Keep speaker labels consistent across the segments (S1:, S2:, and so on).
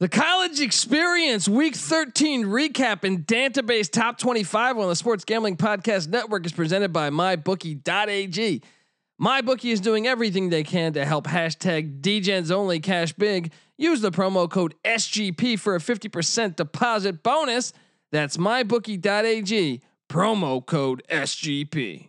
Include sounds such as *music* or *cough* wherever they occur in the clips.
S1: The college experience week 13 recap and database top 25 on the Sports Gambling Podcast Network is presented by mybookie.ag. MyBookie is doing everything they can to help hashtag DGens only cash big. Use the promo code SGP for a 50% deposit bonus. That's mybookie.ag, promo code SGP.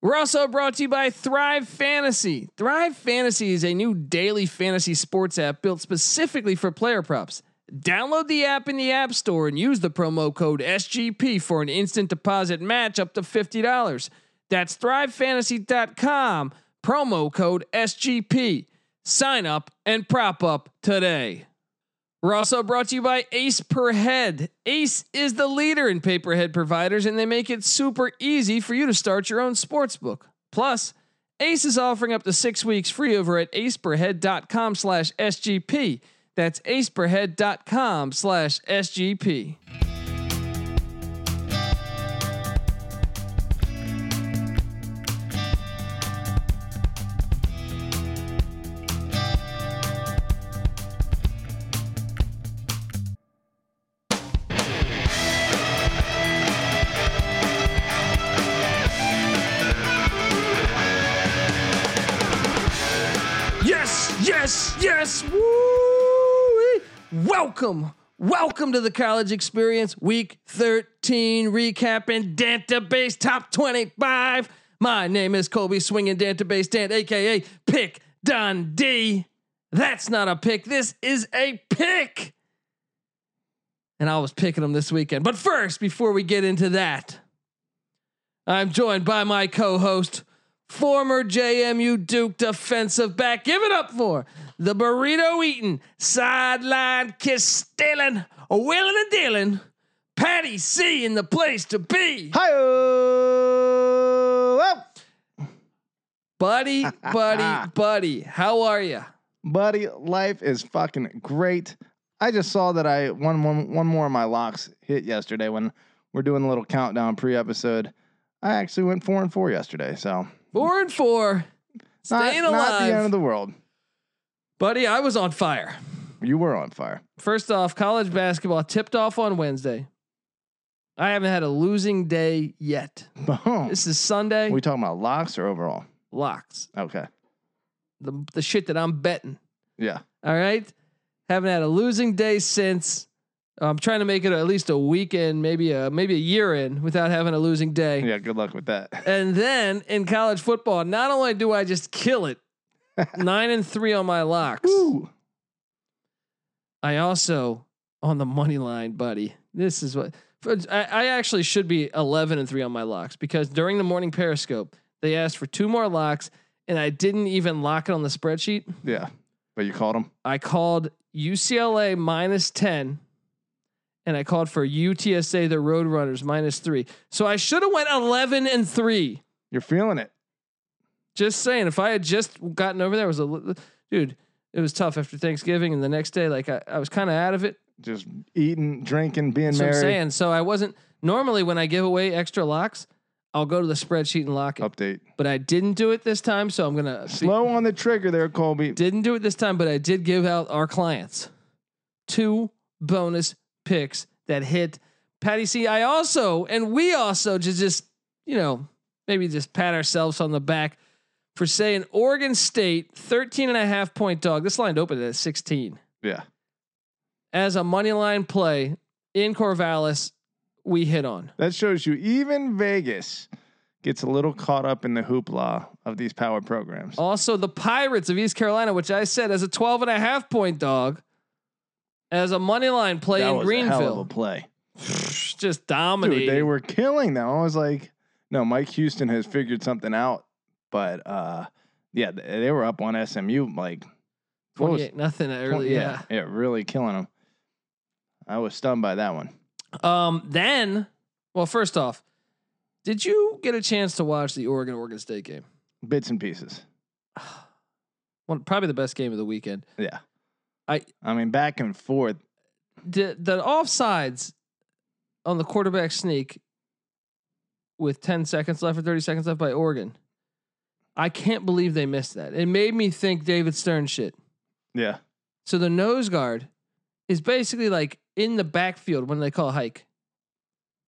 S1: We're also brought to you by Thrive Fantasy. Thrive Fantasy is a new daily fantasy sports app built specifically for player props. Download the app in the App Store and use the promo code SGP for an instant deposit match up to $50. That's thrivefantasy.com, promo code SGP. Sign up and prop up today. We're also brought to you by Ace Per Head. Ace is the leader in paperhead providers, and they make it super easy for you to start your own sports book. Plus, Ace is offering up to six weeks free over at aceperhead.com slash SGP. That's aceperhead.com slash SGP. Yes, yes, yes. Woo! Welcome. Welcome to the college experience week 13 recap and database top 25. My name is Colby Swinging Database Dan, aka Pick Dundee. That's not a pick. This is a pick. And I was picking them this weekend. But first, before we get into that, I'm joined by my co-host, former JMU Duke defensive back. Give it up for the burrito eating, sideline kiss stealing, a willing and dealing. Patty C in the place to be.
S2: Hi,
S1: Buddy,
S2: *laughs*
S1: buddy, buddy, how are you?
S2: buddy. Life is fucking great. I just saw that I one one one more of my locks hit yesterday when we're doing the little countdown pre-episode. I actually went four and four yesterday, so
S1: Four and four,
S2: not,
S1: staying
S2: not the end
S1: alive.
S2: of the world.
S1: buddy, I was on fire.
S2: You were on fire. *laughs*
S1: First off, college basketball tipped off on Wednesday. I haven't had a losing day yet.
S2: Boom.
S1: This is Sunday.
S2: We talking about locks or overall?
S1: Locks.
S2: Okay.
S1: The, the shit that I'm betting.
S2: Yeah.
S1: All right. Haven't had a losing day since. I'm trying to make it at least a weekend, maybe a maybe a year in without having a losing day.
S2: Yeah. Good luck
S1: *laughs*
S2: with that.
S1: And then in college football, not only do I just kill
S2: *laughs*
S1: it, nine and three on my locks.
S2: Woo.
S1: I also on the money line, buddy. This is what I, I actually should be eleven and three on my locks because during the morning Periscope they asked for two more locks, and I didn't even lock it on the spreadsheet.
S2: Yeah. But you called him.
S1: I called UCLA minus 10 and I called for UTSA the Roadrunners minus 3. So I should have went 11 and 3.
S2: You're feeling it.
S1: Just saying if I had just gotten over there it was a li- dude, it was tough after Thanksgiving and the next day like I, I was kind of out of it.
S2: Just eating, drinking, being
S1: That's what I'm
S2: merry.
S1: saying. So I wasn't normally when I give away extra locks, I'll go to the spreadsheet and lock it.
S2: Update.
S1: But I didn't do it this time, so I'm going to
S2: Slow on the trigger there, Colby.
S1: Didn't do it this time, but I did give out our clients two bonus picks that hit Patty C. I also, and we also just, just, you know, maybe just pat ourselves on the back for saying Oregon State, 13 and a half point dog. This line opened at 16.
S2: Yeah.
S1: As a money line play in Corvallis, we hit on.
S2: That shows you even Vegas gets a little caught up in the hoopla of these power programs.
S1: Also, the Pirates of East Carolina, which I said as a 12 and a half point dog, as a money line play
S2: that
S1: in
S2: was
S1: Greenville.
S2: a hell of a play,
S1: just dominating.
S2: dude. They were killing them. I was like, no, Mike Houston has figured something out, but uh, yeah, th- they were up on SMU like what was-
S1: 28 nothing early. Yeah.
S2: yeah, really killing them. I was stunned by that one.
S1: Um. Then, well, first off, did you get a chance to watch the Oregon Oregon State game?
S2: Bits and pieces.
S1: One, probably the best game of the weekend.
S2: Yeah,
S1: I-
S2: I mean, back and forth.
S1: The the offsides on the quarterback sneak with 10 seconds left or 30 seconds left by Oregon. I can't believe they missed that. It made me think David Stern shit.
S2: Yeah,
S1: So the nose guard is basically like in the backfield when they call a hike,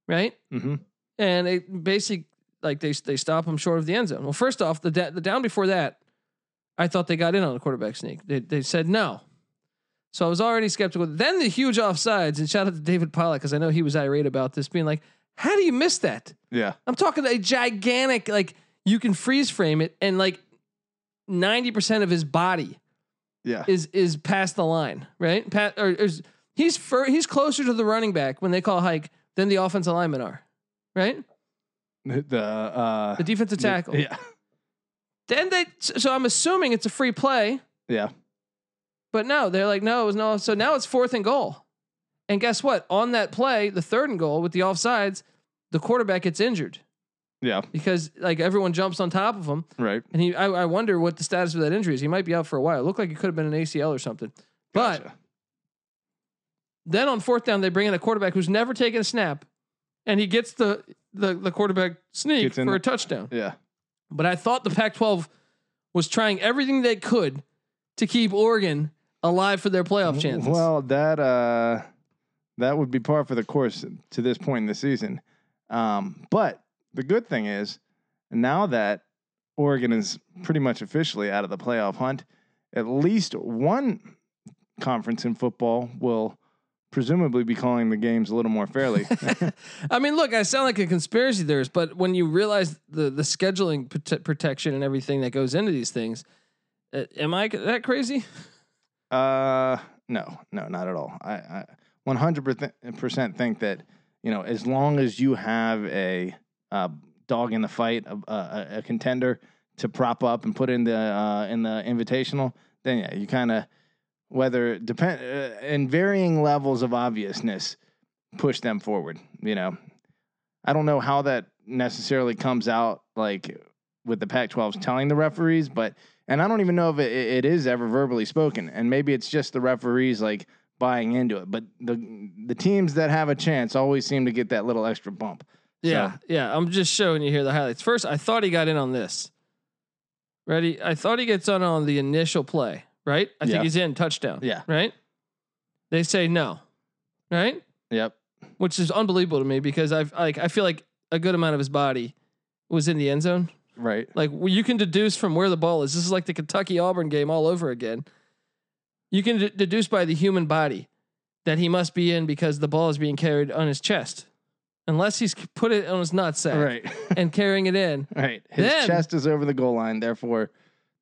S1: right?
S2: Mm-hmm.
S1: and it basically like they they stop him short of the end zone. Well, first off, the da- the down before that, I thought they got in on the quarterback sneak. They they said no, so I was already skeptical. Then the huge offsides, and shout out to David Pollock because I know he was irate about this, being like, "How do you miss that?"
S2: Yeah.
S1: I'm talking a gigantic like you can freeze frame it, and like ninety percent of his body
S2: Yeah.
S1: is is past the line, right? Pat or is he's fur, he's closer to the running back when they call hike than the offensive linemen are, right?
S2: The uh
S1: The defensive tackle.
S2: Yeah.
S1: Then they so I'm assuming it's a free play,
S2: Yeah.
S1: but no, they're like, no, it was no. So now it's fourth and goal. And guess what? On that play, the third and goal with the offsides, the quarterback gets injured
S2: Yeah.
S1: because like everyone jumps on top of him.
S2: Right.
S1: And he I, I wonder what the status of that injury is. He might be out for a while. It looked like it could have been an ACL or something. But
S2: Gotcha.
S1: then on fourth down, they bring in a quarterback who's never taken a snap, and he gets the the, the quarterback sneak
S2: Gets in
S1: for
S2: the-
S1: a touchdown.
S2: yeah.
S1: But I thought the Pac 12 was trying everything they could to keep Oregon alive for their playoff chances.
S2: Well, that uh, that would be par for the course to this point in the season. Um, but the good thing is, now that Oregon is pretty much officially out of the playoff hunt, at least one conference in football will presumably be calling the games a little more fairly.
S1: I mean, look, I sound like a conspiracy theorist, but when you realize the, the scheduling prote- protection and everything that goes into these things, uh, am I c- that crazy?
S2: Uh, no, no, not at all. I, I 100% think that, you know, as long as you have a uh, dog in the fight, a, a, a contender to prop up and put in the, uh, in the invitational, then yeah, you kind of, whether depend uh, in varying levels of obviousness, push them forward, you know. I don't know how that necessarily comes out like with the Pac 12s telling the referees, but and I don't even know if it, it is ever verbally spoken, and maybe it's just the referees like buying into it. But the the teams that have a chance always seem to get that little extra bump.
S1: Yeah, yeah. I'm just showing you here the highlights. First, I thought he got in on this. Ready? I thought he gets on on the initial play, right? I
S2: Yeah.
S1: think he's in touchdown.
S2: Yeah.
S1: Right? They say no. Right?
S2: Yep.
S1: which is unbelievable to me because I've like I feel like a good amount of his body was in the end zone.
S2: Right.
S1: Like w- you can deduce from where the ball is. This is like the Kentucky Auburn game all over again. You can de- deduce by the human body that he must be in because the ball is being carried on his chest, unless he's c- put it on his nutsack
S2: Right. *laughs*
S1: and carrying it in.
S2: right. His
S1: Then-
S2: chest is over the goal line, therefore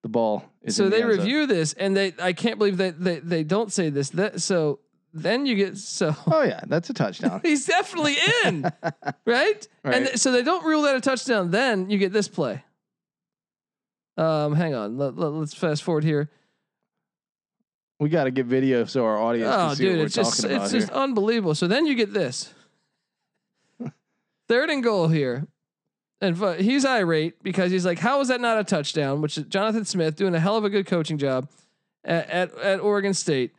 S2: the ball is.
S1: so
S2: in the
S1: they
S2: end zone.
S1: review this and they I can't believe that they, they don't say this. That so then you get so *laughs*
S2: Oh yeah, that's a touchdown.
S1: He's definitely in,
S2: *laughs*
S1: right? And
S2: Right.
S1: th- so they don't rule that a touchdown. Then you get this play. Um, hang on. Let, us fast forward here.
S2: we got to get video so our audience
S1: Oh,
S2: can see
S1: dude,
S2: what we're
S1: it's just
S2: talking about
S1: it's just
S2: here.
S1: unbelievable. So then you get this.
S2: *laughs*
S1: Third and goal here, and fu- he's irate because he's like, "How is that not a touchdown?" Which is Jonathan Smith doing a hell of a good coaching job at at, at Oregon State.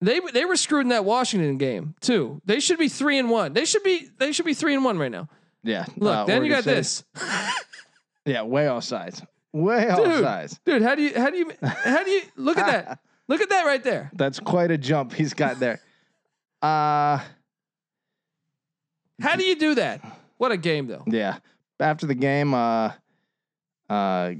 S1: They they were screwed in that Washington game too. They should be three and one. They should be they should be three and one right now.
S2: Yeah.
S1: Look,
S2: uh,
S1: then you
S2: Oregon
S1: got
S2: State.
S1: this,
S2: Yeah, way off sides. Way off
S1: Dude.
S2: sides.
S1: dude. How do you how do you how do you look at
S2: *laughs*
S1: that? Look at that right there.
S2: That's quite a jump he's
S1: *laughs*
S2: got there. Uh
S1: How do you do that? What a game though.
S2: Yeah. After the game, uh, uh,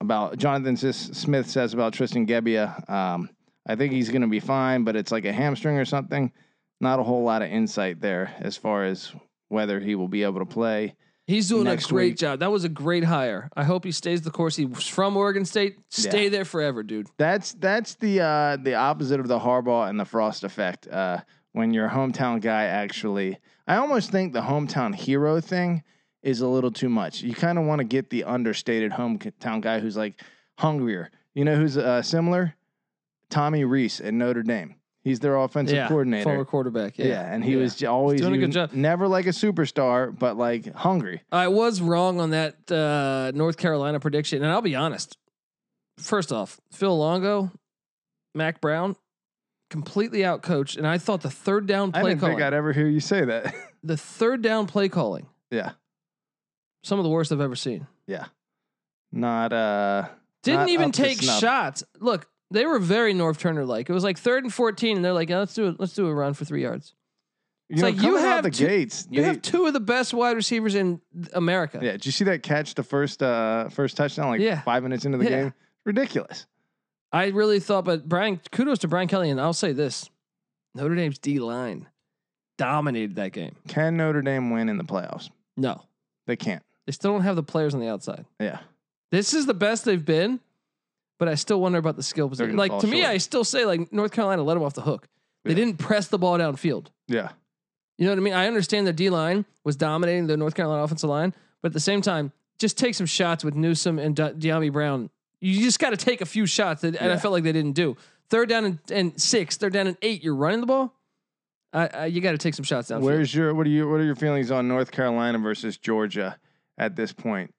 S2: about Jonathan S- Smith says about Tristan Gebbia, um, I think he's going to be fine, but it's like a hamstring or something. Not a whole lot of insight there as far as whether he will be able to play.
S1: He's doing
S2: Next
S1: a great
S2: week.
S1: job. That was a great hire. I hope he stays the course. He was from Oregon State. Stay
S2: Yeah.
S1: there forever, dude.
S2: That's that's the uh, the opposite of the Harbaugh and the Frost effect. Uh, when your hometown guy actually, I almost think the hometown hero thing is a little too much. You kind of want to get the understated hometown guy who's like hungrier. You know who's uh, similar? Tommy Reese at Notre Dame. He's their offensive coordinator.
S1: former quarterback. Yeah,
S2: yeah. and he was j- always
S1: doing a
S2: you-
S1: good job.
S2: never like a superstar, but like hungry.
S1: I was wrong on that uh, North Carolina prediction, and I'll be honest. First off, Phil Longo, Mac Brown, completely outcoached, and I thought the third down
S2: I
S1: play
S2: didn't
S1: calling,
S2: think I'd ever hear you say that. *laughs*
S1: the third down play calling,
S2: yeah,
S1: some of the worst I've ever seen.
S2: not uh.
S1: Didn't
S2: Not uh,
S1: even
S2: up to
S1: take
S2: snuff.
S1: shots. Look, They were very North Turner like. It was like third and fourteen, and they're like, "Yeah, let's do it. Let's do a run for three yards.
S2: You
S1: It's
S2: know,
S1: like you
S2: coming
S1: have
S2: out the
S1: two-
S2: gates.
S1: You
S2: they-
S1: have two of the best wide receivers in America.
S2: yeah, did you see that catch the first uh first touchdown like
S1: Yeah.
S2: five minutes into the
S1: Yeah.
S2: game? Ridiculous.
S1: I really thought, but Brian, kudos to Brian Kelly, and I'll say this: Notre Dame's D line dominated that game.
S2: Can Notre Dame win in the playoffs?
S1: No,
S2: They can't.
S1: they still don't have the players on the outside.
S2: Yeah.
S1: This is the best they've been, but I still wonder about the skill
S2: They're
S1: position.
S2: gonna
S1: Like
S2: fall
S1: to me,
S2: short.
S1: I still say like North Carolina let them off the hook. They
S2: Yeah.
S1: didn't press the ball downfield.
S2: Yeah.
S1: You know what I mean? I understand their D line was dominating the North Carolina offensive line, but at the same time, just take some shots with Newsom and De- Deami Brown. You just got to take a few shots, that, and I
S2: Yeah.
S1: felt like they didn't do. Third down and, and six, third down and eight. You're running the ball. I, I, you got to take some shots downfield.
S2: Where's your what are you what are your feelings on North Carolina versus Georgia at this point?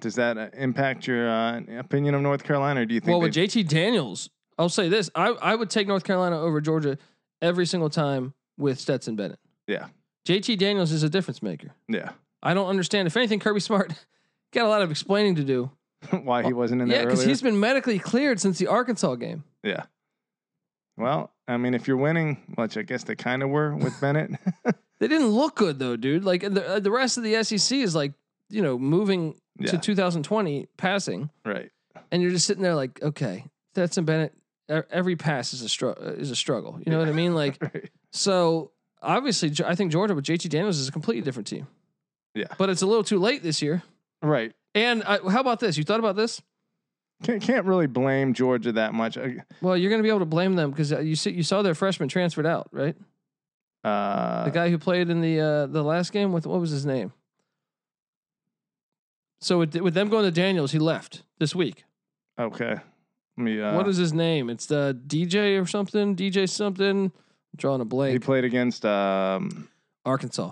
S2: Does that uh, impact your uh, opinion of North Carolina? Or do you think
S1: well,
S2: they-
S1: with JT Daniels, I'll say this: I, I would take North Carolina over Georgia every single time with Stetson Bennett.
S2: Yeah.
S1: JT Daniels is a difference maker.
S2: yeah, *laughs*
S1: I don't understand. If anything, Kirby Smart *laughs* got a lot of explaining to do.
S2: why he wasn't in
S1: Yeah,
S2: there
S1: because
S2: earlier?
S1: he's been medically cleared since the Arkansas game.
S2: yeah. Well, I mean, if you're winning, which I guess they kind of were with Bennett, *laughs*
S1: They didn't look good though, dude. Like the uh, the rest of the SEC is like, you know, moving
S2: Yeah.
S1: to 2020 passing,
S2: right?
S1: and you're just sitting there like, okay, Stetson Bennett. e- Every pass is a struggle. Is a struggle. You know what I mean?
S2: *laughs*
S1: Like,
S2: Right.
S1: so obviously, Ge- I think Georgia with JT Daniels is a completely different team.
S2: Yeah.
S1: but it's a little too late this year.
S2: Right.
S1: And I, how about this? You thought about this?
S2: Can't can't really blame Georgia that much. Uh,
S1: Well, you're going to be able to blame them because you see, you saw their freshman transferred out, right?
S2: Uh,
S1: the guy who played in the uh, the last game with what was his name? So with, with them going to Daniels, he left this week.
S2: okay. Let me. Uh,
S1: what is his name? It's the DJ or something. DJ something. I'm drawing a
S2: he
S1: blank.
S2: played against um,
S1: Arkansas.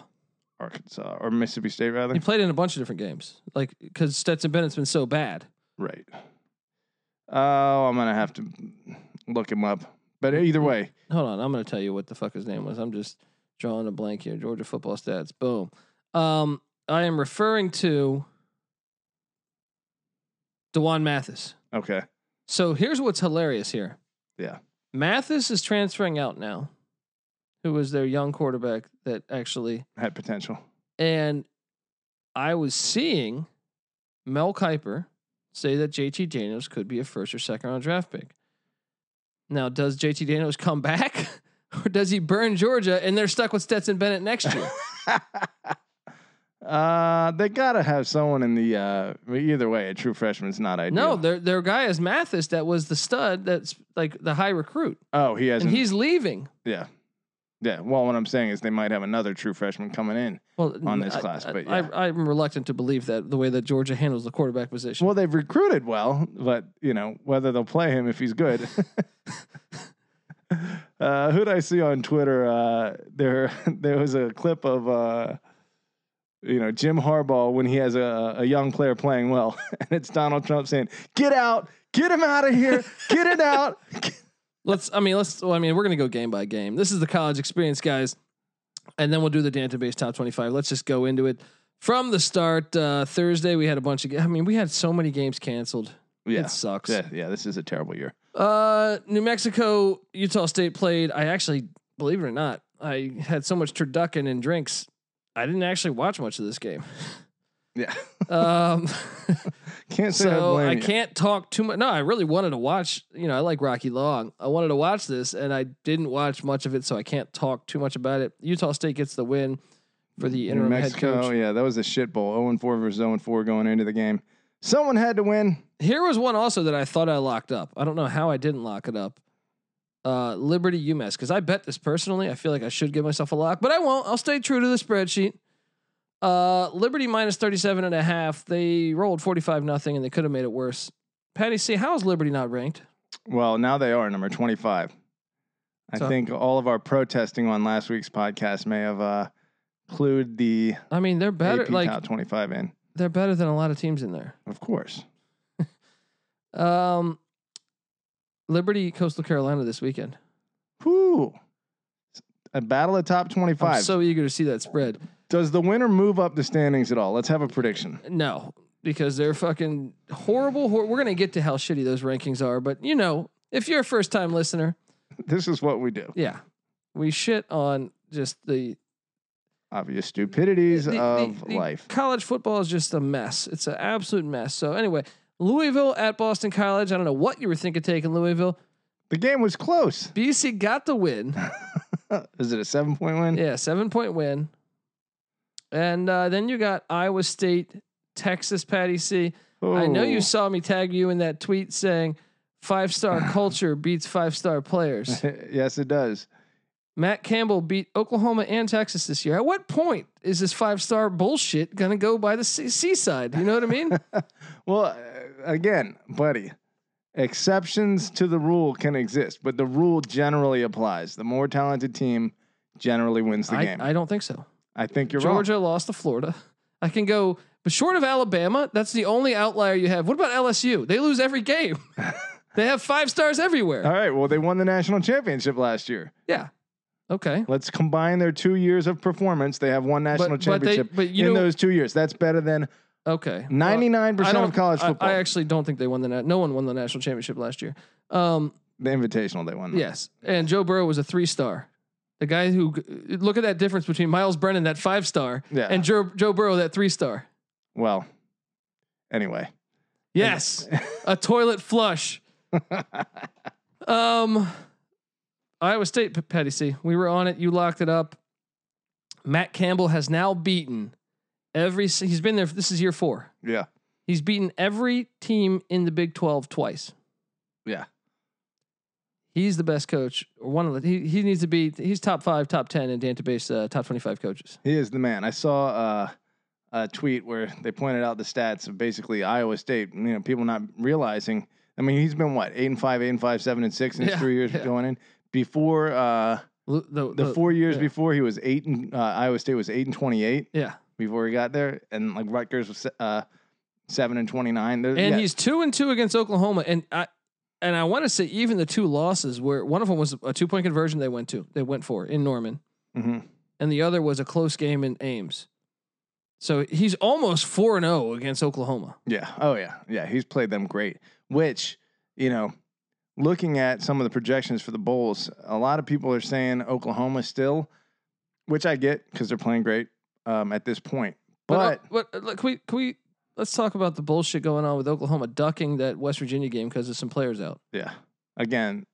S2: Arkansas or Mississippi State rather?
S1: He played in a bunch of different games, like because Stetson Bennett's been so bad.
S2: Right. Oh, I'm gonna have to look him up. But either way,
S1: Hold on, I'm gonna tell you what the fuck his name was. I'm just drawing a blank here. Georgia football stats. Boom. Um, I am referring to Dewan Mathis.
S2: okay.
S1: So here's what's hilarious here.
S2: Yeah.
S1: Mathis is transferring out now, who was their young quarterback that actually
S2: Had potential.
S1: and I was seeing Mel Kiper say that JT Daniels could be a first or second round draft pick. Now, does JT Daniels come back *laughs* or does he burn Georgia and they're stuck with Stetson Bennett next year?
S2: uh, they gotta have someone in the. Uh, I mean, either way, a true freshman's not ideal.
S1: no, their their guy is Mathis that was the stud that's like the high recruit.
S2: oh, he
S1: And
S2: hasn't.
S1: he's leaving.
S2: yeah, yeah. Well, what I'm saying is they might have another true freshman coming in.
S1: Well,
S2: On this
S1: I-
S2: class,
S1: I,
S2: but yeah.
S1: I, I'm reluctant to believe that the way that Georgia handles the quarterback position.
S2: Well, they've recruited well, but you know whether they'll play him if he's good.
S1: *laughs*
S2: uh, who would I see on Twitter? Uh, there, *laughs* there was a clip of uh, you know Jim Harbaugh when he has a, a young player playing well, *laughs* and it's Donald Trump saying, "Get out, get him out of here, get
S1: *laughs*
S2: it out."
S1: Let's. I mean, let's. Well, I mean, we're gonna go game by game. This is the college experience, guys, and then we'll do the database top twenty-five. Let's just go into it from the start. Uh, Thursday, we had a bunch of. ga- I mean, we had so many games canceled.
S2: *laughs* yeah,
S1: It sucks.
S2: yeah, yeah. This is a terrible year.
S1: Uh, New Mexico, Utah State played. I actually, believe it or not, I had so much turducken and drinks. I didn't actually watch much of this game. *laughs*
S2: Yeah,
S1: Um, *laughs*
S2: can't say I
S1: so
S2: blame
S1: I
S2: you.
S1: can't talk too much. No, I really wanted to watch. You know, I like Rocky Long. I wanted to watch this, and I didn't watch much of it, so I can't talk too much about it. Utah State gets the win for the
S2: New
S1: interim head
S2: Mm, Mexico,
S1: coach.
S2: yeah, that was a shit bowl. Zero and four versus zero and four going into the game. Someone had to win.
S1: Here was one also that I thought I locked up. I don't know how I didn't lock it up. Uh, Liberty UMass because I bet this personally. I feel like I should give myself a lock, but I won't. I'll stay true to the spreadsheet. Uh, Liberty minus 37 and a half. They rolled 45 nothing and they could have made it worse. Patty C, how is Liberty not ranked?
S2: Well, now they are number 25. I
S1: So-
S2: think all of our protesting on last week's podcast may have uh, clued the
S1: I mean, they're better.
S2: AP
S1: like
S2: top 25 in.
S1: they're better than a lot of teams in there.
S2: Of course.
S1: Um, Liberty, Coastal Carolina this weekend.
S2: Whoo. A battle of top
S1: I'm
S2: 25.
S1: so eager to see that spread.
S2: Does the winner move up the standings at all? Let's have a prediction.
S1: No, because they're fucking horrible. Hor- We're gonna get to how shitty those rankings are, but you know, If you're a first time listener,
S2: This is what we do.
S1: yeah, we shit on just the
S2: Obvious stupidities
S1: the- the-
S2: of
S1: the
S2: life.
S1: College football is just a mess. It's an absolute mess. So anyway, Louisville at Boston College. I don't know what you were thinking taking Louisville.
S2: The game was close. *laughs*
S1: BC got the win.
S2: is it a seven point win?
S1: Yeah, seven point win. And uh, then you got Iowa State, Texas, Patty C. I know you
S2: Oh.
S1: saw me tag you in that tweet saying five
S2: *sighs*
S1: star culture beats five star players.
S2: *laughs* yes, it does.
S1: Matt Campbell beat Oklahoma and Texas this year. At what point is this five star bullshit going to go by the sea- seaside? You know what I
S2: *laughs*
S1: mean?
S2: Well, uh, again, buddy, exceptions to the rule can exist, but the rule generally applies. The more talented team generally wins the
S1: I,
S2: game. I,
S1: I don't think so.
S2: think you're
S1: Georgia lost to Florida. I can go, but short of Alabama, that's the only outlier you have. What about LSU? They lose every
S2: *laughs*
S1: game. they have five stars everywhere.
S2: wrong. All right. Well, they won the national championship last year.
S1: Yeah. Okay.
S2: Let's combine their two years of performance. They have one national
S1: but they-
S2: championship
S1: but you
S2: in
S1: know-
S2: those two years. That's better than
S1: Okay. Well,
S2: 99%
S1: I don't-
S2: of college
S1: I-
S2: football.
S1: I, actually don't think they won the na- no one won the national championship last year. Um,
S2: the invitational they won.
S1: yes, and Joe Burrow was a three star. The guy who look at that difference between Miles Brennan that five star
S2: Yeah.
S1: and Joe, Joe Burrow that three star.
S2: well, anyway. *laughs*
S1: Yes, a toilet flush. um, Iowa State, P- Petty C. We were on it. You locked it up. Matt Campbell has now beaten every. s- He's been there. This is year four.
S2: Yeah.
S1: He's beaten every team in the Big 12 twice.
S2: Yeah.
S1: He's the best coach. Or one of the he, he needs to be he's top five, top ten in database uh, top twenty five coaches.
S2: He is the man. I saw uh, a tweet where they pointed out the stats of basically Iowa State. You know, people not realizing. I mean, he's been what eight and five, eight and five, seven and six in his
S1: Yeah,
S2: three years
S1: yeah.
S2: going in. Before uh,
S1: Lu- The,
S2: the
S1: the-
S2: four years
S1: yeah.
S2: before, he was eight and uh, Iowa State was eight and twenty eight
S1: Yeah.
S2: before he got there, and like Rutgers was se- uh, seven and twenty nine.
S1: And he's two and two against Oklahoma. And I and I want to say even the two losses where one of them was a two point conversion they went to they went for in Norman.
S2: hmm
S1: And the other was a close game in Ames. So he's almost four and zero against Oklahoma.
S2: Yeah. Oh yeah. Yeah. He's played them great. Which, you know, looking at some of the projections for the bowls, a lot of people are saying Oklahoma still, which I get because they're playing great um, at this point. But,
S1: But, but, uh, look, can we can we let's talk about the bullshit going on with Oklahoma ducking that West Virginia game because of some players out.
S2: yeah, again,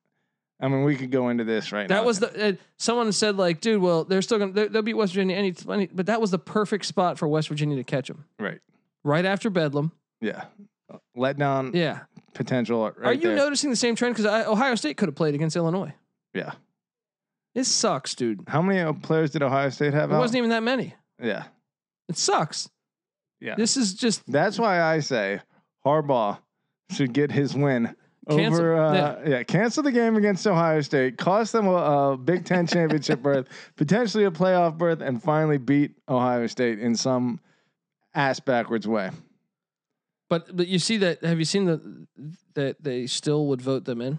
S2: I mean, we could go into this right now.
S1: That was the uh, someone said like, dude, well they're still gonna they- they'll beat West Virginia any, any but that was the perfect spot for West Virginia to catch them
S2: right.
S1: right after Bedlam.
S2: Yeah. Let down
S1: Yeah,
S2: potential. Mm. Right
S1: are you
S2: there.
S1: noticing the same trend? Because Ohio State could have played against Illinois.
S2: yeah.
S1: It sucks, dude.
S2: How many uh, players did Ohio State have?
S1: It
S2: out?
S1: wasn't even that many.
S2: yeah.
S1: It sucks.
S2: Yeah.
S1: This is just
S2: That's why I say Harbaugh should get his win
S1: Cancel-
S2: over. Uh, yeah. cancel the game against Ohio State, cost them a, a Big
S1: *laughs*
S2: Ten championship berth, potentially a playoff berth, and finally beat Ohio State in some ass backwards way.
S1: but but you see that have you seen the that they still would vote them in?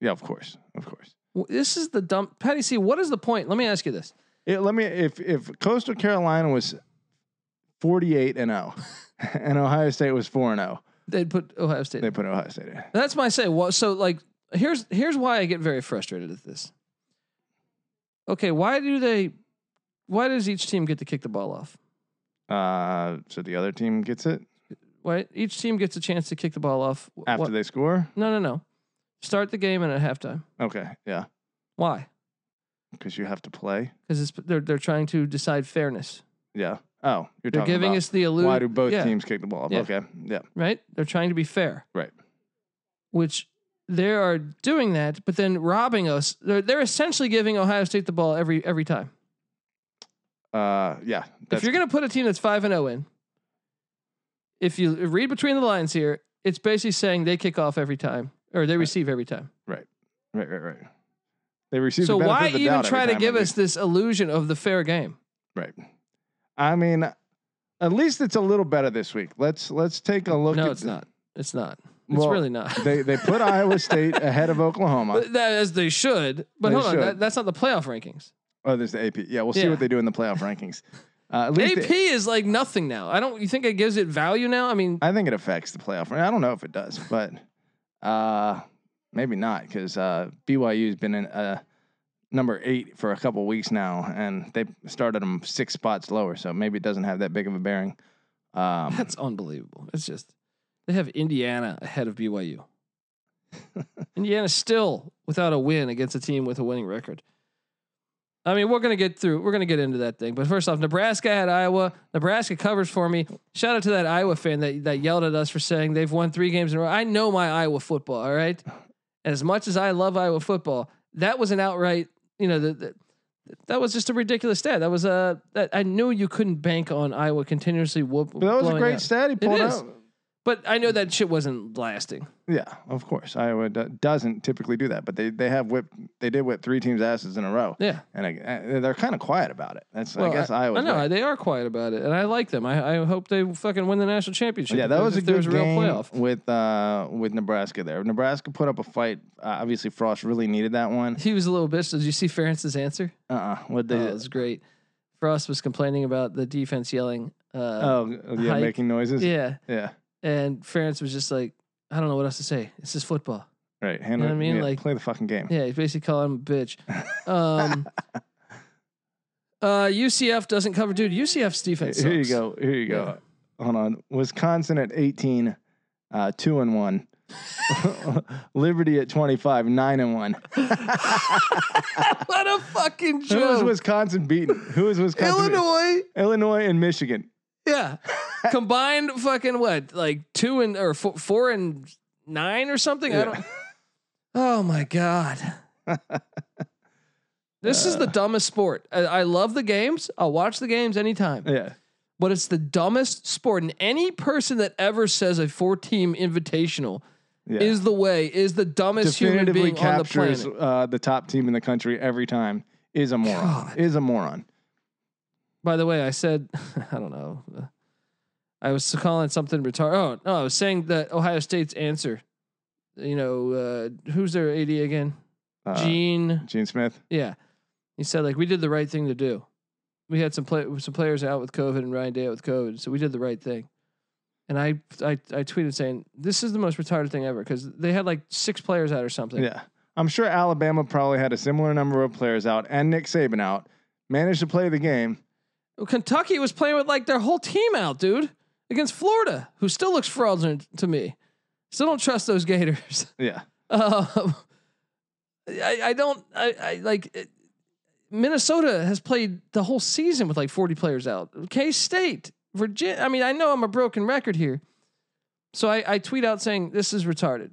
S2: Yeah, of course, of course.
S1: Well, This is the dumb Patty C. What is the point? Let me ask you this.
S2: It, let me if if Coastal Carolina was forty eight and zero, *laughs* and Ohio State was four and zero,
S1: They'd put Ohio State.
S2: they put Ohio State in.
S1: That's my say. Well, so like here's here's why I get very frustrated at this. Okay, why do they? Why does each team get to kick the ball off?
S2: Uh, so the other team gets it
S1: Why each team gets a chance to kick the ball off? Wh-
S2: after
S1: what-
S2: they score.
S1: no, no, no. Start the game and at halftime.
S2: Okay, yeah,
S1: Why?
S2: because you have to play.
S1: Because it's they're they're trying to decide fairness.
S2: Yeah. Oh, you're
S1: They're
S2: talking
S1: giving
S2: about
S1: us the illusion.
S2: why do both
S1: yeah,
S2: teams kick the ball?
S1: Yeah.
S2: Okay. Yeah.
S1: right? They're trying to be fair.
S2: Right.
S1: Which they are doing that, but then robbing us. They're they're essentially giving Ohio State the ball every every time.
S2: Uh, yeah.
S1: if you're going to put a team that's 5 and 0 in, if you read between the lines here, it's basically saying they kick off every time or they receive every time.
S2: right, right, right. They receive.
S1: so
S2: the benefit
S1: why
S2: of the
S1: even
S2: doubt
S1: try
S2: every
S1: to
S2: time,
S1: give
S2: at
S1: us this illusion of the fair game?
S2: least. Right. I mean, at least it's a little better this week. Let's let's take a look.
S1: no,
S2: at
S1: it's not. It's not. It's
S2: Well,
S1: really *laughs* not.
S2: They they put Iowa State ahead
S1: *laughs*
S2: of Oklahoma.
S1: But that as they should. But
S2: They
S1: hold on,
S2: should.
S1: that, that's not the playoff rankings.
S2: Oh, there's the AP. Yeah, we'll see
S1: Yeah.
S2: what they do in the playoff rankings. Uh, at least
S1: AP
S2: they-
S1: is like nothing now. I don't. You think it gives it value now? I mean,
S2: I think it affects the playoff. I don't know if it does, but uh, Maybe not because uh, BYU's been in uh, number eight for a couple weeks now, and they started them six spots lower. So maybe it doesn't have that big of a bearing. Um,
S1: That's unbelievable. It's just they have Indiana ahead of BYU. Indiana still without a win against a team with a winning record. I mean, we're gonna get through. We're gonna get into that thing. But first off, Nebraska had Iowa. Nebraska covers for me. Shout out to that Iowa fan that that yelled at us for saying they've won three games in a row. I know my Iowa football. All right. As much as I love Iowa football, that was an outright. You know, the, the, that was just a ridiculous stat. That was a. That I knew you couldn't bank on Iowa continuously whoop.
S2: but that was a
S1: blowing
S2: great
S1: out.
S2: stat he pulled
S1: is.
S2: out.
S1: But I know that shit wasn't lasting.
S2: Yeah, of course. Iowa do- doesn't typically do that, but they they have whipped. They did whip three teams' asses in a row,
S1: Yeah.
S2: and I, I- they're kind of quiet about it. That's
S1: Well,
S2: I guess Iowa.
S1: I know they are quiet about it, and I like them. I, I hope they fucking win the national championship.
S2: Yeah, that
S1: because
S2: was a
S1: if there
S2: good
S1: was a real
S2: game
S1: playoff.
S2: with uh, with Nebraska. There, Nebraska put up a fight. Uh, obviously, Frost really needed that one.
S1: He was a little bitch. Did you see Ferentz's answer?
S2: Uh, uh what
S1: Oh,
S2: they?
S1: it was great. Frost was complaining about the defense yelling. Uh,
S2: oh, yeah,
S1: hike.
S2: making noises. Yeah.
S1: yeah, and Ferentz was just like, I don't know what else to say. This is football.
S2: right. Hand
S1: know what I
S2: it-
S1: mean?
S2: yeah,
S1: Like-
S2: play the fucking game.
S1: Yeah, he's basically calling him a bitch. Um,
S2: *laughs*
S1: uh, UCF doesn't cover, dude. UCF's
S2: Here
S1: defense.
S2: you
S1: sucks.
S2: go. Here you go. Hold on. Wisconsin at 18, uh, 2 and 1. *laughs* Liberty at 25, 9 and 1.
S1: what a fucking
S2: Who is
S1: joke.
S2: Wisconsin beating? Who is Wisconsin? beating?
S1: Illinois.
S2: Illinois and Michigan. *laughs*
S1: Yeah. Combined fucking what? Like two and or four, four and nine or something? I
S2: Yeah.
S1: don't Oh my
S2: *laughs*
S1: god. this is the
S2: Uh.
S1: dumbest sport. I, I love the games. I'll watch the games anytime.
S2: Yeah.
S1: But it's the dumbest sport and any person that ever says a four team invitational
S2: Yeah.
S1: is the way is the dumbest human
S2: Definitively
S1: being on the
S2: captures
S1: planet.
S2: uh, the top team in the country every time. Is a moron.
S1: God.
S2: Is a moron.
S1: By the way, I said *laughs* I don't know. I was calling something retarded. Oh no, I was saying that Ohio State's answer. You know, uh, who's their AD again?
S2: Uh,
S1: Gene.
S2: Gene Smith.
S1: Yeah, he said like we did the right thing to do. We had some play some players out with COVID and Ryan Day out with COVID, so we did the right thing. And I I, I tweeted saying this is the most retarded thing ever because they had like six players out or something.
S2: Yeah. I'm sure Alabama probably had a similar number of players out and Nick Saban out. Managed to play the game.
S1: Kentucky was playing with like their whole team out, dude, against Florida, who still looks fraudulent to me. Still don't trust those Gators. *laughs*
S2: Yeah.
S1: Um, I, I don't. I, I like it- Minnesota has played the whole season with like forty players out. K State, Virginia. I mean, I know I'm a broken record here, so I, I tweet out saying this is retarded,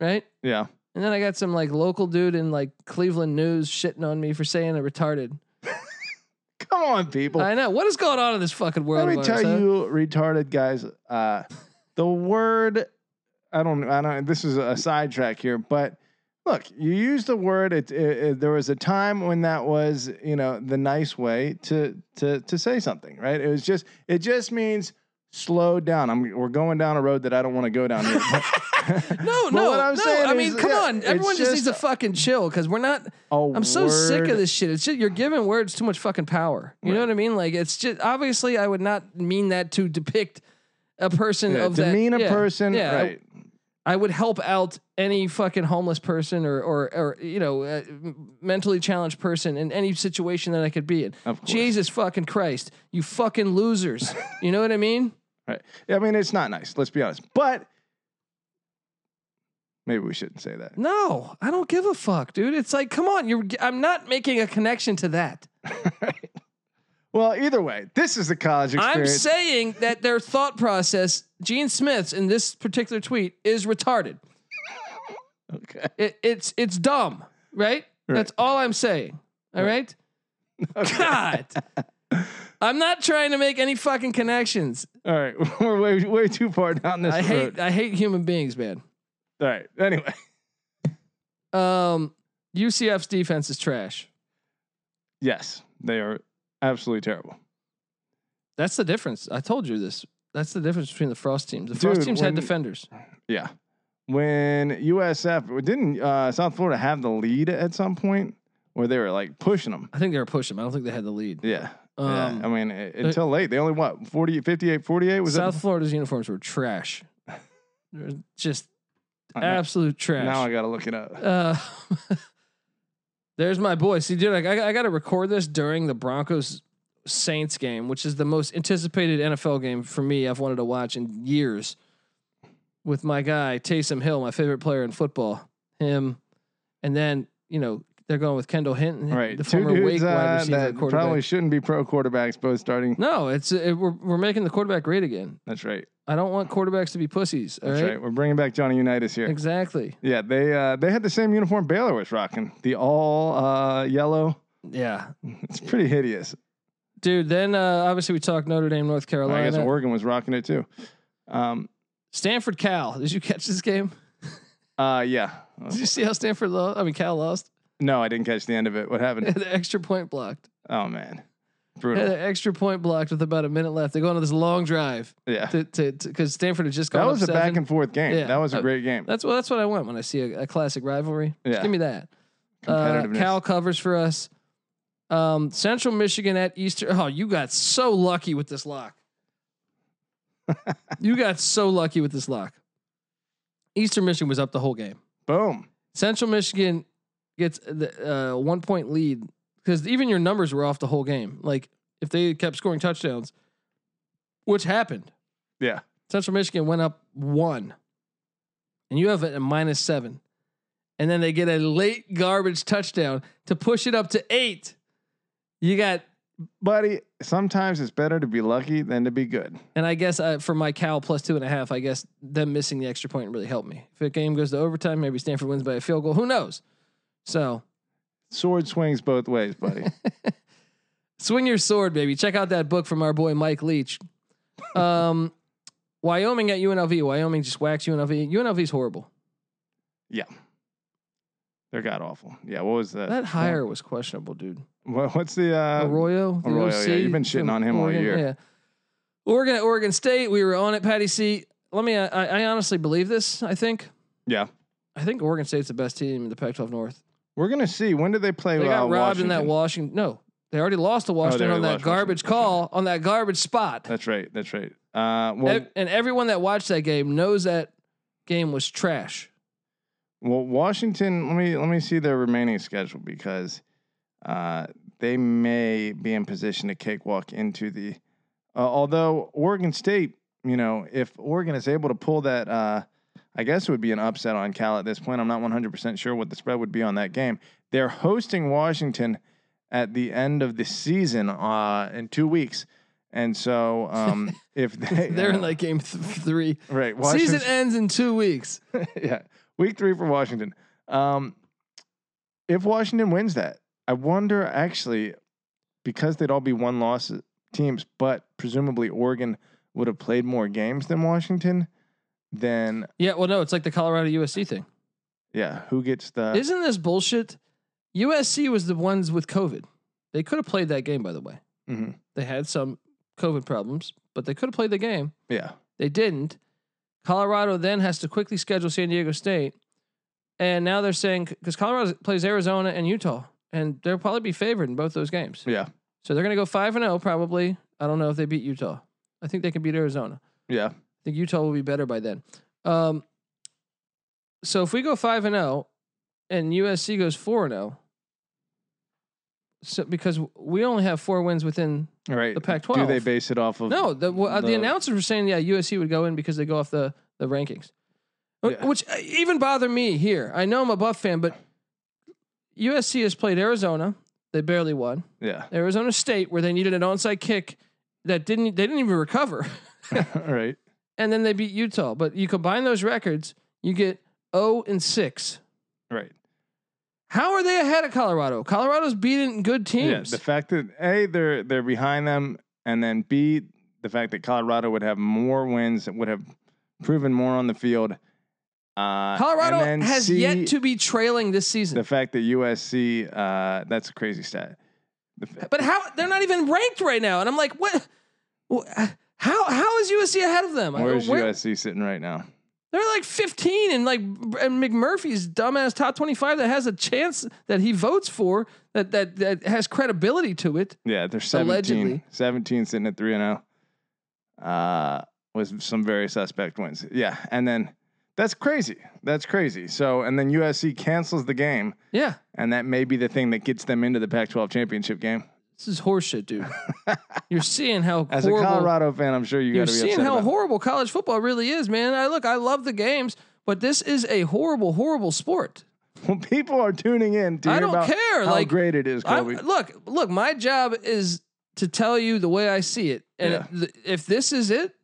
S1: right?
S2: Yeah.
S1: And then I got some like local dude in like Cleveland news shitting on me for saying it retarded.
S2: Come on, people.
S1: I know what is going on in this fucking world.
S2: Let me
S1: of
S2: tell
S1: ours, huh?
S2: you, retarded guys.
S1: *laughs*
S2: Uh, the word I don't, I don't. This is a sidetrack here, but look, you use the word. It, it, it- there was a time when that was, you know, the nice way to to to say something, right? It was just, it just means slow down. I'm, we're going down a road that I don't want to go
S1: *laughs*
S2: down. Here.
S1: No,
S2: But
S1: no,
S2: what I'm
S1: no.
S2: saying
S1: I mean,
S2: is,
S1: come
S2: yeah,
S1: on.
S2: it's
S1: Everyone just, needs to
S2: just
S1: fucking chill because we're not.
S2: a
S1: I'm so sick
S2: word.
S1: of this shit. It's just, you're giving words too much fucking power. You know
S2: Right.
S1: what I mean? Like it's just obviously I would not mean that to depict a person
S2: Yeah,
S1: of that.
S2: demean a
S1: yeah,
S2: person,
S1: yeah, I-
S2: right?
S1: I, would help out any fucking homeless person or or or you know uh, m- mentally challenged person in any situation that I could be in.
S2: Of course.
S1: Jesus fucking Christ, you fucking losers. you know what I mean?
S2: Right. I mean, it's not nice. Let's be honest. But maybe we shouldn't say that.
S1: No, I don't give a fuck, dude. It's like, come on, you're. I'm not making a connection to that.
S2: Well, either way, this is the college
S1: I'm
S2: experience.
S1: saying that their thought process, Gene Smith's in this particular tweet, is retarded.
S2: okay.
S1: It, it's it's dumb, right? That's all I'm saying. All right. God, I'm not trying to make any fucking connections.
S2: All right. *laughs* We're way, way too far down this
S1: I
S2: road.
S1: hate I hate human beings, man.
S2: All right. Anyway, *laughs*
S1: Um, UCF's defense is trash.
S2: yes, they are absolutely terrible.
S1: That's the difference. I told you this. That's the difference between the Frost teams. The Frost
S2: Dude,
S1: teams had
S2: when-
S1: defenders.
S2: Yeah. When USF didn't uh, South Florida have the lead at some point, where they were like pushing them.
S1: I think they were pushing. them. I don't think they had the lead.
S2: Yeah.
S1: Um, uh,
S2: yeah. I mean, i- until late, they only what 40, 58, 48 was
S1: South
S2: it?
S1: *laughs* Florida's uniforms were trash. They're just Absolute trash.
S2: Now I got to look it up.
S1: Uh, *laughs* there's my boy. See, dude, like, I, I got to record this during the Broncos Saints game, which is the most anticipated NFL game for me I've wanted to watch in years. With my guy Taysom Hill, my favorite player in football, him, and then you know they're going with Kendall Hinton,
S2: Right.
S1: the
S2: Two
S1: former Wake
S2: dudes
S1: wide
S2: uh,
S1: receiver
S2: that
S1: and quarterback.
S2: probably shouldn't be pro quarterbacks both starting.
S1: no, it's it, we're we're making the quarterback great again.
S2: That's right.
S1: I don't want quarterbacks to be pussies. All
S2: That's right. We're bringing back Johnny Unitas here.
S1: exactly.
S2: Yeah, they uh, they had the same uniform Baylor was rocking. The all uh, yellow.
S1: Yeah,
S2: It's pretty hideous.
S1: dude. Then uh, obviously we talked Notre Dame, North
S2: I guess
S1: Carolina.
S2: Oregon was rocking it too. Um,
S1: Stanford Cal. Did you catch this game?
S2: uh, yeah. *laughs*
S1: Did you see how Stanford lost? I mean Cal lost. *laughs*
S2: No, I didn't catch the end of it. What
S1: They *laughs*
S2: happened?
S1: had the extra point blocked.
S2: Oh man,
S1: They had
S2: brutal.
S1: the extra point blocked with about a minute left. They go on this long drive
S2: Yeah,
S1: to to because Stanford had just gone
S2: that was a
S1: up
S2: back
S1: seven.
S2: and forth game.
S1: Yeah.
S2: That was a
S1: Uh,
S2: great game.
S1: That's what that's what I want when I see a, a classic rivalry. Just
S2: Yeah.
S1: give me that. Uh,
S2: Competitiveness.
S1: Cal covers for us. Um, Central Michigan at Eastern. Oh, you got so lucky with this
S2: *laughs*
S1: lock. you got so lucky with this lock. Eastern Michigan was up the whole game.
S2: Boom.
S1: Central Michigan gets the uh, one point lead because even your numbers were off the whole game. Like if they kept scoring touchdowns, which happened,
S2: Yeah.
S1: Central Michigan went up one, and you have it at minus seven, and then they get a late garbage touchdown to push it up to eight. You got,
S2: Buddy, sometimes it's better to be lucky than to be good.
S1: and I guess uh for my Cal plus two and a half, I guess them missing the extra point really helped me. If the game goes to overtime, maybe Stanford wins by a field goal. Who knows? So
S2: Sword swings both
S1: *laughs*
S2: ways, buddy.
S1: Swing your sword, baby. Check out that book from our boy Mike Leach. Um, *laughs* Wyoming at UNLV. Wyoming just whacks UNLV. UNLV's horrible.
S2: They're god awful. Yeah. What was that?
S1: That hire was questionable, dude.
S2: What, what's the uh,
S1: Arroyo. the
S2: Arroyo, yeah.
S1: OC
S2: You've been shitting
S1: from
S2: on him all
S1: Oregon,
S2: year.
S1: Yeah. Oregon at Oregon State. We were on it, Patty C. Let me. I, I honestly believe this. I think.
S2: Yeah.
S1: I think Oregon State's the best team in the Pac-12 North.
S2: We're gonna see. When did they play?
S1: They got
S2: uh,
S1: robbed in that Washington.
S2: Washington? Oh,
S1: No, they already lost to Washington on
S2: already
S1: that
S2: lost
S1: garbage
S2: Washington.
S1: call on that garbage spot.
S2: That's right. That's right. Uh, well,
S1: Ev- and everyone that watched that game knows that game was trash.
S2: well, Washington. Let me let me see their remaining schedule because uh, they may be in position to cakewalk into the. Uh, although Oregon State, you know, if Oregon is able to pull that, uh, I guess it would be an upset on Cal at this point. I'm not 100 percent sure what the spread would be on that game. They're hosting Washington at the end of the season uh, in two weeks. And so,
S1: *laughs*
S2: um, if they uh,
S1: They're in like game th- three.
S2: right
S1: Season ends in two weeks.
S2: *laughs* yeah. Week three for Washington. Um, if Washington wins that, I wonder actually, because they'd all be one loss teams, but presumably Oregon would have played more games than Washington, then
S1: Yeah, well, no, it's like the Colorado USC thing.
S2: yeah, who gets *laughs* the
S1: Isn't this bullshit? USC was the ones with COVID. They could have played that game, by the way.
S2: Mhm.
S1: They had some COVID problems, but they could have played the game.
S2: yeah.
S1: They didn't. Colorado then has to quickly schedule San Diego State. And now they're saying, because Colorado plays Arizona and Utah, and they'll probably be favored in both those games.
S2: Yeah.
S1: So they're going to go 5 and 0 probably. I don't know if they beat Utah. I think they can beat Arizona.
S2: Yeah.
S1: I think Utah will be better by then. Um, so if we go 5 and 0 and USC goes 4 and 0 so because we only have 4 wins within
S2: All right.
S1: the Pac-12.
S2: Do they base it off of
S1: No, the well, uh, the
S2: the-
S1: announcers were saying yeah, USC would go in because they go off the the rankings. Wh-
S2: Yeah.
S1: Which uh, even bother me here. I know I'm a Buff fan, but USC has played Arizona. They barely won.
S2: Yeah. *laughs*
S1: Arizona State, where they needed an onside kick that didn't they didn't even recover,
S2: all right.
S1: and then they beat Utah. But you combine those records, you get zero and six.
S2: Right.
S1: How are they ahead of Colorado? Colorado's beating good
S2: Yeah.
S1: teams.
S2: The fact that A, they're they're behind them, and then B, the fact that Colorado would have more wins and would have proven more on the field. Uh,
S1: Colorado
S2: and then
S1: has
S2: C,
S1: yet to be trailing this season.
S2: the fact that USC uh, that's a crazy stat. The fa-
S1: But how they're not even ranked right now, and I'm like, what? wh- How how is USC ahead of them? I-
S2: Where's
S1: where-
S2: USC sitting right now?
S1: They're like 15, and like and McMurphy's dumbass top 25 that has a chance that he votes for that that that has credibility to it.
S2: Yeah, they're 17.
S1: Allegedly.
S2: 17 sitting at oh. 3 and 0. Uh was some very suspect wins. Yeah, and then That's crazy. That's crazy. So, and then USC cancels the game,
S1: Yeah.
S2: and that may be the thing that gets them into the Pac-12 championship game.
S1: This is horseshit,
S2: *laughs*
S1: dude. You're seeing how
S2: As
S1: horrible,
S2: a Colorado fan, I'm sure you
S1: you're
S2: got to be
S1: seeing
S2: upset.
S1: how
S2: about it.
S1: horrible college football really is, man. I look, I love the games, but this is a horrible, horrible sport.
S2: *laughs* Well, people are tuning in to
S1: I
S2: hear
S1: don't
S2: about
S1: care,
S2: how
S1: like,
S2: great it is,
S1: I,
S2: Kobe.
S1: look, look, my job is to tell you the way I see it. And
S2: Yeah.
S1: th- if this is it,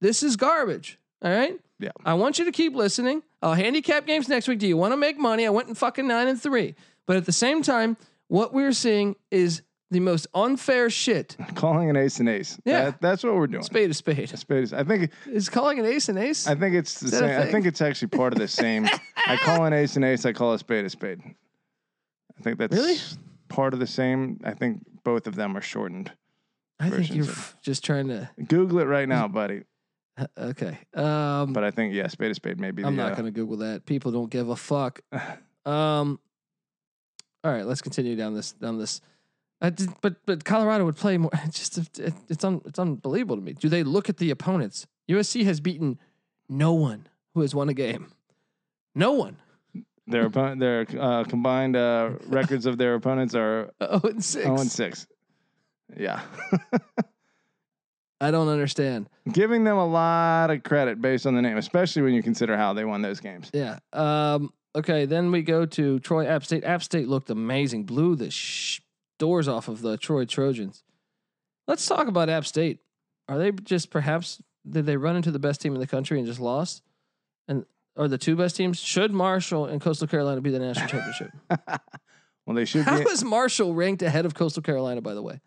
S1: this is garbage. All right.
S2: Yeah.
S1: I want you to keep listening. I'll handicap games next week. Do you want to make money? I went in fucking nine and three. But at the same time, what we're seeing is the most unfair shit.
S2: Calling an ace an ace.
S1: Yeah.
S2: That- that's what we're doing.
S1: Spade a
S2: *laughs*
S1: spade.
S2: Spade is- I think
S1: Is calling an ace an ace?
S2: I think it's the
S1: that a
S2: same. I
S1: thing?
S2: think it's actually part of the same. I call an ace an ace. I call a spade a spade. I think that's
S1: Really?
S2: part of the same. I think both of them are shortened.
S1: I think you're
S2: versions
S1: f- just trying to. uh,
S2: Google it right now, buddy.
S1: Okay. Um,
S2: But I think yeah, spade a spade may be
S1: I'm
S2: the.
S1: not
S2: uh,
S1: going to Google that. People don't give a
S2: *laughs*
S1: fuck. Um, all right, let's continue down this down this. I did, but but Colorado would play more. *laughs* It's just it, it's un, it's unbelievable to me. Do they look at the opponents? USC has beaten no one who has won a game. No one. *laughs*
S2: Their opponent, their uh, combined uh, records of their opponents are
S1: Oh and six.
S2: zero and six. Yeah,
S1: I don't understand.
S2: giving them a lot of credit based on the name, especially when you consider how they won those games.
S1: Yeah. Um. Okay. Then we go to Troy App State. App State looked amazing. Blew the sh- doors off of the Troy Trojans. Let's talk about App State. Are they just perhaps did they run into the best team in the country and just lost? And are the two best teams? Should Marshall and Coastal Carolina be the national
S2: *laughs*
S1: championship?
S2: Well, they should
S1: How
S2: be.
S1: is Marshall ranked ahead of Coastal Carolina? By the way,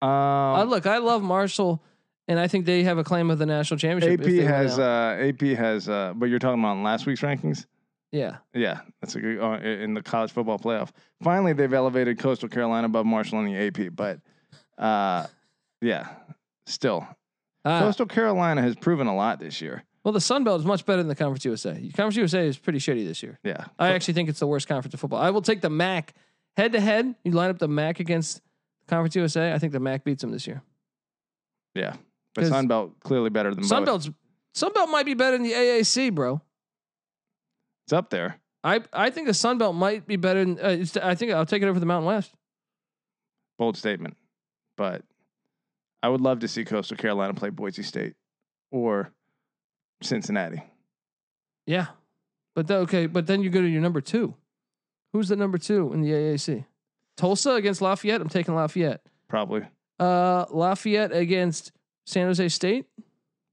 S1: I
S2: Um,
S1: look, I love Marshall, and I think they have a claim of the national championship.
S2: AP
S1: if they win
S2: has
S1: out.
S2: uh, AP has, uh, but you're talking about in last week's rankings.
S1: yeah.
S2: Yeah, that's a good uh, in the college football playoff. Finally, they've elevated Coastal Carolina above Marshall in the AP, but uh, yeah, still
S1: Ah,
S2: Coastal Carolina has proven a lot this year.
S1: well, the Sun Belt is much better than the Conference USA. Conference USA is pretty shitty this year.
S2: Yeah,
S1: I actually think it's the worst conference of football. I will take the MAC head to head. You line up the MAC against Conference USA. I think the MAC beats them this year.
S2: yeah, but
S1: 'Cause-
S2: Sunbelt clearly better than both.
S1: Sunbelt's Sunbelt might be better than the AAC, bro.
S2: It's up there.
S1: I I think the Sunbelt might be better than. Uh, it's, I think I'll take it over the Mountain West.
S2: Bold statement, but I would love to see Coastal Carolina play Boise State or Cincinnati.
S1: Yeah, but the, okay, but then you go to your number two. Who's the number two in the AAC? Tulsa against Lafayette. I'm taking Lafayette.
S2: Probably,
S1: Uh, Lafayette against San Jose State.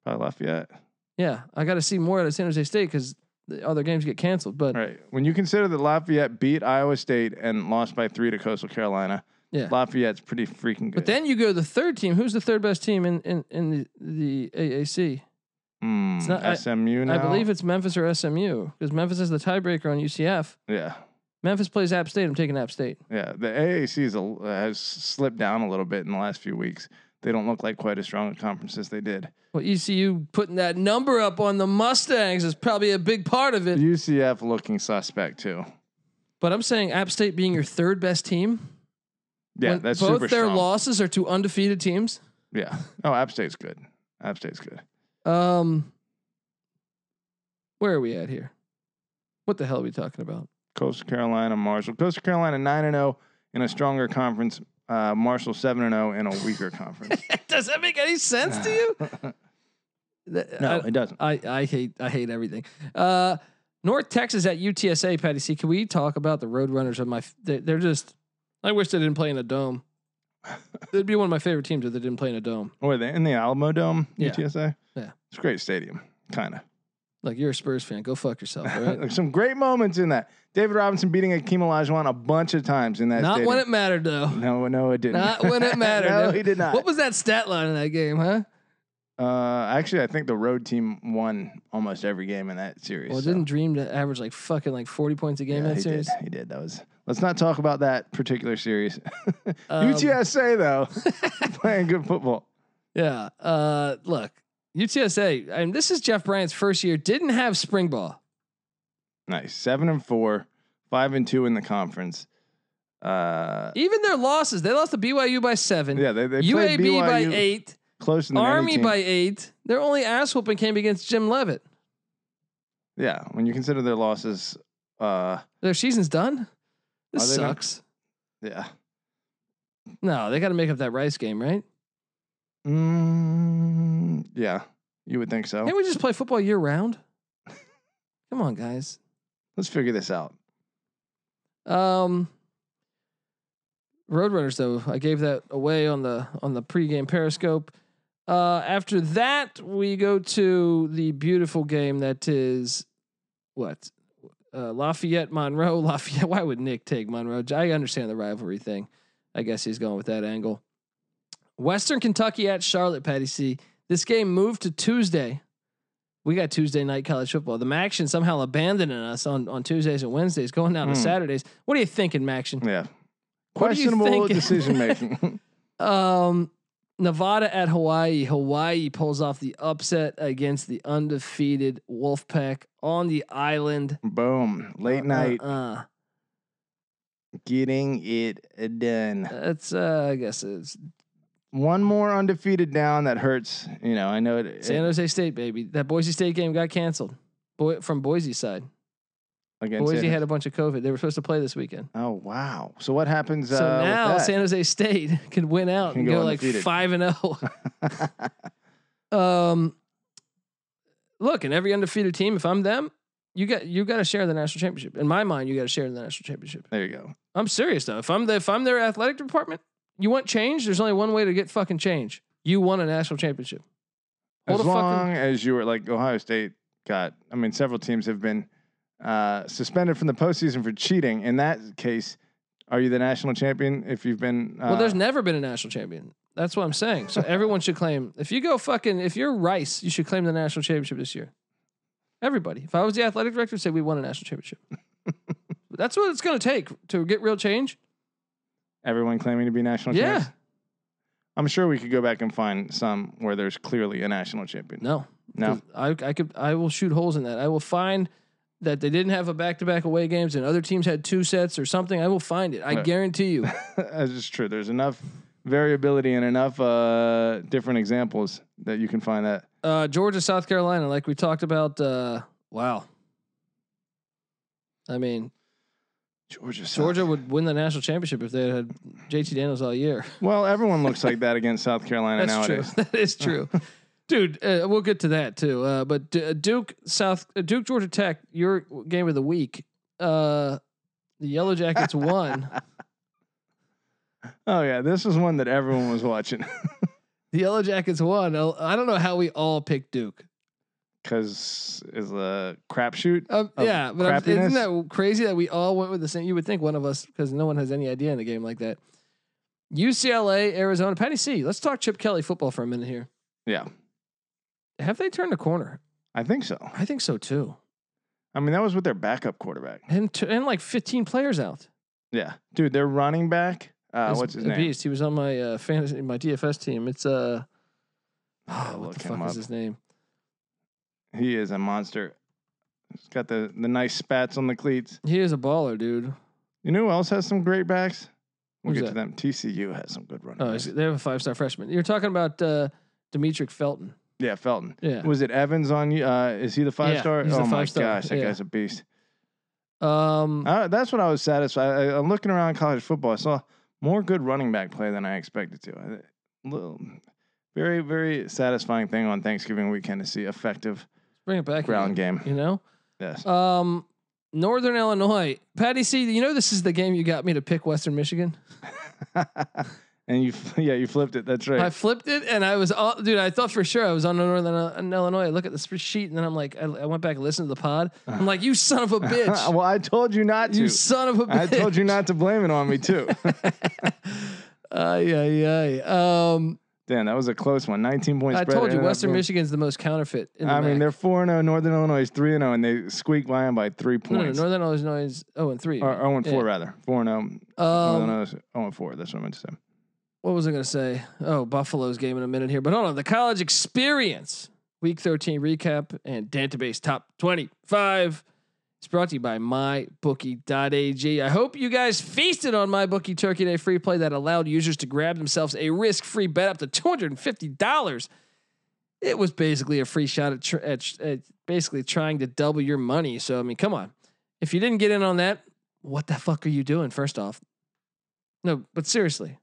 S2: probably Lafayette.
S1: Yeah, I got to see more out of San Jose State because the other games get canceled. But
S2: Right. When you consider that Lafayette beat Iowa State and lost by three to Coastal Carolina,
S1: Yeah.
S2: Lafayette's pretty freaking good.
S1: But then you go to the third team. Who's the third best team in in, in the, the AAC?
S2: Hmm,
S1: it's not- I-
S2: SMU now.
S1: I believe it's Memphis or SMU because Memphis is the tiebreaker on UCF.
S2: Yeah,
S1: Memphis plays App State. I'm taking App State.
S2: yeah. The AAC is a, has slipped down a little bit in the last few weeks. They don't look like quite as strong a conference as they did.
S1: Well, ECU putting that number up on the Mustangs is probably a big part of it.
S2: UCF looking suspect too.
S1: But I'm saying App State being your third best team.
S2: Yeah,
S1: when
S2: that's
S1: both
S2: super
S1: their
S2: strong.
S1: losses are to undefeated teams.
S2: yeah. *laughs* Oh, App State's good. App State's good.
S1: Um, where are we at here? What the hell are we talking about? *laughs*
S2: Coastal Carolina, Marshall. Coastal Carolina nine and zero in a stronger conference. Uh, Marshall seven and zero in a weaker conference.
S1: Does that make any sense to you? That-
S2: *laughs* no,
S1: I-
S2: it doesn't.
S1: I, I hate I hate everything. Uh, North Texas at UTSA, Patty C. Can we talk about the Roadrunners of my? f- They're, they're just. I wish they didn't play in a
S2: *laughs*
S1: dome. They'd be one of my favorite teams if they didn't play in a dome.
S2: Or the in the Alamo Dome,
S1: Yeah.
S2: UTSA.
S1: Yeah.
S2: it's a great stadium, kind of.
S1: Like you're a Spurs fan, go fuck yourself. All
S2: *laughs*
S1: right?
S2: Some great moments in that. David Robinson beating Akeem Olajuwon a bunch of times in that.
S1: Not
S2: stadium.
S1: when it mattered though.
S2: No, no, it didn't.
S1: Not when
S2: *laughs*
S1: it mattered.
S2: no, he did not.
S1: What was that stat line in that game, huh?
S2: uh, actually, I think the road team won almost every game in that series.
S1: Well,
S2: so-
S1: didn't Dream to average like fucking like forty points a game
S2: Yeah,
S1: that
S2: he
S1: series?
S2: Did. He did. That was. Let's not talk about that particular series.
S1: Um,
S2: UTSA though, *laughs* playing good football.
S1: *laughs* Yeah. Uh, look, UTSA, and this is Jeff Bryant's first year. Didn't have spring ball.
S2: Nice. Seven and four, five and two in the conference. Uh,
S1: Even their losses, they lost to BYU by seven,
S2: yeah, they, they played
S1: UAB
S2: BYU
S1: by eight,
S2: close in the
S1: Army by eight. Their only ass whooping came against Jim Levitt.
S2: Yeah, when you consider their losses, uh,
S1: Their season's done.
S2: Are
S1: This
S2: they done?
S1: sucks.
S2: yeah.
S1: No, they got to make up that Rice game, right?
S2: Mm, yeah, you would think so.
S1: Can't we just play football year
S2: *laughs*
S1: round? Come on, guys.
S2: Let's figure this out.
S1: Um, Roadrunners, though, I gave that away on the on the pregame Periscope. Uh, after that, we go to the beautiful game that is what uh, Lafayette Monroe. *laughs* Lafayette. Why would Nick take Monroe? I understand the rivalry thing. I guess he's going with that angle. Western Kentucky at Charlotte, Patty C. This game moved to Tuesday. We got Tuesday night college football. The Maction somehow abandoning us on, on Tuesdays and Wednesdays, going down to
S2: Hmm.
S1: Saturdays. What are you thinking, Maction?
S2: Yeah,
S1: What are you *laughs*
S2: questionable
S1: thinking?
S2: decision making.
S1: Um, Nevada at Hawaii. Hawaii pulls off the upset against the undefeated Wolfpack on the island.
S2: Boom, late
S1: Uh,
S2: night,
S1: Uh, uh,
S2: getting it done.
S1: That's uh, I guess it's
S2: One more undefeated down that hurts. You know, I know it. it-
S1: San Jose State, baby. That Boise State game got canceled. Boy, from Boise's side,
S2: against
S1: Boise
S2: San-
S1: had a bunch of COVID. They were supposed to play this weekend.
S2: Oh wow! So what happens?
S1: So
S2: uh,
S1: now
S2: with
S1: San Jose State *laughs* can win out
S2: Can
S1: and
S2: go
S1: go, like
S2: undefeated.
S1: five and zero.
S2: that? *laughs*
S1: Um, look, and every undefeated team, if I'm them, you got you got to share the national championship. In my mind, you got to share the national championship.
S2: there you go.
S1: I'm serious though. If I'm the if I'm their athletic department, you want change? There's only one way to get fucking change. You want a national championship. Hold
S2: as
S1: a fucking-
S2: long as you were like Ohio State got, I mean, several teams have been uh, suspended from the postseason for cheating. In that case, are you the national champion if you've been? Uh,
S1: well, there's never been a national champion. That's what I'm saying. So everyone should claim. If you go fucking, if you're Rice, you should claim the national championship this year. Everybody. If I was the athletic director, I'd say we won a national championship. *laughs* That's what it's going to take to get real change.
S2: everyone claiming to be national.
S1: Yeah.
S2: champs? I'm sure we could go back and find some where there's clearly a national champion.
S1: No,
S2: No.
S1: 'Cause I, I could I will shoot holes in that. I will find that they didn't have a back to back away games and other teams had two sets or something. I will find it. I
S2: Right.
S1: guarantee
S2: *laughs*
S1: you.
S2: That's just true. There's enough variability and enough uh, different examples that you can find that.
S1: Uh, Georgia, South Carolina, like we talked about. Uh, wow. I mean,
S2: Georgia, South-
S1: Georgia would win the national championship if they had JT Daniels all year.
S2: Well, everyone
S1: *laughs*
S2: looks like that against South Carolina
S1: That's
S2: nowadays.
S1: true. *laughs* That is true. Dude, uh, we'll get to that too. Uh, but D- uh, Duke, South uh, Duke, Georgia Tech, your game of the week. Uh, the Yellow Jackets
S2: *laughs*
S1: won.
S2: Oh yeah, this is one that everyone was watching *laughs*
S1: The Yellow Jackets won. I- I don't know how we all picked Duke.
S2: because it's a crapshoot.
S1: Um,
S2: Of
S1: yeah, but I'm- isn't
S2: crappiness?
S1: that crazy that we all went with the same? You would think one of us, because no one has any idea in a game like that. UCLA, Arizona, Patty C. Let's talk Chip Kelly football for a minute here.
S2: Yeah,
S1: Have they turned a corner?
S2: I think so.
S1: I think so too.
S2: I mean, that was with their backup quarterback.
S1: And t- and like 15 players out.
S2: Yeah, dude, their running back. Uh,
S1: It's
S2: what's his
S1: a
S2: name?
S1: Beast. He was on my uh, fantasy, my DFS team. It's uh, oh, *sighs* what
S2: look
S1: the
S2: him
S1: fuck is
S2: up.
S1: his name?
S2: He is a monster. He's got the the nice spats on the cleats.
S1: He is a baller, dude.
S2: You know who else has some great backs? We'll
S1: Who's
S2: get to them. TCU has some good running
S1: Oh,
S2: backs.
S1: he's- they have a five star freshman. You're talking about uh, Demetric Felton.
S2: Yeah, Felton.
S1: Yeah.
S2: Was it Evans on you? Uh, is he the five star?
S1: he's
S2: oh
S1: the
S2: my
S1: five-star.
S2: gosh, that
S1: Yeah.
S2: guy's a beast.
S1: Um,
S2: Uh, that's what I was satisfied. I, I'm looking around college football. I saw more good running back play than I expected to. I, little, very, very satisfying thing on Thanksgiving weekend to see effective
S1: bring it back.
S2: ground game.
S1: again, You know,
S2: Yes.
S1: um, Northern Illinois. Patty C, you know this is the game you got me to pick Western Michigan.
S2: and you, *laughs* yeah, you flipped it. That's *laughs* right.
S1: I flipped it, and I was all dude. I thought for sure I was on Northern uh, Illinois. I look at the spreadsheet, and then I'm like, I, I went back and listened to the pod.
S2: *laughs*
S1: I'm like, you son of a bitch.
S2: well, I told you not
S1: You
S2: to.
S1: son of a
S2: I
S1: bitch.
S2: told you not to blame it on me too.
S1: *laughs*
S2: *laughs*
S1: Ay, ay, ay. Um,
S2: Damn, that was a close one. 19 points.
S1: I told you Western Michigan's the most counterfeit. In the
S2: I mean,
S1: MAC.
S2: they're four and zero. Northern Illinois is three and zero, and they squeaked by them by three
S1: no, no,
S2: points.
S1: Northern Illinois is zero and three.
S2: or zero Uh, oh and four
S1: Yeah.
S2: rather. Four and oh. zero. Northern
S1: Um,
S2: Illinois is zero and four. That's what I meant to say.
S1: what was I going to say? Oh, Buffalo's game in a minute here, but hold on. The college experience week 13 recap and database top 25 is brought to you by mybookie.ag. I hope you guys feasted on MyBookie Turkey Day free play that allowed users to grab themselves a risk free bet up to $250. it was basically a free shot at, tr- at, sh- at basically trying to double your money. So I mean, come on, if you didn't get in on that, what the fuck are you doing? First off, no, but seriously,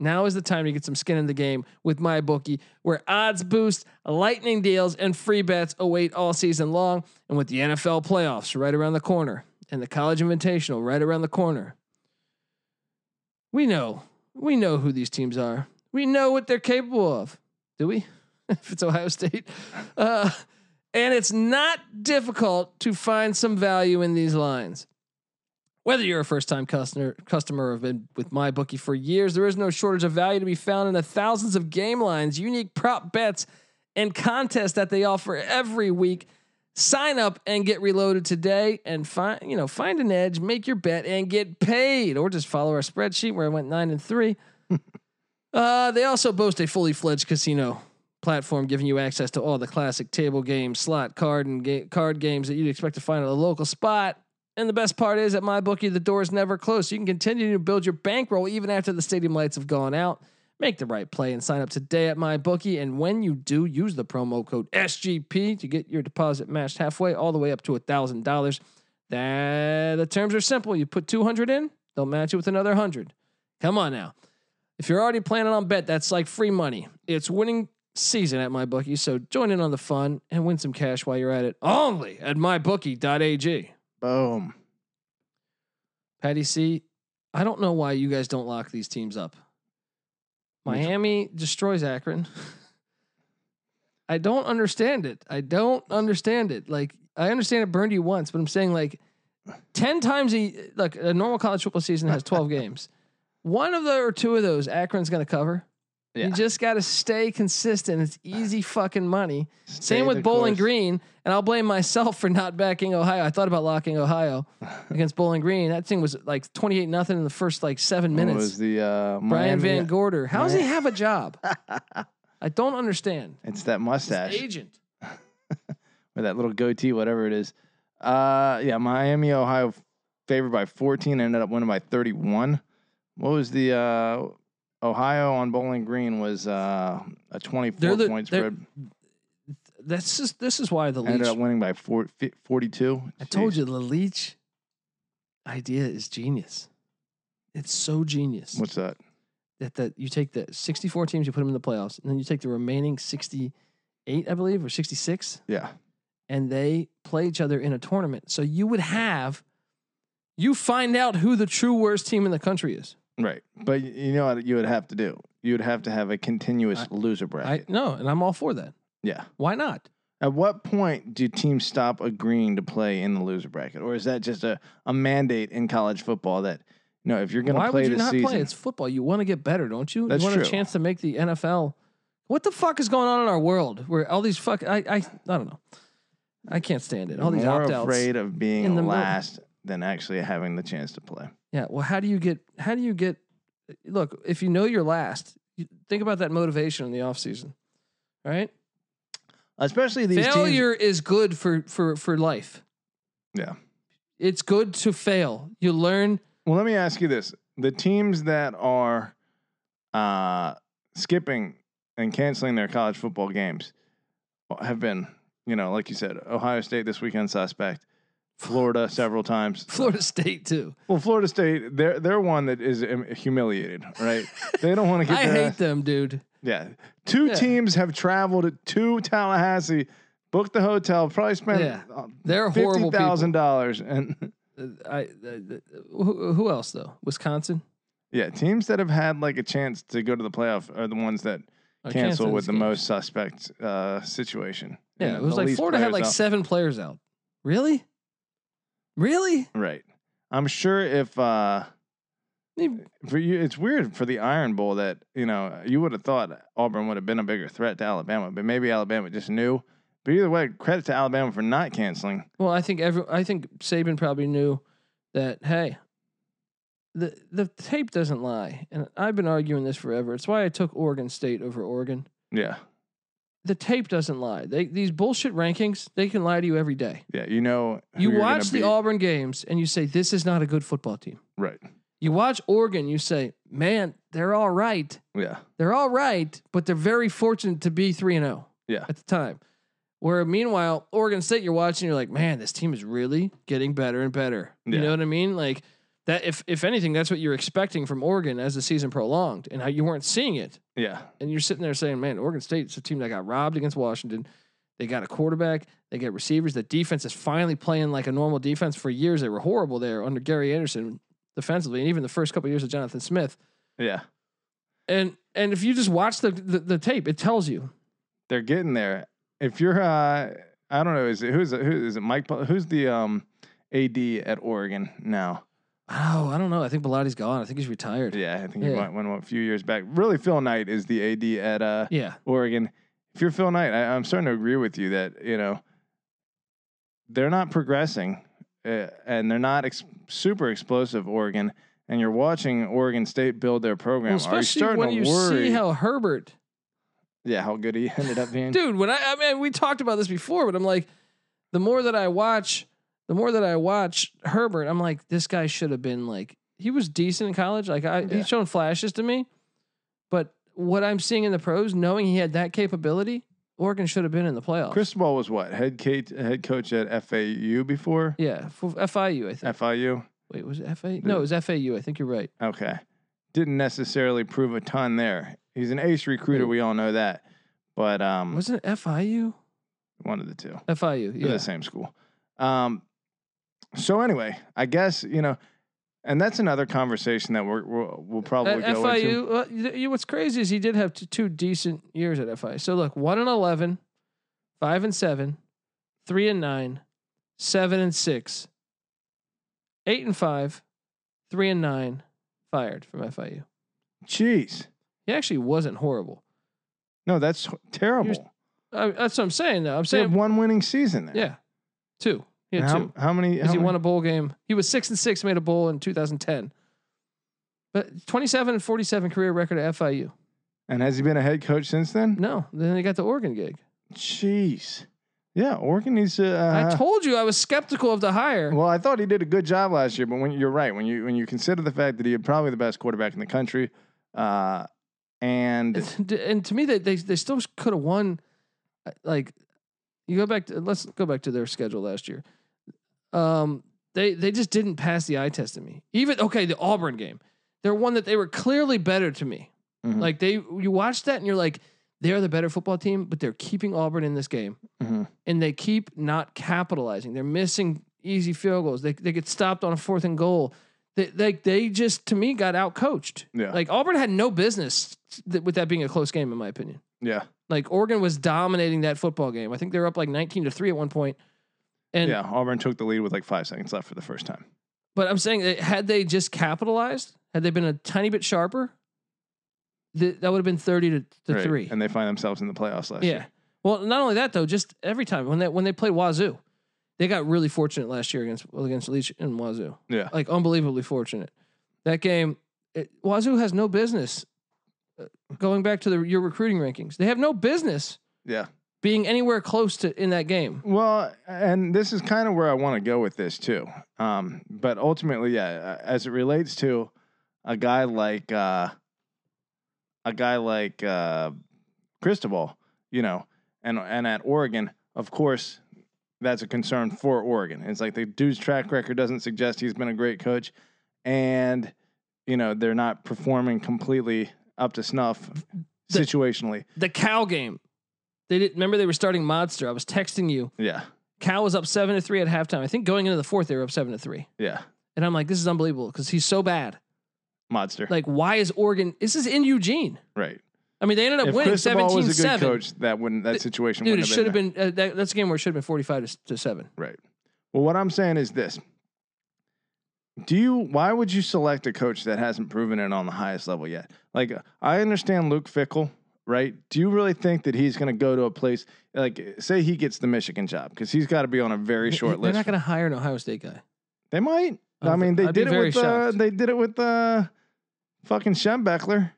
S1: now is the time to get some skin in the game with my bookie, where odds boosts, lightning deals, and free bets await all season long. And with the NFL playoffs right around the corner and the college invitational right around the corner, we know we know who these teams are. We know what they're capable of. Do we? *laughs* if it's Ohio State. Uh, and it's not difficult to find some value in these lines. Whether you're a first-time customer, customer or have been with my bookie for years, there is no shortage of value to be found in the thousands of game lines, unique prop bets, and contests that they offer every week. Sign up and get reloaded today, and find you know find an edge, make your bet, and get paid. Or just follow our spreadsheet where I went nine and three. Uh, they also boast a fully fledged casino platform, giving you access to all the classic table games, slot card, and ga- card games that you'd expect to find at a local spot. And the best part is at my bookie, the doors never close. So you can continue to build your bankroll even after the stadium lights have gone out. Make the right play and sign up today at my bookie. And when you do, use the promo code SGP to get your deposit matched halfway, all the way up to thousand dollars. That the terms are simple. You put two hundred in, they'll match it with another hundred. Come on now. If you're already planning on bet, that's like free money. It's winning season at MyBookie, so join in on the fun and win some cash while you're at it. Only at MyBookie.ag.
S2: Boom.
S1: Patty C, I don't know why you guys don't lock these teams up.
S2: Which-
S1: Miami destroys Akron. *laughs* I don't understand it. I don't understand it. Like I understand it burned you once, but I'm saying like ten times a like a normal college football season has
S2: *laughs*
S1: twelve games. One of the or two of those Akron's going to cover.
S2: Yeah.
S1: You just got to stay consistent. It's easy fucking money.
S2: Stay
S1: Same
S2: the
S1: with Bowling
S2: course.
S1: Green, and I'll blame myself for not backing Ohio. I thought about locking
S2: *laughs*
S1: Ohio against Bowling Green. That thing was like twenty eight nothing in the first like seven
S2: What
S1: minutes.
S2: Oh, was the uh,
S1: Brian
S2: Miami-
S1: Van Gorder, how does he
S2: Miami-
S1: have a
S2: *laughs*
S1: job? I don't understand.
S2: It's that
S1: His
S2: mustache
S1: agent.
S2: or that little goatee, whatever it is. Uh, yeah, Miami, Ohio, favored by 14, ended up winning by 31. What was the uh, Ohio on Bowling Green was uh, a 24
S1: They're the-
S2: point
S1: they're-
S2: spread.
S1: That's just this is why the
S2: Ended
S1: leech.
S2: up winning by four, fi- 42.
S1: I told
S2: Jeez.
S1: you the leech idea is genius. It's so genius
S2: What's that?
S1: that that you take the sixty four teams, you put them in the playoffs, and then you take the remaining sixty eight, I believe, or sixty six.
S2: Yeah.
S1: and they play each other in a tournament. So you would have, you find out who the true worst team in the country is.
S2: Right. But y- you know what you would have to do? You would have to have a continuous
S1: I-
S2: loser
S1: I
S2: bracket.
S1: no, and I'm all for that.
S2: yeah.
S1: Why not?
S2: At what point do teams stop agreeing to play in the loser bracket? Or is that just a, a mandate in college football that, you know, if you're going
S1: Why
S2: to play
S1: would you
S2: this
S1: not
S2: season,
S1: play? It's football. You want to get better, don't you?
S2: That's
S1: you want
S2: true.
S1: a chance to make the NFL. What the fuck is going on in our world where all these fuck? I I, I don't know. I can't stand it. All these
S2: more
S1: opt outs.
S2: afraid of being
S1: in the middle.
S2: last than actually having the chance to play.
S1: Yeah. Well, how do you get? How do you get? Look, if you know you're last, you think about that motivation in the off season, right?
S2: Especially these teams.
S1: failure is good for for for life.
S2: Yeah.
S1: It's good to fail. You learn. *laughs*
S2: Well, let me ask you this: the teams that are uh, skipping and canceling their college football games uh, have been, you know, like you said, Ohio State this weekend suspect, Florida several times.
S1: Florida State too.
S2: Well, Florida State, they're they're one that is um, humiliated, right? they don't
S1: *laughs*
S2: want to get.
S1: I
S2: their
S1: hate
S2: ass-
S1: them, dude.
S2: Yeah, two
S1: Yeah.
S2: teams have traveled to Tallahassee, booked the hotel, probably spent
S1: Yeah.
S2: uh,
S1: They're
S2: fifty
S1: horrible
S2: thousand dollars, and *laughs*
S1: people. Uh, I, uh, who, who else though? Wisconsin.
S2: yeah, teams that have had like a chance to go to the playoff are the ones that
S1: Or Oh,
S2: cancel
S1: Kansas
S2: with the
S1: games.
S2: most suspect uh, situation.
S1: Yeah,
S2: You know,
S1: it was
S2: the
S1: like
S2: least
S1: Florida had
S2: players
S1: like
S2: out.
S1: seven players out. Really? Really?
S2: right. I'm sure if uh,
S1: I mean,
S2: for you, it's weird for the Iron Bowl that you know you would have thought Auburn would have been a bigger threat to Alabama, but maybe Alabama just knew. But either way, credit to Alabama for not canceling.
S1: Well, I think every I think Saban probably knew that. Hey, the the tape doesn't lie, and I've been arguing this forever. It's why I took Oregon State over Oregon.
S2: Yeah,
S1: the tape doesn't lie. They, these bullshit rankings, they can lie to you every day.
S2: yeah, you know. who
S1: You
S2: you're gonna
S1: watch the
S2: beat.
S1: Auburn games and you say, this is not a good football team.
S2: right.
S1: You watch Oregon, you say, man, they're all right.
S2: Yeah,
S1: They're all right, but they're very fortunate to be 3 and 0.
S2: Yeah.
S1: at the time. Where meanwhile, Oregon State, you're watching, you're like, man, this team is really getting better and better. You
S2: Yeah.
S1: know what I mean? Like that. If if anything, that's what you're expecting from Oregon as the season prolonged, and how you weren't seeing it.
S2: Yeah.
S1: And you're sitting there saying, man, Oregon State's a team that got robbed against Washington. They got a quarterback. They got receivers. The defense is finally playing like a normal defense. For years, they were horrible there under Gary Anderson defensively, and even the first couple years of Jonathan Smith.
S2: Yeah.
S1: And and if you just watch the the, the tape, it tells you.
S2: They're getting there. If you're, uh, I don't know, is it who's it, who is it? Mike? Pul- Who's the um, AD at Oregon now?
S1: Oh, I don't know. I think Belotti's gone. I think he's retired.
S2: Yeah, I think he
S1: Yeah.
S2: went, went a few years back. Really, Phil Knight is the AD at uh,
S1: Yeah.
S2: Oregon. If you're Phil Knight, I, I'm starting to agree with you that you know they're not progressing, uh, and they're not ex- super explosive. Oregon, and you're watching Oregon State build their program.
S1: Well,
S2: Are you
S1: especially
S2: starting
S1: when
S2: to
S1: you
S2: worry?
S1: see how Herbert,
S2: yeah, how good he *laughs* ended up being.
S1: dude. When I, I mean, we talked about this before, but I'm like, the more that I watch, the more that I watch Herbert, I'm like, this guy should have been like, he was decent in college. Like, I,
S2: Yeah.
S1: he's shown flashes to me, but what I'm seeing in the pros, knowing he had that capability, Oregon should have been in the playoffs.
S2: Cristobal was what head coach, head coach at FAU before
S1: yeah, f- FIU. I think.
S2: FIU.
S1: Wait, was it FAU? No, it was FAU. I think you're right.
S2: Okay, didn't necessarily prove a ton there. He's an ace recruiter.
S1: Wait.
S2: We all know that, but um,
S1: Wasn't it FIU?
S2: one of the two.
S1: FIU.
S2: They're
S1: Yeah.
S2: the same school. Um, so anyway, I guess you know, and that's another conversation that we're, we're we'll probably
S1: At
S2: go into.
S1: FIU, well, you- you- what's crazy is he did have t- two decent years at FIU. So look, one and 11, five and seven, three and nine, seven and six, eight and five, three and nine, fired from FIU.
S2: Jeez,
S1: He actually wasn't horrible.
S2: no, that's terrible.
S1: Here's- I, that's what I'm saying though. I'm
S2: they had
S1: saying,
S2: one winning season there.
S1: yeah, two. He had
S2: And how,
S1: two.
S2: how many? How
S1: Because he
S2: many-
S1: won a bowl game. He was six and six, made a bowl in 2010. But 27 and 47 career record at FIU.
S2: and has he been a head coach since then?
S1: No, then he got the Oregon gig.
S2: Jeez, yeah, Oregon needs to. Uh,
S1: I told you I was skeptical of the hire.
S2: well, I thought he did a good job last year, but when you're right, when you when you consider the fact that he had probably the best quarterback in the country, uh, and
S1: and and to me, they they, they still could have won. uh, Like, you go back to let's go back to their schedule last year. Um, they they just didn't pass the eye test to me. Even okay, the Auburn game, they're one that they were clearly better to me.
S2: Mhm.
S1: Like they, you watch that and you're like, they're the better football team, but they're keeping Auburn in this game.
S2: Mhm.
S1: and they keep not capitalizing. They're missing easy field goals. They they get stopped on a fourth and goal. They they, they just to me got out coached.
S2: yeah,
S1: Like Auburn had no business th- with that being a close game in my opinion.
S2: yeah,
S1: Like Oregon was dominating that football game. I think they were up like 19 to 3 at one point. And
S2: yeah. Auburn took the lead with like five seconds left for the first time.
S1: but I'm saying that had they just capitalized, had they been a tiny bit sharper, th- that would have been 30 to, to
S2: Right.
S1: 3.
S2: and they find themselves in the playoffs last
S1: yeah.
S2: year.
S1: Well, not only that though, just every time when they when they played Wazoo, they got really fortunate last year against well, against Leach and Wazoo,
S2: Yeah,
S1: like unbelievably fortunate. That game, it, Wazoo has no business uh, going back to the your recruiting rankings. They have no business
S2: yeah.
S1: being anywhere close to in that game.
S2: Well, and this is kind of where I want to go with this too. Um, but ultimately, yeah, as it relates to a guy like uh, a guy like uh, Cristobal, you know, and and at Oregon, of course, that's a concern for Oregon. It's like the dude's track record doesn't suggest he's been a great coach, and you know they're not performing completely up to snuff
S1: The-
S2: situationally.
S1: The Cal game, they did. Remember they were starting Monster. I was texting you.
S2: Yeah,
S1: Cal was up seven to three at halftime. I think going into the fourth, they were up seven to three.
S2: yeah,
S1: And I'm like, this is unbelievable because he's so bad.
S2: monster.
S1: Like, why is Oregon? This is in Eugene.
S2: right.
S1: I mean, they ended up
S2: if
S1: winning
S2: Cristobal
S1: 17
S2: was a good
S1: 7.
S2: coach, that wouldn't that
S1: Th-
S2: situation
S1: Dude, it
S2: wouldn't
S1: should have
S2: there.
S1: been, uh, that, that's a game where it should have been 45 to, to 7.
S2: right. Well, what I'm saying is this: Do you? Why would you select a coach that hasn't proven it on the highest level yet? Like, I understand Luke Fickle, right? Do you really think that he's going to go to a place like, say, he gets the Michigan job because he's got to be on a very
S1: They-
S2: short
S1: They're
S2: list?
S1: not going to hire an Ohio State guy.
S2: they might.
S1: I
S2: I
S1: don't think-
S2: mean, they
S1: I'd be
S2: did it
S1: very
S2: with uh,
S1: shocked.
S2: they did it with uh, fucking Schembeckler.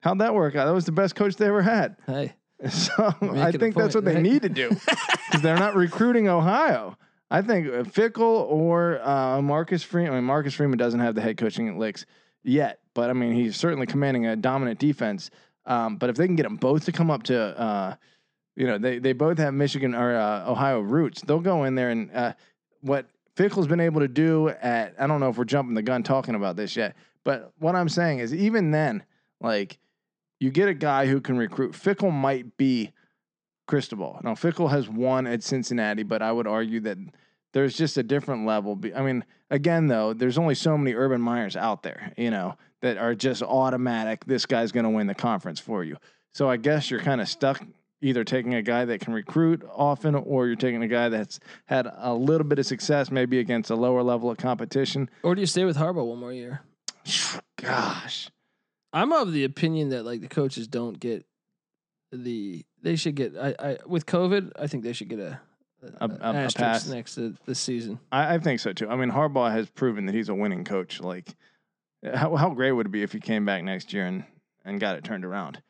S2: How'd that work out? That was the best coach they ever had.
S1: Hey,
S2: *laughs* So
S1: You're
S2: I
S1: making a
S2: think
S1: point,
S2: that's what they
S1: right?
S2: need
S1: *laughs*
S2: to do because they're not recruiting Ohio. I think uh, Fickle or uh, Marcus Freeman. I mean, Marcus Freeman doesn't have the head coaching at Licks yet, but I mean, he's certainly commanding a dominant defense. Um, but if they can get them both to come up to uh, you know they they both have Michigan or uh, Ohio roots. They'll go in there and uh, what Fickle's been able to do at I don't know if we're jumping the gun talking about this yet, but what I'm saying is even then, like you get a guy who can recruit. Fickle might be Cristobal. Now Fickle has won at Cincinnati, but I would argue that there's just a different level. Be- I mean, again though, there's only so many Urban Myers out there, you know, that are just automatic. This guy's going to win the conference for you. So I guess you're kind of stuck either taking a guy that can recruit often or you're taking a guy that's had a little bit of success maybe against a lower level of competition.
S1: Or do you stay with Harbaugh one more year?
S2: Gosh.
S1: I'm of the opinion that like the coaches don't get the they should get I, I with COVID I think they should get a,
S2: A- a- a
S1: asterisk
S2: pass.
S1: next to this season.
S2: I, I think so too. I mean, Harbaugh has proven that he's a winning coach. Like, how how great would it be if he came back next year and and got it turned around?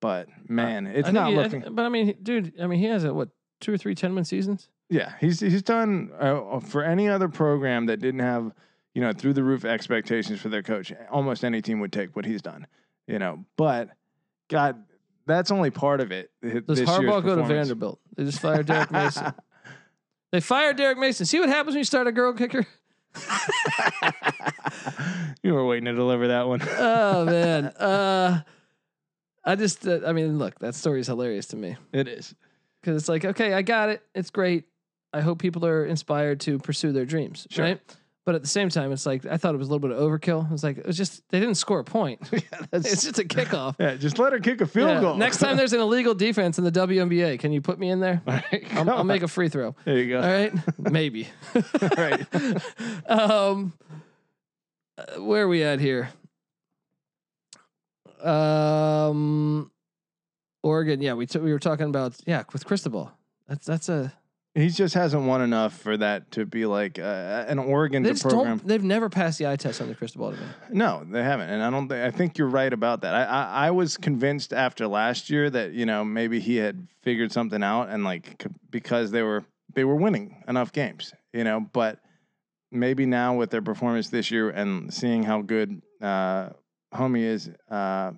S2: But man,
S1: I
S2: it's
S1: think uh,
S2: not
S1: he- I
S2: looking.
S1: thi- but I mean, dude, I mean he has a what two or three 10 win seasons.
S2: yeah, he's he's done uh, for any other program that didn't have you know through the roof expectations for their coach. Almost any team would take what he's done. You know, but God, that's only part of it. th-
S1: Does
S2: this year's
S1: Harbaugh go to
S2: performance.
S1: Vanderbilt? They just fired Derek
S2: *laughs*
S1: Mason. They fired Derek Mason. See what happens when you start a girl kicker.
S2: you were waiting to deliver that one.
S1: Oh man. Uh, I just uh, I mean look that story is hilarious to me.
S2: It is.
S1: because it's like, okay, I got it. It's great. I hope people are inspired to pursue their dreams,
S2: Sure.
S1: right? But at the same time, it's like I thought it was a little bit of overkill. It was like it was just they didn't score a point. *laughs*
S2: yeah, *laughs* that's,
S1: it's just a kickoff.
S2: yeah, just let her kick a *laughs* field
S1: Yeah.
S2: goal. *laughs*
S1: Next time there's an illegal defense in the WNBA, can you put me in there?
S2: All right,
S1: I'll, I'll make a free throw.
S2: There you go.
S1: All
S2: *laughs*
S1: right, maybe. *laughs*
S2: Right.
S1: um, uh, where are we at here? Um, Oregon. Yeah, we t- we were talking about yeah with Cristobal. That's that's a
S2: He just hasn't won enough for that to be like uh, an Oregon's
S1: They
S2: a
S1: just
S2: program.
S1: don't. They've never passed the eye test on the crystal ball to me.
S2: No, they haven't, and I don't. Think, I think you're right about that. I, I I was convinced after last year that you know maybe he had figured something out, and like c- because they were they were winning enough games, you know. But maybe now with their performance this year and seeing how good uh, homie is, uh,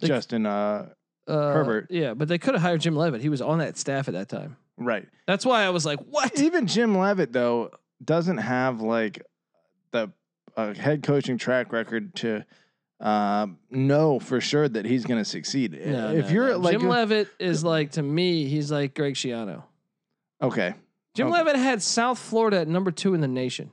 S1: They-
S2: Justin uh,
S1: Uh,
S2: Herbert.
S1: Yeah, but they could have hired Jim Levitt. He was on that staff at that time.
S2: right.
S1: That's why I was like, what?
S2: Even Jim Levitt though doesn't have like the uh, head coaching track record to uh, know for sure that he's going to succeed.
S1: No,
S2: if
S1: no,
S2: you're
S1: no.
S2: like
S1: Jim Levitt is like to me, he's like Greg Schiano.
S2: okay,
S1: Jim
S2: Okay.
S1: Levitt had South Florida at number two in the nation.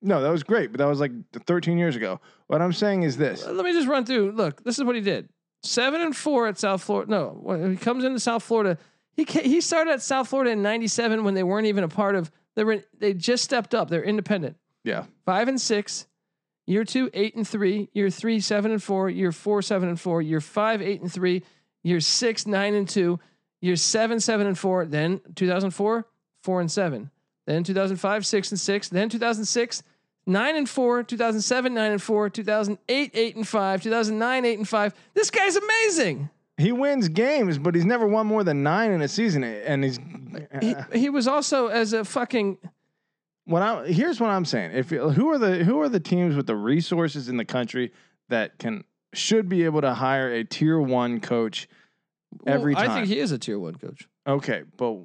S2: no, that was great, but that was like 13 years ago. What I'm saying is this:
S1: Let me just run through. Look, this is what he did: seven and four at South Florida. No, when he comes into South Florida, he ca- he started at South Florida in '97 when they weren't even a part of. They were they just stepped up. They're independent.
S2: yeah,
S1: five and six, year two, eight and three, year three, seven and four, year four, seven and four, year five, eight and three, year six, nine and two, year seven, seven and four, then 2004, four and seven, then 2005, six and six, then 2006, nine and four, 2007, nine and four, 2008, eight and five, 2009, eight and five. This guy's amazing.
S2: he wins games, but he's never won more than nine in a season, and he's. uh,
S1: He, he was also as a fucking
S2: What I here's what I'm saying: if who are the who are the teams with the resources in the country that can should be able to hire a tier one coach? Every
S1: Well, I
S2: time.
S1: think he is a tier one coach.
S2: Okay, but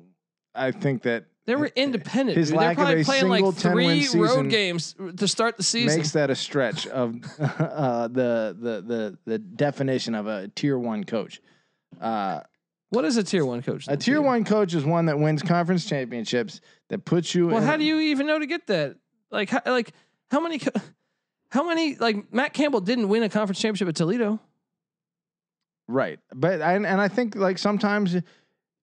S2: I think that
S1: They were independent.
S2: His
S1: dude.
S2: lack
S1: They're
S2: of
S1: probably
S2: a
S1: playing like
S2: single 10-win
S1: three road
S2: season
S1: games to start the season.
S2: makes that a stretch of *laughs* uh, the, the the the definition of a tier one coach. Uh,
S1: What is a tier one coach?
S2: a
S1: then,
S2: tier
S1: Peter?
S2: one coach is one that wins conference championships that puts you.
S1: Well,
S2: in
S1: how do you even know to get that? Like, how, like how many? co- How many? Like Matt Campbell didn't win a conference championship at Toledo.
S2: Right, but and and I think like sometimes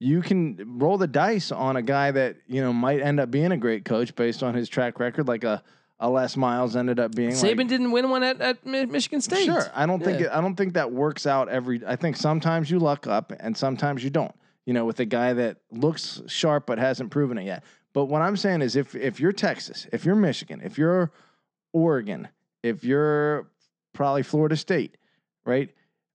S2: you can roll the dice on a guy that you know might end up being a great coach based on his track record, like a a Les Miles ended up being. like,
S1: Saban didn't win one at, at Mi- Michigan State.
S2: Sure, I don't think
S1: Yeah.
S2: it, I don't think that works out every. I think sometimes you luck up and sometimes you don't. You know, with a guy that looks sharp but hasn't proven it yet. But what I'm saying is, if if you're Texas, if you're Michigan, if you're Oregon, if you're probably Florida State, right?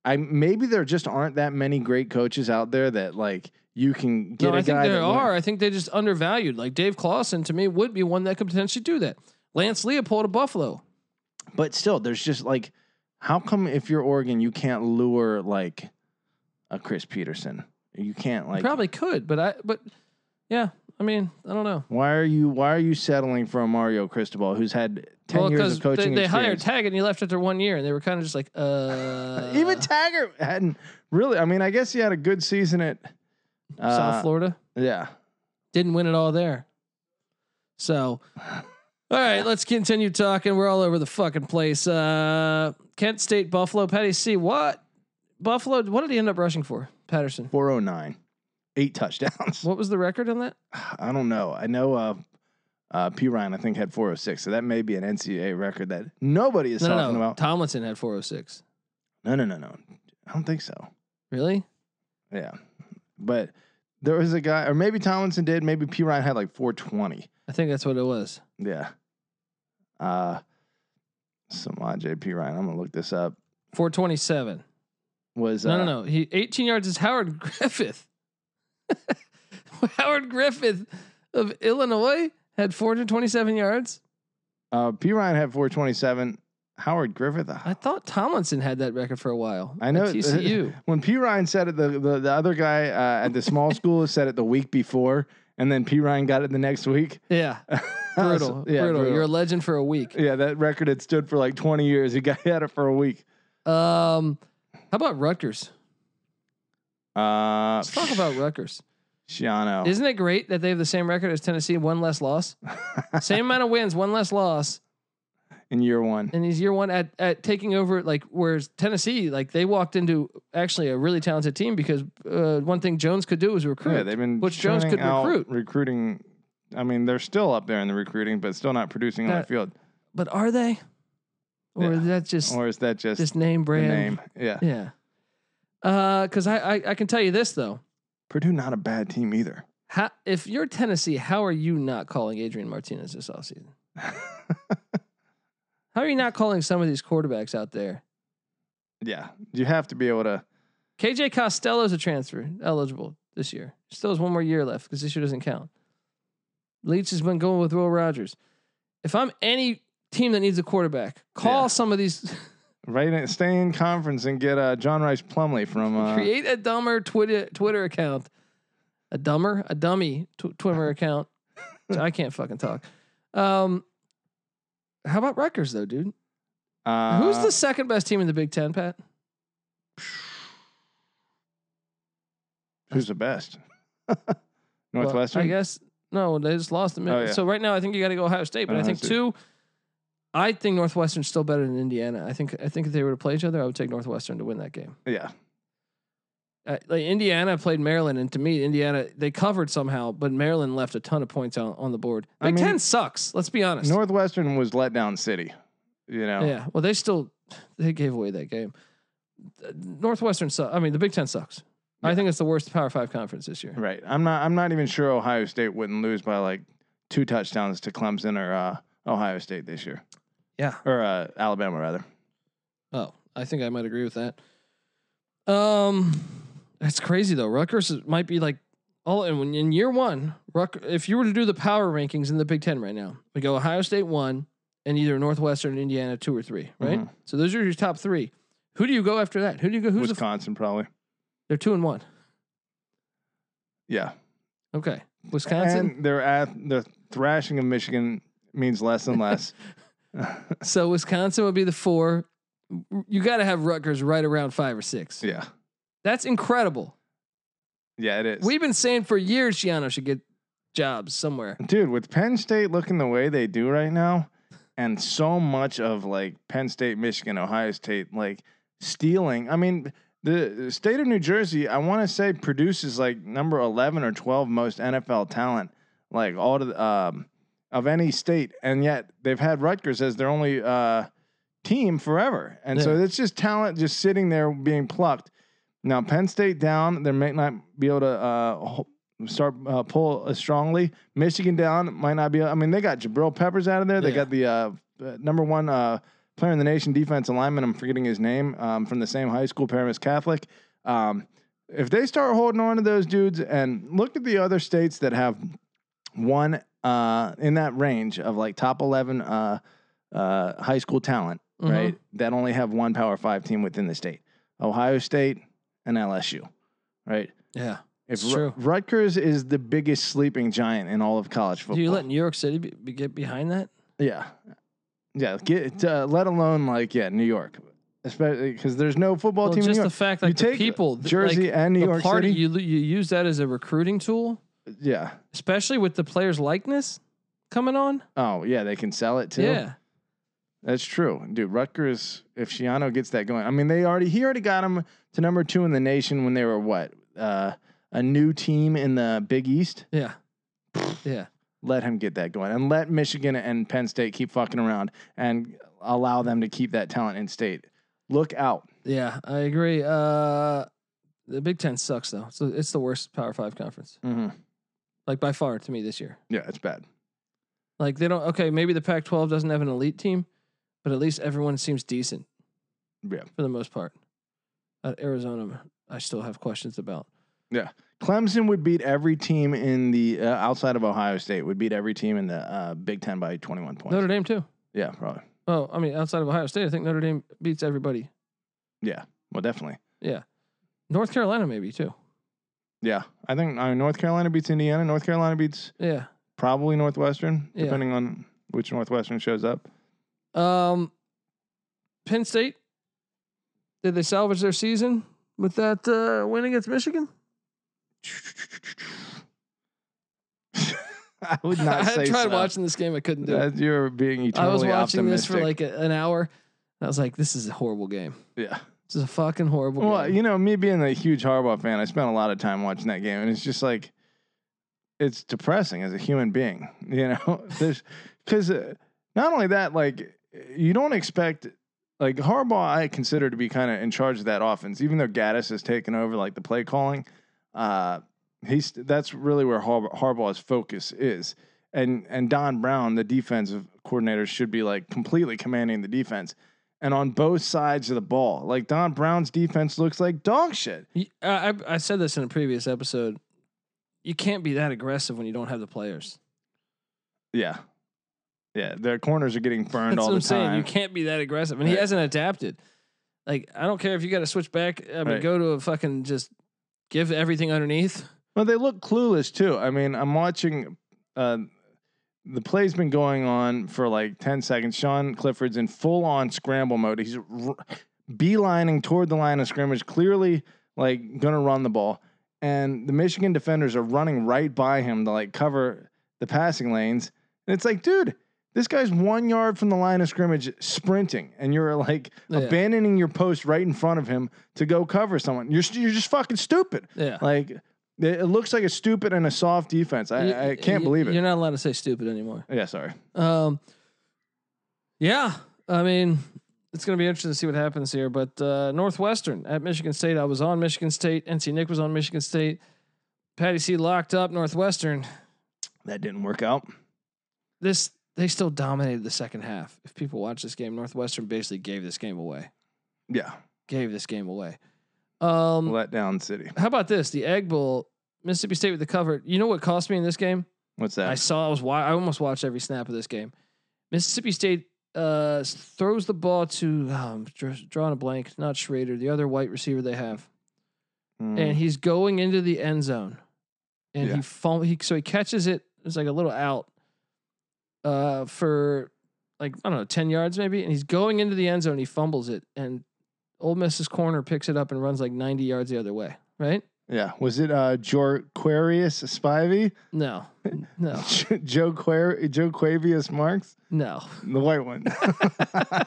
S2: I maybe there just aren't that many great coaches out there that like you can get
S1: No,
S2: a
S1: I think
S2: guy.
S1: there
S2: that
S1: are.
S2: win-
S1: I think they just undervalued. Like Dave Clawson to me would be one that could potentially do that. Lance Leopold of Buffalo.
S2: but still, there's just like, how come if you're Oregon, you can't lure like a Chris Peterson? You can't like.
S1: Probably could, but I but yeah, I mean, I don't know.
S2: Why are you Why are you settling for a Mario Cristobal who's had ten
S1: well,
S2: years of
S1: they,
S2: coaching
S1: they hired
S2: experience?
S1: Taggart and he left after one year, and they were kind of just like, uh,
S2: *laughs* Even Taggart hadn't really. I mean, I guess he had a good season at
S1: South
S2: uh,
S1: Florida
S2: Yeah,
S1: didn't win it all there. So, all right, let's continue talking. We're all over the fucking place. Uh, Kent State, Buffalo, Patty C. What Buffalo? What did he end up rushing for, Patterson?
S2: four oh nine, eight touchdowns.
S1: What was the record on that?
S2: *laughs* I don't know. I know uh, uh, P Ryan I think had 406, so that may be an NCAA record that nobody is
S1: No, no,
S2: talking
S1: no.
S2: about.
S1: Tomlinson had 406.
S2: No, no, no, no. I don't think so.
S1: Really?
S2: Yeah, but there was a guy, or maybe Tomlinson did. Maybe P Ryan had like 420.
S1: I think that's what it was.
S2: Yeah. Uh, Samaj P Ryan. I'm gonna look this up.
S1: 427.
S2: Was
S1: No,
S2: uh,
S1: no, no. He 18 yards is Howard *laughs* Griffith. Howard Griffith of Illinois had 427 yards.
S2: Uh, P Ryan had 427. Howard Griffith. uh,
S1: I thought Tomlinson had that record for a while.
S2: I know-
S1: at
S2: *laughs*
S1: TCU.
S2: When P Ryan said it, the the, the other guy uh, at
S1: *laughs*
S2: the small school said it the week before, and then P Ryan got it the next week. *laughs*
S1: yeah, brutal,
S2: yeah,
S1: brutal. You're a legend for a week.
S2: yeah, that record had stood for like 20 years. He got *laughs* at it for a week.
S1: Um, how about Rutgers?
S2: Uh,
S1: Let's
S2: Oh,
S1: talk about Rutgers.
S2: Shiano.
S1: Isn't it great that they have the same record as Tennessee, one less
S2: *laughs*
S1: loss, same amount of wins, one less loss,
S2: in year one.
S1: and he's year one at at taking over. Like whereas Tennessee, like they walked into actually a really talented team because uh, one thing Jones could do was recruit.
S2: Yeah, they've been
S1: Which Jones
S2: churning
S1: could
S2: out
S1: recruit.
S2: recruiting. I mean, they're still up there in the recruiting, but still not producing on the
S1: That-
S2: field.
S1: but are they? Or
S2: Yeah.
S1: is that just
S2: Or is that just,
S1: just name
S2: the
S1: brand?
S2: name? Yeah.
S1: Yeah. Uh, cause I, I I can tell you this though.
S2: Purdue not a bad team either.
S1: How, if you're Tennessee, how are you not calling Adrian Martinez this
S2: *laughs*
S1: offseason? How are you not calling some of these quarterbacks out there?
S2: Yeah, you have to be able to.
S1: KJ Costello's a transfer eligible this year. Still has one more year left because this year doesn't count. Leach has been going with Will Rogers. If I'm any team that needs a quarterback, call
S2: Yeah.
S1: some of these. *laughs*
S2: Right, in, stay in conference and get uh, John Rice Plumley from. Uh,
S1: create a dumber Twitter Twitter account, a dumber, a dummy tw-
S2: *laughs*
S1: Twitter account. I can't fucking talk. Um, how about Rutgers though, dude?
S2: uh,
S1: Who's the second best team in the Big Ten, Pat?
S2: Who's the best?
S1: *laughs* Well,
S2: Northwestern. Oh,
S1: I guess. No, they just lost the middle.
S2: yeah.
S1: So right now, I think you got to go Ohio State. But I
S2: Ohio
S1: think
S2: State.
S1: two. I think Northwestern's still better than Indiana. I think I think if they were to play each other, I would take Northwestern to win that game.
S2: Yeah.
S1: Uh, like Indiana played Maryland, and to me, Indiana they covered somehow, but Maryland left a ton of points on, on the board.
S2: I
S1: Big
S2: mean-
S1: Ten sucks. Let's be honest.
S2: Northwestern was let down city. You know.
S1: Yeah. Well, they still they gave away that game. Uh, Northwestern sucks. I mean, the Big Ten sucks. I
S2: Yeah.
S1: think it's the worst Power Five conference this year.
S2: Right. I'm not. I'm not even sure Ohio State wouldn't lose by like two touchdowns to Clemson or uh, Ohio State this year,
S1: Yeah.
S2: or uh, Alabama rather.
S1: Oh, I think I might agree with that. Um, that's crazy though. Rutgers is- might be like all in when in year one. Ruck, if you were to do the power rankings in the Big Ten right now, we go Ohio State one, and either Northwestern, Indiana two or three. Right.
S2: Mhm.
S1: So those are your top three. Who do you go after that? Who do you go? Who's the? F-
S2: Wisconsin probably.
S1: they're two and one.
S2: Yeah.
S1: Okay, Wisconsin.
S2: And their ath- the thrashing of Michigan means less and less.
S1: So Wisconsin would be the four. You got to have Rutgers right around five or six.
S2: *laughs* yeah.
S1: That's incredible.
S2: Yeah. It is.
S1: We've been saying for years Shiano should get jobs somewhere.
S2: Dude, with Penn State looking the way they do right now, and so much of like Penn State, Michigan, Ohio State, like stealing. I mean, the state of New Jersey, I want to say, produces like number eleven or twelve most NFL talent, like all to the, um, of any state, and yet they've had Rutgers as their only uh, team forever, and so it's just talent just sitting there being plucked. Now Penn State down, they may not be able to uh, ho- start uh, pull uh, strongly. Michigan down might not be. I mean, they got Jabril Peppers out of there. They
S1: Yeah.
S2: got the uh, uh, number one uh, player in the nation defense alignment. I'm forgetting his name um, from the same high school, Paramus Catholic. Um, if they start holding on to those dudes and look at the other states that have one uh, in that range of like top 11 uh, uh, high school talent,
S1: Mhm.
S2: right? That only have one Power Five team within the state Ohio State and LSU. right?
S1: Mm-hmm. Yeah. It's
S2: If Ru-
S1: true.
S2: Rutgers is the biggest sleeping giant in all of college football,
S1: Do you let New York City be, be- get behind that?
S2: yeah, yeah, get uh, let alone like yeah, New York, especially because there's no football
S1: Well,
S2: team. in
S1: just the
S2: New York.
S1: fact
S2: you
S1: like the
S2: take
S1: people, th-
S2: Jersey
S1: like,
S2: and New
S1: the
S2: York
S1: party,
S2: City,
S1: you lo- you use that as a recruiting tool,
S2: yeah.
S1: especially with the players' likeness coming on.
S2: Oh yeah, they can sell it too.
S1: Yeah,
S2: That's true, dude. Rutgers, if Shiano gets that going, I mean, they already he already got him to number two in the nation when they were what uh, a new team in the Big East.
S1: yeah, yeah.
S2: Let him get that going, and let Michigan and Penn State keep fucking around, and allow them to keep that talent in state. Look out.
S1: Yeah, I agree. Uh, the Big Ten sucks though. So it's the worst Power Five conference,
S2: Mm-hmm.
S1: like by far to me this year.
S2: Yeah, it's bad.
S1: Like they don't. Okay, maybe the Pac-12 doesn't have an elite team, but at least everyone seems decent
S2: Yeah,
S1: for the most part. At Arizona, I still have questions about.
S2: Clemson would beat every team in the uh, outside of Ohio State would beat every team in the uh, Big Ten by twenty one points.
S1: Notre Dame too.
S2: yeah, probably.
S1: Oh, I mean, outside of Ohio State, I think Notre Dame beats everybody.
S2: Yeah, well, definitely.
S1: North Carolina maybe too.
S2: Yeah, I think uh, North Carolina beats Indiana. North Carolina beats.
S1: Yeah.
S2: probably Northwestern,
S1: Yeah.
S2: depending on which Northwestern shows up. *laughs*
S1: Um, Penn State. Did they salvage their season with that uh, win against Michigan?
S2: I would
S1: *laughs*
S2: not
S1: I
S2: say
S1: tried
S2: so.
S1: watching this game. I couldn't do it.
S2: That you're being
S1: I
S2: eternally
S1: was watching
S2: optimistic.
S1: this for like a, an hour. And I was like, this is a horrible game.
S2: yeah.
S1: This is a fucking horrible
S2: Well,
S1: game.
S2: you know, me being a huge Harbaugh fan, I spent a lot of time watching that game, and it's just like it's depressing as a human being. You know, *laughs* there's because uh, not only that, like you don't expect like Harbaugh, I consider to be kind of in charge of that offense, even though Gaddis has taken over like the play calling. Uh, he's that's really where Har- Harbaugh's focus is, and and Don Brown, the defensive coordinator, should be like completely commanding the defense. And on both sides of the ball, like Don Brown's defense looks like dog shit.
S1: Y- I, I- I said this in a previous episode. You can't be that aggressive when you don't have the players.
S2: Yeah, yeah. Their corners are getting burned
S1: That's what
S2: all the
S1: I'm saying.
S2: time.
S1: You can't be that aggressive, and he
S2: Right.
S1: hasn't adapted. Like I don't care if you got to switch back. I mean,
S2: Right.
S1: go to a fucking just give everything underneath.
S2: Well, they look clueless too. I mean, I'm watching. Uh, the play's been going on for like ten seconds. Sean Clifford's in full on scramble mode. He's r- beelining toward the line of scrimmage, clearly like gonna run the ball. And the Michigan defenders are running right by him to like cover the passing lanes. And it's like, dude, this guy's one yard from the line of scrimmage sprinting, and you're like
S1: Yeah.
S2: abandoning your post right in front of him to go cover someone. You're st- you're just fucking stupid.
S1: Yeah,
S2: Like it it looks like a stupid and a soft defense. I,
S1: You-
S2: I can't
S1: you-
S2: believe
S1: You're
S2: it.
S1: not allowed to say stupid anymore.
S2: Yeah, sorry.
S1: Um, yeah, I mean, it's going to be interesting to see what happens here. But uh, Northwestern at Michigan State, I was on Michigan State. NC Nick was on Michigan State. Patty C locked up Northwestern.
S2: That didn't work out.
S1: This they still dominated the second half. If people watch this game, Northwestern basically gave this game away.
S2: Yeah,
S1: Gave this game away. Um,
S2: let down city.
S1: how about this? The Egg Bowl, Mississippi State with the cover. You know what cost me in this game?
S2: What's
S1: I
S2: that?
S1: saw. I was. wa- I almost watched every snap of this game. Mississippi State uh, s- throws the ball to um, dr- drawing a blank. Not Schrader, the other white receiver they have,
S2: Mm,
S1: and he's going into the end zone, and
S2: Yeah.
S1: he, fum- he so he catches it. It's like a little out, uh, for like I don't know ten yards maybe, and he's going into the end zone. He fumbles it, and Ole Miss's corner picks it up and runs like ninety yards the other way. Right?
S2: yeah, was it uh, Jorquarius Spivey,
S1: No,
S2: *laughs*
S1: no,
S2: Joe Quar- Joe Quavius Marks,
S1: no.
S2: the white one,
S1: *laughs*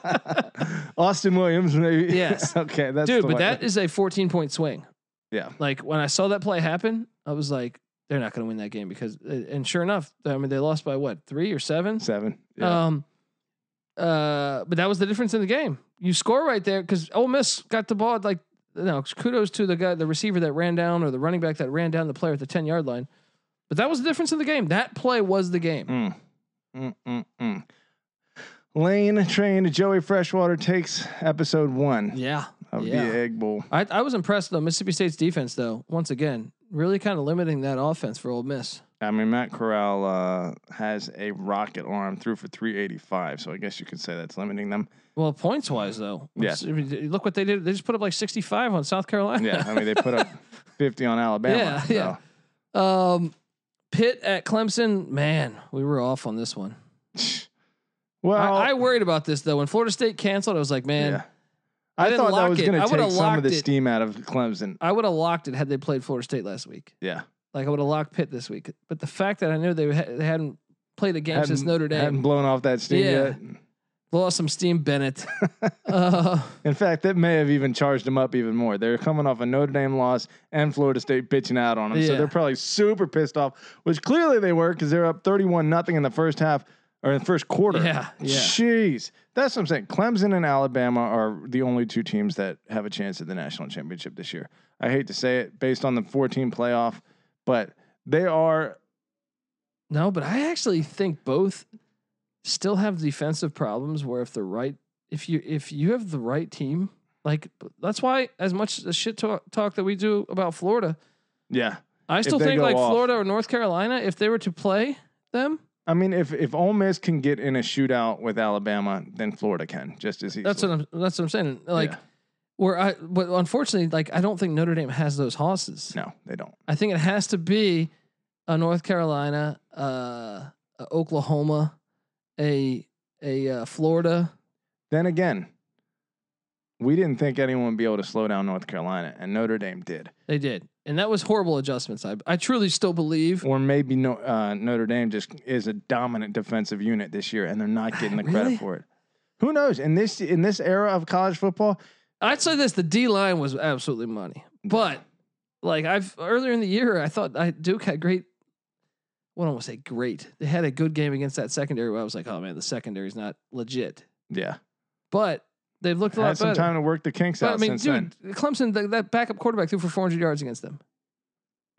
S2: Austin Williams, maybe?
S1: Yes.
S2: *laughs* okay, that's
S1: Dude,
S2: the
S1: but
S2: white
S1: that
S2: one.
S1: is a fourteen point swing.
S2: yeah,
S1: like when I saw that play happen, I was like, they're not going to win that game because, uh, and sure enough, I mean, they lost by what three or seven.
S2: seven. Yeah.
S1: Um, uh, but that was the difference in the game. You score right there because Ole Miss got the ball. At like, no, kudos to the guy, the receiver that ran down or the running back that ran down the player at the ten yard line. But that was the difference in the game. That play was the game.
S2: Mm. Mm, mm, mm. Lane trained Joey Freshwater takes episode one
S1: Yeah,
S2: of
S1: Yeah.
S2: the Egg Bowl.
S1: I, I was impressed though. Mississippi State's defense, though, once again, really kind of limiting that offense for Ole Miss.
S2: I mean, Matt Corral uh, has a rocket arm through for 385, so I guess you could say that's limiting them.
S1: Well, points wise though,
S2: Yeah.
S1: it's- I mean, look what they did. They just put up like sixty five on South Carolina.
S2: Yeah, I mean, they put up fifty on Alabama.
S1: Yeah,
S2: so.
S1: yeah. *laughs* Um, Pitt at Clemson, man, we were off on this one.
S2: *laughs* Well,
S1: I, I worried about this though. When Florida State canceled, I was like, man,
S2: yeah.
S1: I
S2: I
S1: didn't
S2: thought
S1: lock
S2: that was
S1: it.
S2: going
S1: I
S2: to
S1: would've
S2: take some
S1: locked
S2: of the
S1: it.
S2: steam out of Clemson.
S1: I would have locked it had they played Florida State last week.
S2: Yeah,
S1: Like I would have locked Pitt this week. But the fact that I knew they, ha- they hadn't played a game since
S2: Hadn't-
S1: Notre Dame,
S2: hadn't blown off that steam
S1: Yeah.
S2: yet.
S1: lost some steam,
S2: *laughs*
S1: Bennett. uh,
S2: In fact, that may have even charged them up even more. They're coming off a Notre Dame loss and Florida State bitching out on them, so
S1: Yeah.
S2: they're probably super pissed off. Which clearly they were because they're up thirty-one nothing in the first half or in the first quarter.
S1: Yeah, yeah.
S2: Jeez, that's what I'm saying. Clemson and Alabama are the only two teams that have a chance at the national championship this year. I hate to say it, based on the four-team playoff, but they are.
S1: no, but I actually think both still have defensive problems. Where if the right, if you if you have the right team, like that's why as much as shit talk, talk that we do about Florida,
S2: Yeah,
S1: I still
S2: they
S1: think
S2: go
S1: like
S2: off.
S1: Florida or North Carolina, if they were to play them,
S2: I mean, if if Ole Miss can get in a shootout with Alabama, then Florida can just as easily.
S1: that's what I'm that's what I'm saying. Like
S2: Yeah.
S1: where I but unfortunately, like I don't think Notre Dame has those horses.
S2: No, they don't.
S1: I think it has to be a North Carolina, uh, a Oklahoma, a a uh, Florida.
S2: Then again, we didn't think anyone would be able to slow down North Carolina, and Notre Dame did.
S1: They did, and that was horrible adjustments. I I truly still believe.
S2: Or maybe no, uh, Notre Dame just is a dominant defensive unit this year, and they're
S1: *laughs*
S2: not getting the
S1: Really?
S2: credit for it. Who knows? In this in this era of college football,
S1: I'd say this: the D line was absolutely money, but like I've earlier in the year, I thought I, Duke had great. Well, I don't want to say great. They had a good game against that secondary. Where I was like, oh man, the secondary's not legit,
S2: yeah,
S1: but they've looked a lot
S2: had some
S1: better.
S2: time to work the kinks
S1: but
S2: out
S1: I mean,
S2: since
S1: dude, Clemson, th- that backup quarterback threw for 400 yards against them.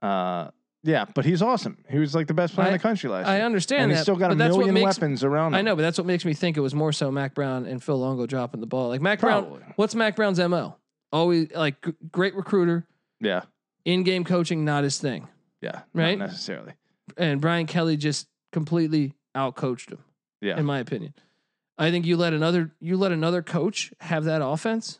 S2: then. Uh, yeah, but he's awesome. He was like the best player in the country last
S1: I
S2: year,
S1: understand
S2: and
S1: that.
S2: he's still got
S1: but
S2: a
S1: that's
S2: million
S1: what makes,
S2: weapons around him.
S1: I know, but that's what makes me think it was more so Mac Brown and Phil Longo dropping the ball. Like Mac
S2: Probably.
S1: Brown, what's Mac Brown's mo? Always like g- great recruiter,
S2: Yeah,
S1: in-game coaching not his thing,
S2: yeah,
S1: Right?
S2: Not necessarily.
S1: and Brian Kelly just completely outcoached him,
S2: Yeah,
S1: in my opinion. I think you let another you let another coach have that offense.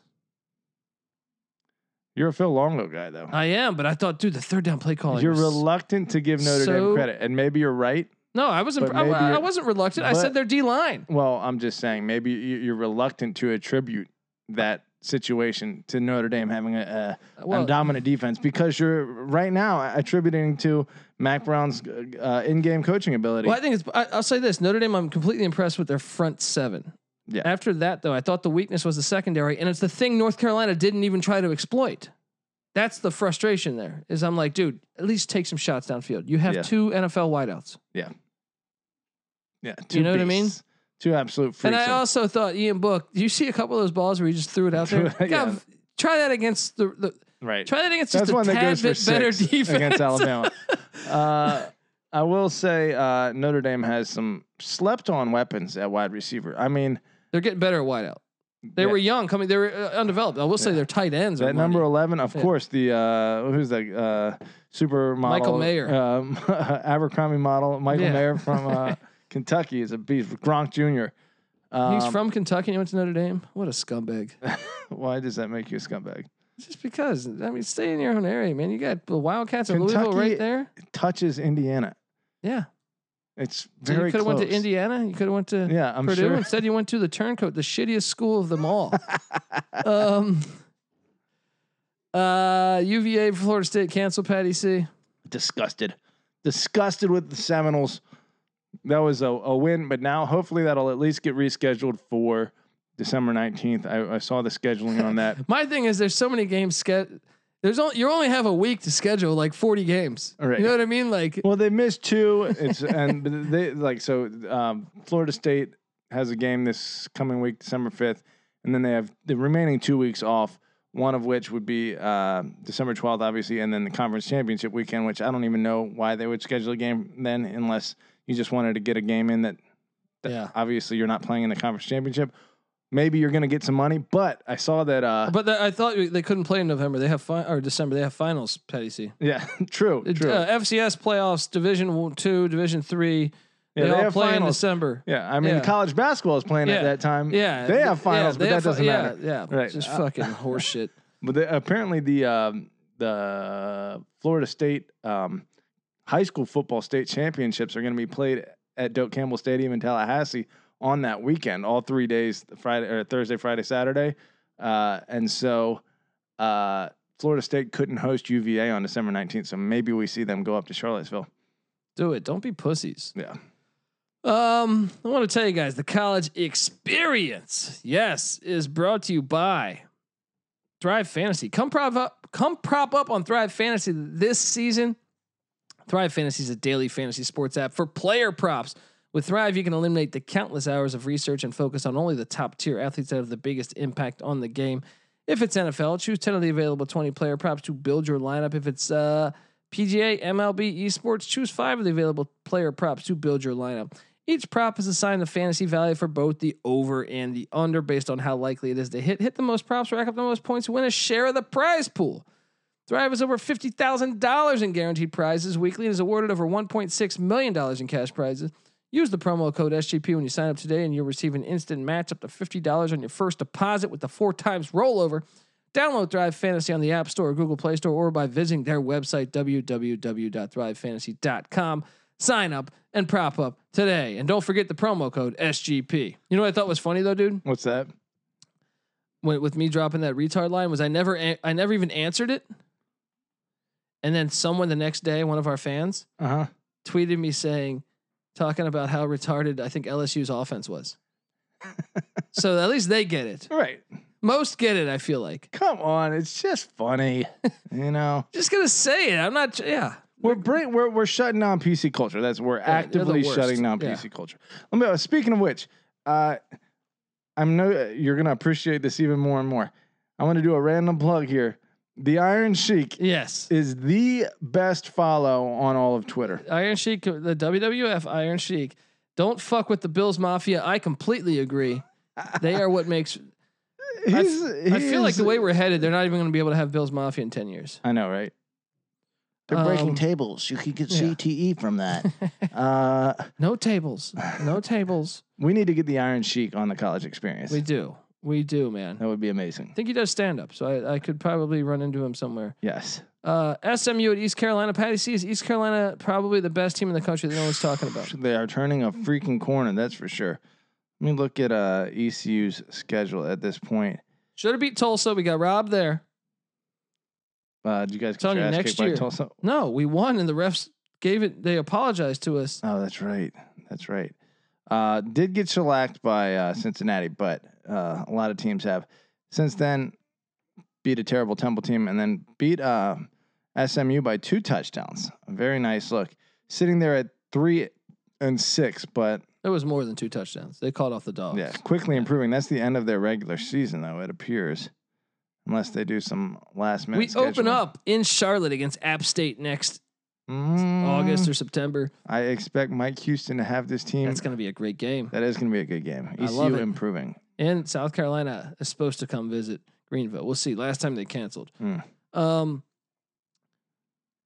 S2: you're a Phil Longo guy though.
S1: I am, but I thought, dude, the third down play calling.
S2: You're
S1: was-
S2: reluctant to give Notre
S1: so-
S2: Dame credit, and maybe you're right.
S1: no, I wasn't.
S2: but
S1: I,
S2: maybe
S1: I
S2: you're-
S1: wasn't reluctant. I
S2: but-
S1: said their D line.
S2: Well, I'm just saying maybe you- you're reluctant to attribute that situation to Notre Dame having a, a, a
S1: Well,
S2: dominant defense because you're right now attributing to Mac Brown's uh, in-game coaching ability.
S1: Well, I think it's. I, I'll say this: Notre Dame. I'm completely impressed with their front seven.
S2: Yeah.
S1: After that, though, I thought the weakness was the secondary, and it's the thing North Carolina didn't even try to exploit. That's the frustration. There is, I'm like, dude, at least take some shots downfield. You have
S2: Yeah.
S1: two NFL wideouts,
S2: Yeah,
S1: you know what I mean?
S2: Two absolute freaks.
S1: and I also thought Ian Book. Do you see a couple of those balls where he just threw it out there?
S2: *laughs* Yeah.
S1: God, try that against the, the
S2: right.
S1: try that against
S2: That's
S1: just
S2: one
S1: a
S2: that
S1: tad
S2: goes for
S1: bit better
S2: six
S1: defense
S2: against Alabama. uh, I will say uh, Notre Dame has some slept-on weapons at wide receiver. I mean,
S1: *laughs* They're getting better at wideout. They
S2: Yeah.
S1: were young coming. They were uh, undeveloped. I will say
S2: Yeah.
S1: their tight ends. are
S2: That number
S1: money.
S2: eleven, of
S1: Yeah.
S2: course, the uh, who's the uh, supermodel
S1: Michael Mayer.
S2: um, *laughs* Abercrombie model, Michael
S1: Yeah.
S2: Mayer
S1: *laughs*
S2: from uh, Kentucky is a beast. Gronk Jr. Um,
S1: He's from Kentucky. and He went to Notre Dame. What a
S2: *laughs*
S1: scumbag.
S2: Why does that make you a scumbag?
S1: Just because. I mean, stay in your own area, man. You got the Wildcats of Louisville
S2: Kentucky-
S1: right there.
S2: It touches Indiana.
S1: Yeah.
S2: It's
S1: So
S2: very
S1: you could have
S2: close.
S1: went to Indiana. You could have went to
S2: Yeah, I'm
S1: Purdue.
S2: sure.
S1: Instead, you went to the Turncoat, the shittiest school of them
S2: *laughs*
S1: all. um, uh, UVA, Florida State, cancel Patty C.
S2: Disgusted, disgusted with the Seminoles. That was a, a win, but now hopefully that'll at least get rescheduled for December nineteenth. I, I saw the scheduling
S1: *laughs*
S2: on that.
S1: My thing is, there's so many games. Ske- there's only you only have a week to schedule like 40 games.
S2: All right.
S1: You know what I mean? Like,
S2: Well, they missed two. It's and *laughs* but they like so. Um, Florida State has a game this coming week, December fifth, and then they have the remaining two weeks off. One of which would be uh, December twelfth, obviously, and then the conference championship weekend, which I don't even know why they would schedule a game then, unless you just wanted to get a game in that. that
S1: Yeah.
S2: Obviously, you're not playing in the conference championship. Maybe you're going to get some money, but I saw that. Uh, *laughs*
S1: but the, I thought they couldn't play in November. They have fi- or December. They have finals. Patty C.
S2: yeah, *laughs* true,
S1: Uh,
S2: true.
S1: FCS playoffs, Division Two, Division Three.
S2: Yeah,
S1: they,
S2: they
S1: all
S2: have
S1: play in
S2: finals.
S1: December.
S2: yeah, I mean,
S1: yeah.
S2: college basketball is playing
S1: Yeah.
S2: at that time.
S1: Yeah,
S2: they
S1: th-
S2: have finals,
S1: yeah,
S2: but
S1: they
S2: that
S1: have fi-
S2: doesn't matter. Uh, *laughs*
S1: Yeah, yeah.
S2: Right.
S1: just
S2: Uh,
S1: fucking horseshit.
S2: But the, apparently the um, the Florida State um, high school football state championships are going to be played at Doak Campbell Stadium in Tallahassee on that weekend, all three days, Friday or Thursday, Friday, Saturday, uh, and so uh, Florida State couldn't host UVA on December nineteenth. So maybe we see them go up to Charlottesville.
S1: Do it. Don't be pussies.
S2: Yeah.
S1: Um, I want to tell you guys the college experience, yes, is brought to you by Thrive Fantasy. Come prop up, come prop up on Thrive Fantasy this season. Thrive Fantasy is a daily fantasy sports app for player props. With Thrive, you can eliminate the countless hours of research and focus on only the top tier athletes that have the biggest impact on the game. If it's NFL, choose 10 of the available 20 player props to build your lineup. If it's uh, PGA, MLB, esports, choose five of the available player props to build your lineup. Each prop is assigned the fantasy value for both the over and the under based on how likely it is to hit. Hit the most props, rack up the most points, win a share of the prize pool. Thrive is over $50,000 in guaranteed prizes weekly and is awarded over $1.6 million in cash prizes. Use the promo code SGP when you sign up today, and you'll receive an instant match up to $50 on your first deposit with the four times rollover. Download Thrive Fantasy on the App Store, Google Play Store, or by visiting their website, www.thrivefantasy.com. Sign up and prop up today. And don't forget the promo code SGP. You know what I thought was funny, though, dude?
S2: What's that?
S1: when, with me dropping that retard line was I never a- I never even answered it. And then someone the next day, one of our fans,
S2: Uh huh.
S1: tweeted me saying, talking about how retarded I think LSU's offense was. so at least they get it.
S2: All right.
S1: Most get it, I feel like.
S2: Come on, it's just funny. *laughs* you know,
S1: Just gonna say it. I'm not yeah.
S2: we're bring, we're we're shutting down PC culture. That's we're
S1: they're the
S2: actively
S1: worst.
S2: shutting down
S1: Yeah.
S2: PC culture. Let me. Speaking of which, uh, I'm no. You're gonna appreciate this even more and more. I want to do a random plug here. The Iron Sheik
S1: Yes.
S2: is the best follow on all of Twitter.
S1: Iron Sheik, the WWF Iron Sheik. Don't fuck with the Bills Mafia. I completely agree. They are what makes.
S2: He's,
S1: I feel like the way we're headed, they're not even going to be able to have Bills Mafia in ten years. *laughs*
S2: I know, right?
S1: They're breaking Um,
S2: tables. You can get
S1: yeah.
S2: CTE
S1: *laughs*
S2: from that. uh,
S1: No
S2: *sighs*
S1: tables. No tables.
S2: we need to get the Iron Sheik on the college experience.
S1: We do. We do, man.
S2: that would be
S1: I
S2: amazing.
S1: think he does stand up, so I, I could probably run into him somewhere.
S2: Yes.
S1: Uh, SMU at East Carolina. Patty C is East Carolina probably the best team in the country that no one's talking about.
S2: They are turning a freaking corner, that's for sure. Let me look at uh, ECU's schedule at this point.
S1: Should have beat Tulsa. We got robbed there.
S2: Uh, did you guys get
S1: Telling
S2: your
S1: you,
S2: ass
S1: next
S2: kicked by
S1: year.
S2: Tulsa?
S1: No, we won, and the refs gave it. They apologized to us.
S2: Oh, that's right. That's right. Uh, did get shellacked by uh, Cincinnati, but uh, a lot of teams have. Since then, beat a terrible Temple team and then beat uh, SMU by two touchdowns. A very nice look. Sitting there at three and six, but
S1: It was more than two touchdowns. They called off the dogs.
S2: yeah, quickly improving. That's the end of their regular season, though, it appears. Unless they do some last minute.
S1: we open
S2: scheduling.
S1: up in Charlotte against App State next
S2: Mm,
S1: August or September.
S2: I expect Mike Houston to have this team.
S1: That's going to be a great game.
S2: That is going to be a good game.
S1: I love
S2: ECU
S1: it.
S2: improving. *laughs*
S1: And South Carolina is supposed to come visit Greenville. We'll see. Last time they canceled.
S2: Hmm.
S1: Um,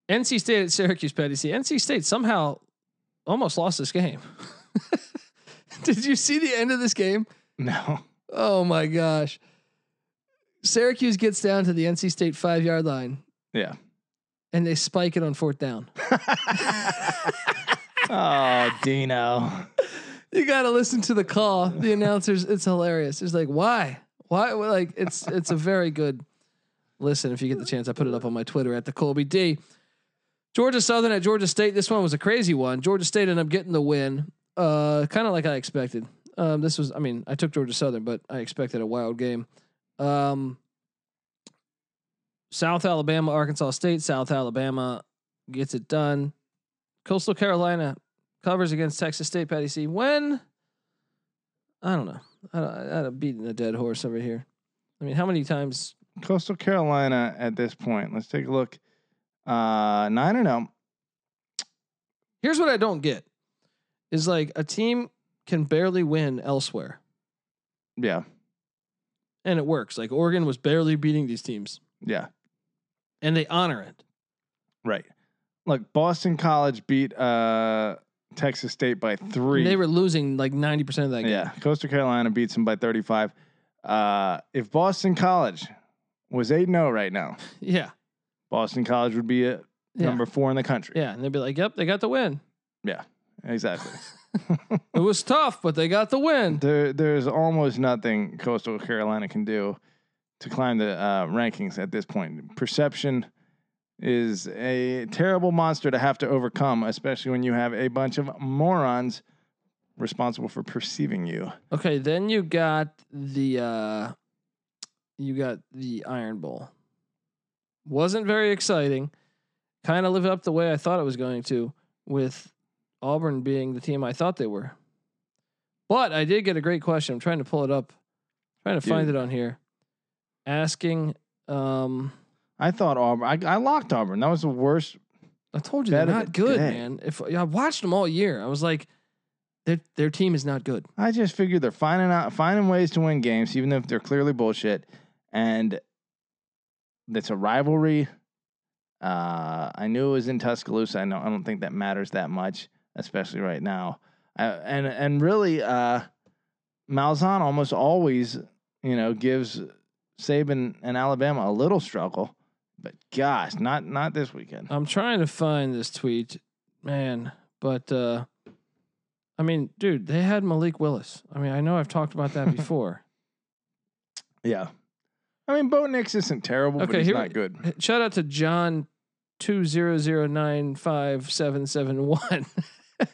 S1: NC State at Syracuse, Patty C. NC State somehow almost lost this game. *laughs* Did you see the end of this game?
S2: No.
S1: Oh my gosh. Syracuse gets down to the NC State five yard line
S2: Yeah.
S1: *laughs* and they spike it on fourth down.
S2: oh, Dino.
S1: you got to listen to the call. The announcers, it's hilarious. It's like, why, why? Well, Like, it's it's a very good listen. If you get the chance, I put it up on my Twitter at the Colby D. Georgia Southern at Georgia State. This one was a crazy one. Georgia State ended up getting the win, uh, kind of like I expected. Um, this was, I mean, I took Georgia Southern, but I expected a wild game. Um, South Alabama, Arkansas State. South Alabama gets it done. Coastal Carolina covers against Texas State. Patty C. When I don't know. I don't, I don't beating a dead horse over here. I mean, how many times?
S2: Coastal Carolina at this point. Let's take a look. Uh, nine and zero.
S1: Here's what I don't get: is like a team can barely win elsewhere,
S2: Yeah,
S1: and it works. Like Oregon was barely beating these teams,
S2: yeah,
S1: and they honor it.
S2: right. Look, Boston College beat uh, Texas State by three.
S1: And they were losing like ninety percent of that game.
S2: yeah, Coastal Carolina beats them by thirty-five. Uh, if Boston College was eight eight zero oh right now,
S1: Yeah.
S2: Boston College would be at
S1: Yeah.
S2: number four in the country.
S1: Yeah, and they'd be like, "Yep, they got the win.
S2: Exactly.
S1: *laughs* It was tough, but they got the win."
S2: there, there's almost nothing Coastal Carolina can do to climb the uh, rankings at this point. Perception is a terrible monster to have to overcome, especially when you have a bunch of morons responsible for perceiving you.
S1: Okay, then you got the uh you got the Iron Bowl. Wasn't very exciting. Kind of lived up the way I thought it was going to with Auburn being the team I thought they were. But I did get a great question. I'm trying to pull it up. Trying to find
S2: Dude.
S1: it on here. Asking um
S2: I thought Auburn. I, I locked Auburn. That was the worst.
S1: I told you they're
S2: Bet of
S1: not
S2: it
S1: good,
S2: today.
S1: man. If I watched them all year, I was like their their team is not good.
S2: I just figured they're finding out finding ways to win games, even if they're clearly bullshit. And it's a rivalry. Uh, I knew it was in Tuscaloosa. I know I don't think that matters that much, especially right now. I, and and really, uh, Malzahn almost always, you know, gives Saban and Alabama a little struggle. But gosh, not not this weekend.
S1: I'm trying to find this tweet, man. But uh I mean, dude, they had Malik Willis. I mean, I know I've talked about that before.
S2: Yeah, I mean, Bo Nix isn't terrible,
S1: Okay,
S2: but he's
S1: here-
S2: not good.
S1: Shout out to John two zero zero nine five seven seven one. *laughs*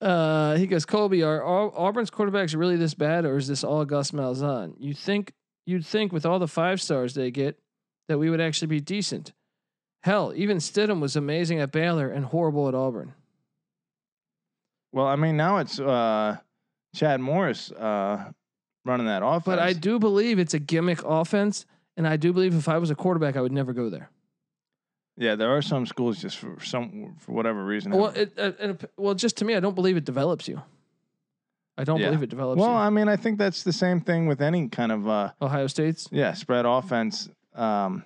S1: Uh, he goes, Colby, are Au- Auburn's quarterbacks really this bad, or is this all Gus Malzahn? You think you'd think with all the five stars they get that we would actually be decent? Hell, even Stidham was amazing at Baylor and horrible at Auburn.
S2: Well, I mean, now it's uh, Chad Morris uh, running that offense.
S1: But I do believe it's a gimmick offense, and I do believe if I was a quarterback, I would never go there.
S2: yeah, there are some schools just for some for whatever reason.
S1: Well, it, uh, and, well, just to me, I don't believe it develops you. I don't
S2: Yeah.
S1: believe it develops
S2: well,
S1: you.
S2: I mean, I think that's the same thing with any kind of uh,
S1: Ohio State's.
S2: yeah spread offense. Um,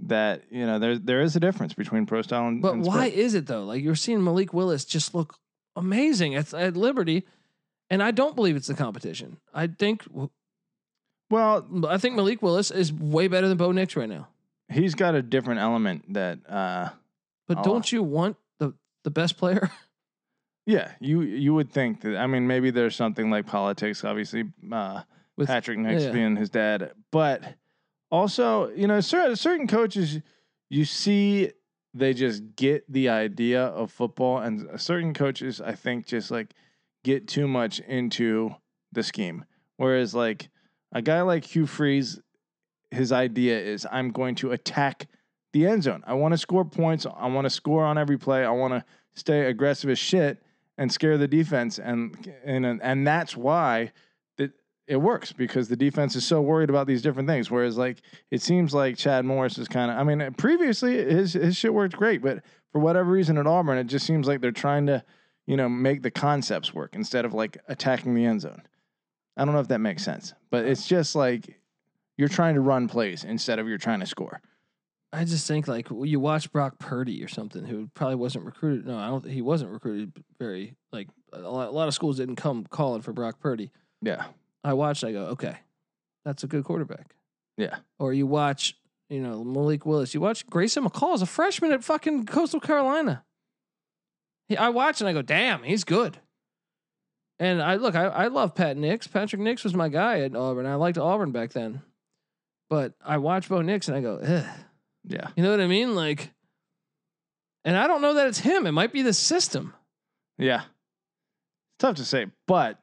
S2: that you know, there there is a difference between pro style and
S1: But
S2: and
S1: why
S2: spread.
S1: is it though? Like you're seeing Malik Willis just look amazing at, at Liberty, and I don't believe it's the competition. I think
S2: Well,
S1: I think Malik Willis is way better than Bo Nix right now.
S2: he's got a different element that uh,
S1: But
S2: Oh.
S1: don't you want the the best player?
S2: yeah, you you would think that. I mean, maybe there's something like politics, obviously. Uh,
S1: With
S2: Patrick Nix
S1: yeah.
S2: being his dad. But also, you know, certain certain coaches you see they just get the idea of football, and certain coaches I think just like get too much into the scheme. Whereas like a guy like Hugh Freeze, his idea is I'm going to attack the end zone. I want to score points. I want to score on every play. I want to stay aggressive as shit and scare the defense. And and and that's why it works because the defense is so worried about these different things. Whereas, like, it seems like Chad Morris is kind of, I mean, previously his, his shit worked great, but for whatever reason at Auburn, it just seems like they're trying to, you know, make the concepts work instead of like attacking the end zone. I don't know if that makes sense, but it's just like you're trying to run plays instead of you're trying to score.
S1: I just think like you watch Brock Purdy or something, who probably wasn't recruited. No, I don't. He wasn't recruited very like a lot, a lot of schools didn't come calling for Brock Purdy.
S2: Yeah.
S1: I watched. I go, okay, that's a good quarterback.
S2: Yeah.
S1: Or you watch, you know, Malik Willis. You watch Grayson McCall as a freshman at fucking Coastal Carolina. He, I watch and I go, damn, he's good. And I look, I, I love Pat Nix. Patrick Nix was my guy at Auburn. I liked Auburn back then. But I watch Bo Nix and I go, ugh.
S2: Yeah.
S1: You know what I mean? Like, and I don't know that it's him. It might be the system.
S2: Yeah. Tough to say, but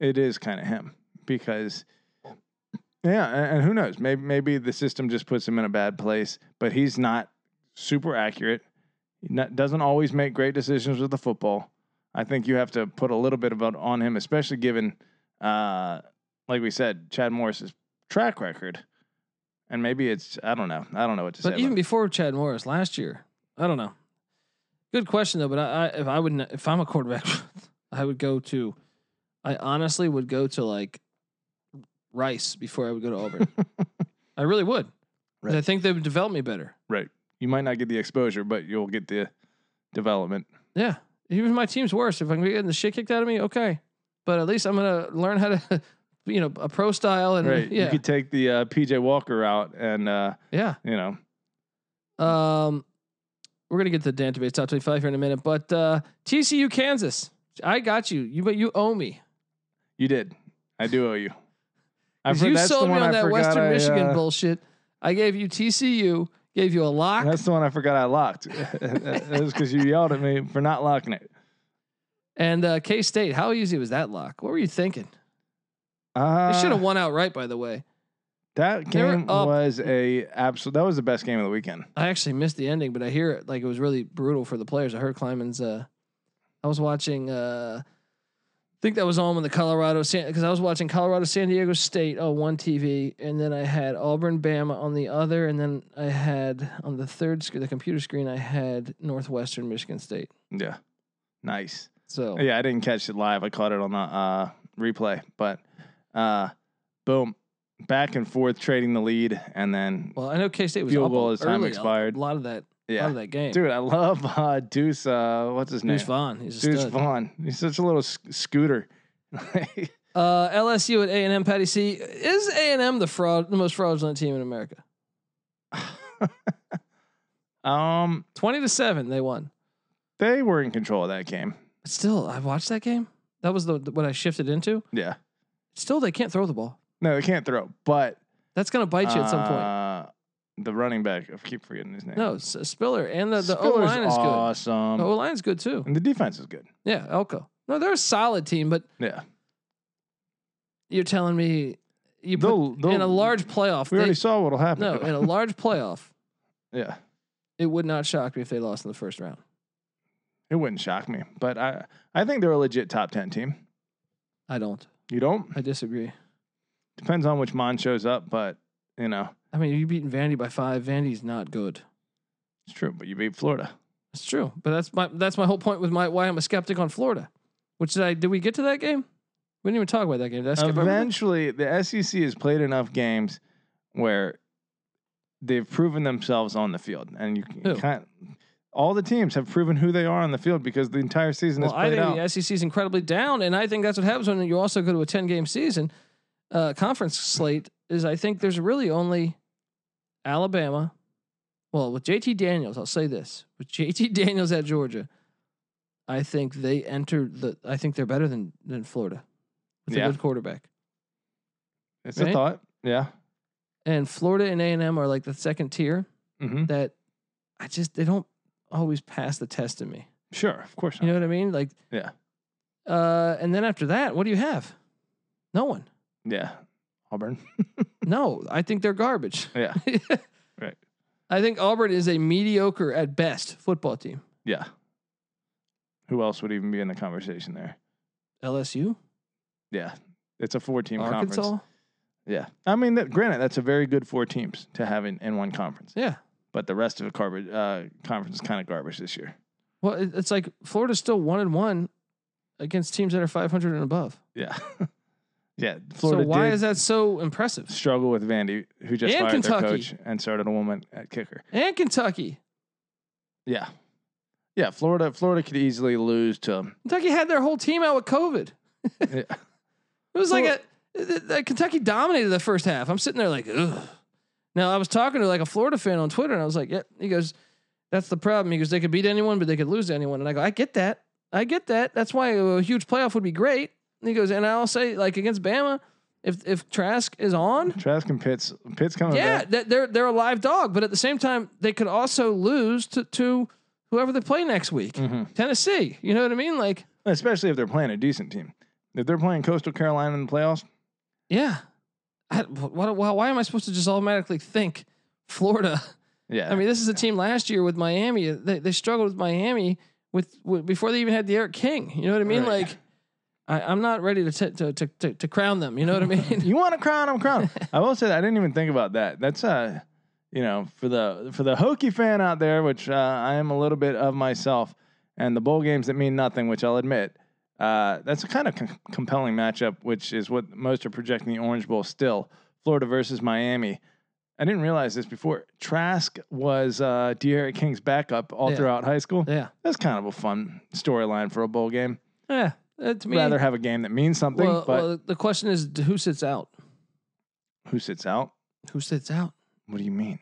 S2: it is kind of him because yeah, a- and, who knows? Maybe maybe the system just puts him in a bad place, but he's not super accurate. He not, doesn't always make great decisions with the football. I think you have to put a little bit of it on him, especially given uh like we said, Chad Morris's track record. And maybe it's I don't know. I don't know what to
S1: But
S2: say.
S1: even
S2: about it.
S1: before Chad Morris last year, I don't know. Good question though. But I, I if I would, kn- if I'm a quarterback, *laughs* I would go to. I honestly would go to like Rice before I would go to
S2: *laughs*
S1: Auburn. I really would. 'Cause I
S2: Right.
S1: think they would develop me better.
S2: you might not get the exposure, but you'll get the development.
S1: Yeah. Even if my team's worse, if I'm getting the shit kicked out of me, okay. But at least I'm gonna learn how to, *laughs* you know, a pro style and
S2: Right.
S1: yeah,
S2: You could take the uh, PJ Walker out and, uh,
S1: yeah.
S2: you know,
S1: Um, we're gonna get to the database top twenty-five here in a minute, but uh, TCU Kansas, I got you. You but you owe me.
S2: You did. I do owe you.
S1: 'Cause
S2: for-
S1: you
S2: that's the
S1: sold me
S2: one
S1: on
S2: I
S1: that
S2: forgot
S1: Western
S2: I,
S1: Michigan
S2: uh,
S1: bullshit. I gave you TCU, gave you a lock.
S2: That's the one I forgot I locked. *laughs* it was because you yelled at me for not locking it.
S1: And uh, K State, how easy was that lock? What were you thinking? They
S2: Uh,
S1: should have won outright, by the way.
S2: That
S1: They were
S2: game
S1: up.
S2: was a absolute. That was the best game of the weekend.
S1: I actually missed the ending, but I hear it like it was really brutal for the players. I heard Kleiman's. Uh, I was watching. Uh, I think that was on when the Colorado San because I was watching Colorado San Diego State on one TV, and then I had Auburn Bama on the other, and then I had on the third sc- the computer screen I had Northwestern Michigan State.
S2: Yeah, nice.
S1: So
S2: Yeah, I didn't catch it live. I caught it on the uh, replay. But uh, boom, back and forth trading the lead, and then
S1: well, I know K State was
S2: Field
S1: up
S2: goal as time
S1: early,
S2: expired.
S1: A lot of that, a lot
S2: yeah,
S1: of that game.
S2: dude, I love uh, Deuce. Uh, what's his name?
S1: Deuce Vaughn, he's a
S2: Deuce
S1: stud.
S2: Vaughn. He's such a little sc- scooter. *laughs*
S1: Uh, LSU at A and M. Patty C is A and M the fraud, the most fraudulent team in America.
S2: um,
S1: Twenty to seven, they won.
S2: they were in control of that game.
S1: But still, I watched that game. That was the what I shifted into.
S2: Yeah.
S1: Still, they can't throw the ball.
S2: No, they can't throw, but
S1: That's gonna bite you at some point.
S2: uh, The running back, I keep forgetting his name.
S1: No, S- Spiller and the, the O
S2: Spiller's
S1: line is good.
S2: awesome.
S1: The O line's good too.
S2: And the defense is good.
S1: Yeah, Elko. No, they're a solid team, but
S2: Yeah.
S1: you're telling me you put
S2: They'll- they'll-
S1: in a large playoff.
S2: We already
S1: They,
S2: saw what'll
S1: *laughs*
S2: happen.
S1: no, in a large playoff,
S2: yeah.
S1: it would not shock me if they lost in the first round.
S2: It wouldn't shock me, but I I think they're a legit top ten team.
S1: I don't.
S2: You don't?
S1: I disagree.
S2: Depends on which Mon shows up, but you know
S1: I mean, you beaten Vandy by five. Vandy's not good.
S2: it's true. But you beat Florida.
S1: It's true, but that's my that's my whole point with my why I'm a skeptic on Florida. Which did I did we get to that game? We didn't even talk about that game. Did I skip over that?
S2: Eventually, the SEC has played enough games where they've proven themselves on the field, and you
S1: Who?
S2: can't. All the teams have proven who they are on the field because the entire season
S1: Well,
S2: is
S1: I
S2: played
S1: think
S2: out.
S1: the SEC is incredibly down, and I think that's what happens when you also go to a ten game season. Uh, conference slate is I think there's really only Alabama. Well, with JT Daniels, I'll say this: with *laughs* JT Daniels at Georgia, I think they enter the. I think they're better than than Florida with
S2: Yeah.
S1: a good quarterback.
S2: it's
S1: right?
S2: a thought. Yeah.
S1: And Florida and A and M are like the second tier.
S2: Mm-hmm.
S1: that I just they don't always pass the test in me.
S2: Sure. Of course.
S1: You know what I mean? Like
S2: Yeah.
S1: Uh, and then after that, what do you have? No
S2: *laughs*
S1: one.
S2: Yeah. Auburn.
S1: No, I think they're garbage.
S2: Yeah.
S1: *laughs*
S2: Right.
S1: I think Auburn is a mediocre at best football team.
S2: Yeah. Who else would even be in the conversation there?
S1: LSU,
S2: Yeah. It's a four team
S1: Arkansas.
S2: conference. Yeah. I mean, that, granted, that's a very good four teams to have in, in one conference,
S1: Yeah.
S2: but the rest of the garbage, uh, conference is kind of garbage this year.
S1: Well, it- it's like Florida's still one and one against teams that are 500 and above.
S2: Yeah. *laughs* yeah. Florida
S1: so why
S2: did
S1: is that so impressive?
S2: struggle with Vandy, who just
S1: And
S2: fired
S1: Kentucky.
S2: their coach and started a woman at kicker.
S1: And Kentucky.
S2: Yeah. Yeah. Florida, Florida could easily lose to,
S1: Kentucky had their whole team out with COVID.
S2: yeah.
S1: It was like
S2: Well-
S1: a, th- th- Kentucky dominated the first half. I'm sitting there like, ugh. Now I was talking to like a Florida fan on Twitter, and I was like, yeah. He goes, that's the problem. He goes, they could beat anyone, but they could lose to anyone. And I go, I get that. I get that. That's why a huge playoff would be great. And he goes, and I'll say like against Bama, if if Trask is on,
S2: Trask and Pitts, Pitts coming
S1: yeah,
S2: back.
S1: that they're they're a live dog. But at the same time, they could also lose to to whoever they play next week,
S2: Mhm.
S1: Tennessee. You know what I mean? Like,
S2: Especially if they're playing a decent team. If they're playing Coastal Carolina in the playoffs,
S1: yeah. I, why, why why am I supposed to just automatically think Florida? *laughs*
S2: yeah.
S1: I mean, this is a team last year with Miami. They, they struggled with Miami with, with before they even had the Eric King. You know what I mean?
S2: Right.
S1: Like, I, I'm not ready to, t- to to to to crown them. You know what I
S2: *laughs*
S1: mean? *laughs*
S2: you want a crown? I'm crown. I will say that I didn't even think about that. That's uh, you know, for the for the hokey fan out there, which uh, I am a little bit of myself, and the bowl games that mean nothing, which I'll admit, uh, that's a kind of com- compelling matchup, which is what most are projecting the Orange Bowl still. Florida versus Miami. I didn't realize this before. Trask was uh, De'Aaron King's backup all
S1: Yeah.
S2: throughout high school.
S1: yeah,
S2: That's kind of a fun storyline for a bowl game.
S1: yeah. Uh, to me,
S2: Rather have a game that means something,
S1: well,
S2: but
S1: well, the question is d- who sits out?
S2: who sits out?
S1: Who sits out?
S2: What do you mean?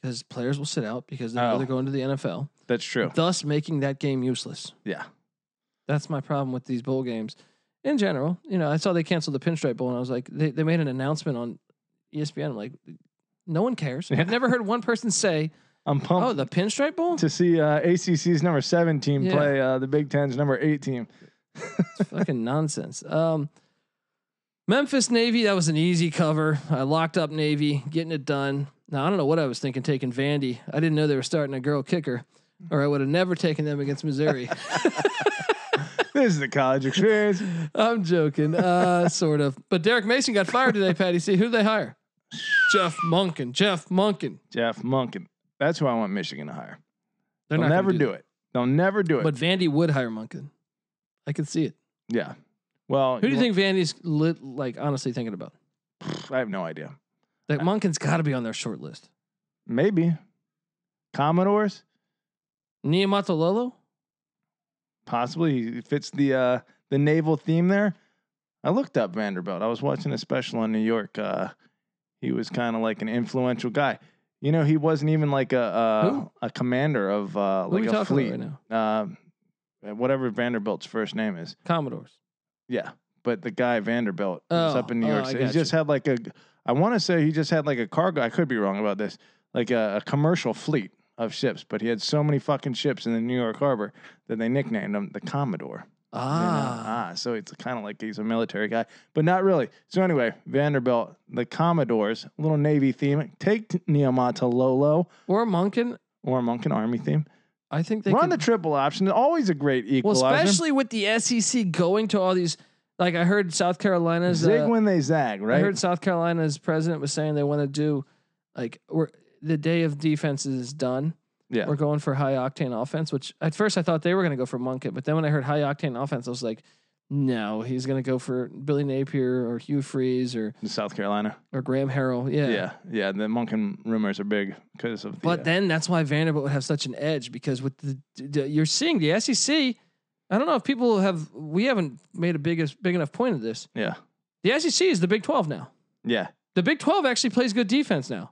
S1: because players will sit out because they're
S2: Oh.
S1: either going to the NFL,
S2: That's true.
S1: thus making that game useless.
S2: Yeah.
S1: That's my problem with these bowl games in general. You know, I saw they canceled the Pinstripe Bowl, and I was like, they, they made an announcement on E ESPN. I'm like, no one cares.
S2: Yeah.
S1: I've never heard one person say,
S2: I'm pumped
S1: "Oh, the Pinstripe Bowl."
S2: to see uh, ACC's number seven team
S1: Yeah.
S2: play uh, the Big Ten's number
S1: *laughs*
S2: eight team.
S1: It's fucking nonsense. Um, Memphis Navy, that was an easy cover. I locked up Navy, getting it done. Now I don't know what I was thinking taking Vandy. I didn't know they were starting a girl kicker, or I would have never taken them against Missouri.
S2: This is the college experience.
S1: I'm joking, uh, sort of. But Derek Mason got fired today, Patty. See who they hire? Jeff Munkin. Jeff Munkin.
S2: Jeff Munkin. That's who I want Michigan to hire.
S1: They're
S2: They'll
S1: not
S2: never
S1: gonna
S2: do,
S1: that.
S2: it. They'll never do it.
S1: But Vandy would hire Munkin. I could see it.
S2: yeah. Well,
S1: Who do you think Vandy's lit, like honestly thinking about?
S2: I have no idea.
S1: Like Munkin's got to be on their short list.
S2: Maybe Commodores.
S1: Niamatololo.
S2: Possibly he fits the uh, the naval theme there. I looked up Vanderbilt. I was watching a special on New York. Uh, he was kind of like an influential guy. You know, he wasn't even like a uh,
S1: Who?
S2: a, a commander of uh,
S1: Who are
S2: like
S1: we
S2: a
S1: talking
S2: fleet.
S1: about right now?
S2: um, whatever Vanderbilt's first name is.
S1: Commodores.
S2: Yeah, but the guy Vanderbilt was
S1: Oh,
S2: up in New
S1: oh,
S2: York
S1: I
S2: City. He
S1: got
S2: just had like a. I want to say he just had like a cargo. I could be wrong about this. Like a, a commercial fleet of ships, but he had so many fucking ships in the New York harbor that they nicknamed him the Commodore. you know?
S1: Ah,
S2: ah so it's kind of like he's a military guy, but not really. So anyway, Vanderbilt, the Commodores, little Navy theme. Take Neomata Lolo
S1: or Monken.
S2: or Monk and Army theme.
S1: I think they
S2: Run
S1: could,
S2: the triple option. Always a great
S1: well,
S2: equalizer.
S1: especially with the SEC going to all these. Like I heard South Carolina's.
S2: Zig
S1: uh,
S2: when they zag, right?
S1: I heard South Carolina's president was saying they want to do, like, we're, the day of defense is done.
S2: Yeah.
S1: We're going for high octane offense, which at first I thought they were going to go for Munkin, but then when I heard high octane offense, I was like, no, he's going to go for Billy Napier or Hugh Freeze or
S2: In South Carolina.
S1: or Graham Harrell.
S2: Yeah. yeah, The Monken rumors are big because of. The,
S1: But
S2: uh,
S1: then that's why Vanderbilt would have such an edge because with the, the you're seeing the SEC. I don't know if people have we haven't made a big as- big enough point of this.
S2: yeah,
S1: The SEC is the Big Twelve now.
S2: yeah.
S1: The Big Twelve actually plays good defense now.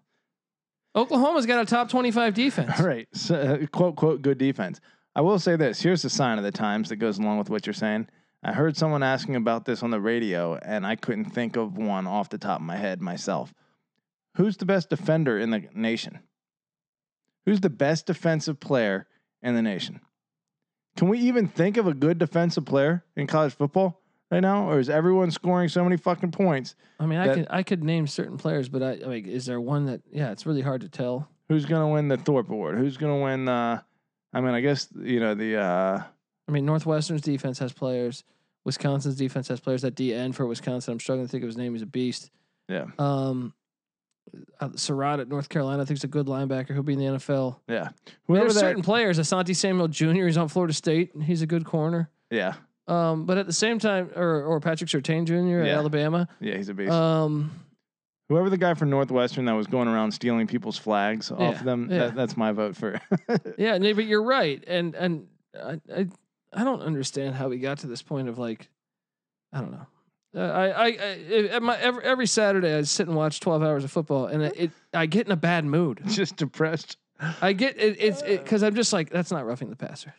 S1: Oklahoma's got a top twenty five defense.
S2: All *laughs* right. So, uh, quote, quote, good defense. I will say this. Here's the sign of the times that goes along with what you're saying. I heard someone asking about this on the radio, and I couldn't think of one off the top of my head myself. Who's the best defender in the nation? Who's the best defensive player in the nation? Can we even think of a good defensive player in college football right now? Or is everyone scoring so many fucking points?
S1: I mean, I
S2: That-
S1: could I could name certain players, but I, I mean, is there one that? Yeah, it's really hard to tell.
S2: Who's gonna win the Thorpe Award? Who's gonna win? Uh, I mean, I guess you know the. Uh,
S1: I mean, Northwestern's defense has players. Wisconsin's defense has players. That DN for Wisconsin, I'm struggling to think of his name. He's a beast.
S2: Yeah.
S1: Um, uh, Surratt at North Carolina, I think is a good linebacker. He'll be in the NFL.
S2: yeah,
S1: I mean,
S2: whoever
S1: There's
S2: that.
S1: certain players. Asante Samuel Jr. He's on Florida State. and He's a good corner.
S2: yeah,
S1: Um, but at the same time, or or Patrick Sertain Jr. at
S2: Yeah.
S1: Alabama.
S2: yeah, he's a beast.
S1: Um,
S2: whoever the guy from Northwestern that was going around stealing people's flags off
S1: Yeah,
S2: them,
S1: yeah.
S2: That, that's my vote for. *laughs*
S1: yeah, no, but you're right, and and I, I I don't understand how we got to this point of like, I don't know. Uh, I I, I at my, every every Saturday I sit and watch 12 hours of football, and it, it I get in a bad mood.
S2: Just depressed.
S1: I get it it's because I'm just like that's not roughing the passer,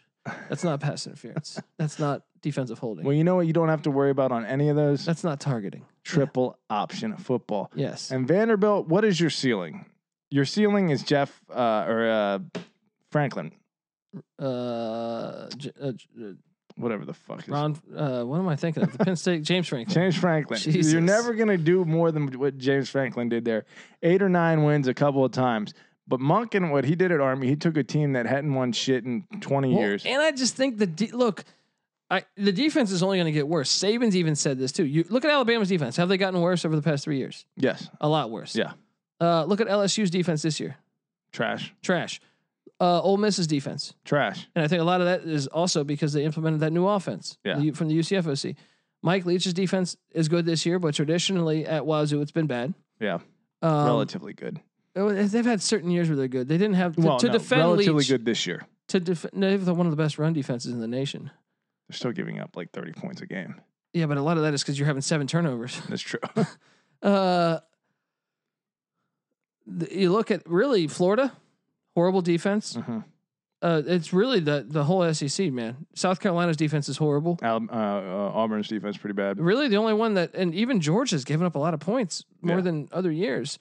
S1: that's not pass interference, that's not defensive holding,
S2: Well, you know what? You don't have to worry about on any of those
S1: that's not targeting.
S2: triple option football.
S1: Yes.
S2: And Vanderbilt, what is your ceiling? Your ceiling is Jeff uh, or uh, Franklin,
S1: Uh, J- uh, J- uh,
S2: whatever the fuck. His
S1: Ron. Uh, what am I thinking of? The Penn State James Franklin.
S2: James Franklin.
S1: Jesus.
S2: You're never going to do more than what James Franklin did there. Eight or nine wins a couple of times. But Monken, what he did at Army, he took a team that hadn't won shit in 20
S1: Well,
S2: years.
S1: And I just think the de- look, I the defense is only going to get worse. Saban's even said this too. You look at Alabama's defense. Have they gotten worse over the past three years?
S2: Yes.
S1: A lot worse.
S2: Yeah.
S1: Uh, look at LSU's defense this year.
S2: Trash.
S1: Trash. Uh, Ole Miss's defense,
S2: Trash.
S1: and I think a lot of that is also because they implemented that new offense
S2: Yeah.
S1: the- from the UCFOC. Mike Leach's defense is good this year, but traditionally at Wazoo, it's been bad.
S2: Yeah.
S1: Um, oh,
S2: relatively good.
S1: They've had certain years where they're good. They didn't have to,
S2: Well,
S1: to
S2: no,
S1: defend
S2: relatively
S1: Leach.
S2: good this year.
S1: To defend, they have the- one of the best run defenses in the nation.
S2: They're still giving up like 30 points a game.
S1: Yeah, but a lot of that is because you're having seven turnovers. *laughs*
S2: That's true.
S1: Uh, th- you look at really Florida. horrible defense.
S2: Mhm.
S1: Uh, it's really the the whole SEC, man. South Carolina's defense is horrible.
S2: Al- uh, uh, Auburn's defense pretty bad.
S1: Really, the only one that, and even Georgia's given up a lot of points more
S2: Yeah.
S1: than other years.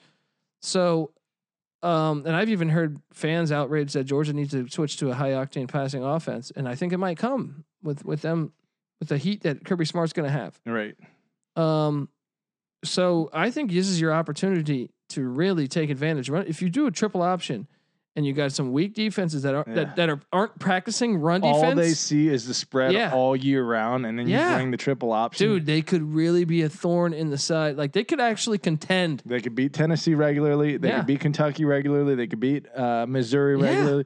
S1: So, um, and I've even heard fans outraged that Georgia needs to switch to a high octane passing offense, and I think it might come with with them with the heat that Kirby Smart's going to have.
S2: Right.
S1: Um, so I think this is your opportunity to really take advantage. Run if you do a triple option, and you got some weak defenses that are
S2: Yeah.
S1: that, that are aren't practicing run defense.
S2: All they see is the spread
S1: Yeah.
S2: all year round, and then
S1: Yeah.
S2: you bring the triple option.
S1: Dude, they could really be a thorn in the side. Like they could actually contend.
S2: They could beat Tennessee regularly. They
S1: Yeah.
S2: could beat Kentucky regularly. They could beat uh, Missouri
S1: Yeah.
S2: regularly.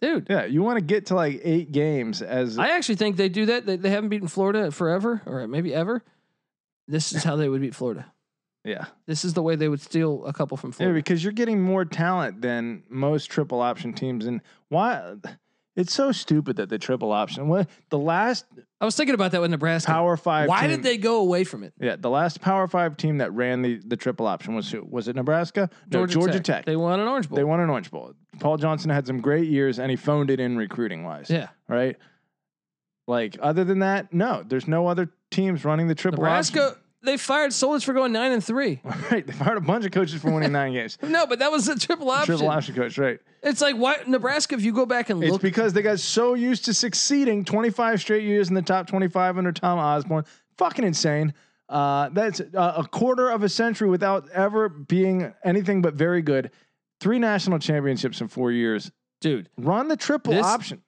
S1: Dude,
S2: Yeah. you want to get to like eight games as
S1: I actually think they do that. They, they haven't beaten Florida forever or maybe ever. This is how they would beat Florida.
S2: yeah.
S1: This is the way they would steal a couple from
S2: yeah,
S1: Florida.
S2: because you're getting more talent than most triple option teams. And why? It's so stupid that the triple option. What the last
S1: I was thinking about that with Nebraska.
S2: Power Five?
S1: Why
S2: team-
S1: did they go away from it?
S2: Yeah, the last Power Five team that ran the, the triple option was who? Was it Nebraska? No, Georgia, Tech.
S1: They won an Orange
S2: They,
S1: Bowl.
S2: won an Orange Bowl. Paul Johnson had some great years, and he phoned it in recruiting wise.
S1: yeah.
S2: right? Like other than that, no. There's no other teams running the triple
S1: Nebraska, they fired Solich for going nine and three.
S2: option. *laughs* Right, they fired a bunch of coaches for winning
S1: *laughs*
S2: nine games.
S1: No, but that was a triple option.
S2: Triple option coach, right?
S1: It's like why Nebraska. If you go back and
S2: It's
S1: look,
S2: because they got so used to succeeding 25 straight years in the top 25 under Tom Osborne. Fucking insane. Uh, that's uh, a quarter of a century without ever being anything but very good. Three national championships in four years.
S1: dude,
S2: Run the triple
S1: This-
S2: option.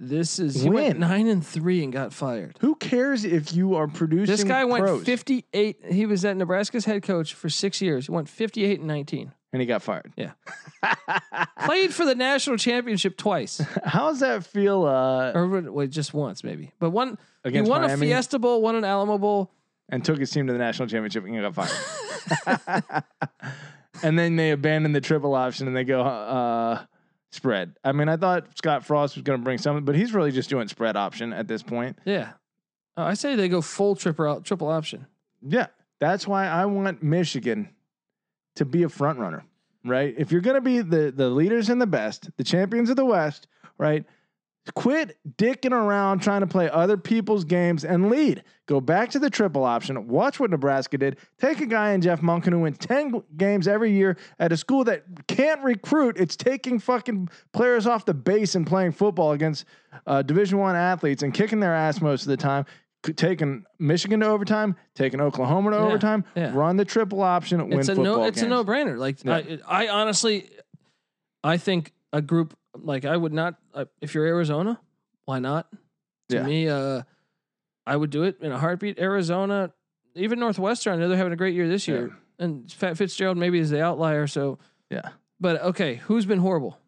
S1: this is he went
S2: Win.
S1: nine and three and got fired.
S2: Who cares if you are producing?
S1: This guy went
S2: pros?
S1: 58. He was at Nebraska's head coach for six years. He went 58 and 19.
S2: and he got fired. *laughs*
S1: Played for the national championship
S2: *laughs*
S1: twice,
S2: How does that feel? Uh,
S1: or wait, just once maybe. But one, he
S2: against
S1: won a
S2: Miami?
S1: Fiesta Bowl, won an Alamo Bowl.
S2: and took his team to the national championship and got fired. and then they abandoned the triple option and they go uh, spread. I mean, I thought Scott Frost was going to bring something, but he's really just doing spread option at this point.
S1: Yeah, oh, I say they go full triple triple option.
S2: Yeah, that's why I want Michigan to be a front runner, right? If you're going to be the the leaders and the best, the champions of the West, right? Quit dicking around trying to play other people's games and lead. Go back to the triple option. Watch what Nebraska did. Take a guy in Jeff Monken who wins 10 games every year at a school that can't recruit. It's taking fucking players off the base and playing football against uh, Division One athletes and kicking their ass most of the time. C- Taking Michigan to overtime, taking Oklahoma to
S1: Yeah,
S2: overtime,
S1: yeah.
S2: run the triple option, win
S1: it's a
S2: football
S1: no it's a
S2: games.
S1: no brainer like I, I honestly i think a group like i would not uh, if you're arizona why not to
S2: Yeah.
S1: me uh i would do it in a heartbeat arizona even northwestern i know they're having a great year this
S2: Yeah.
S1: year and Fat fitzgerald maybe is the outlier so
S2: Yeah.
S1: but okay who's been horrible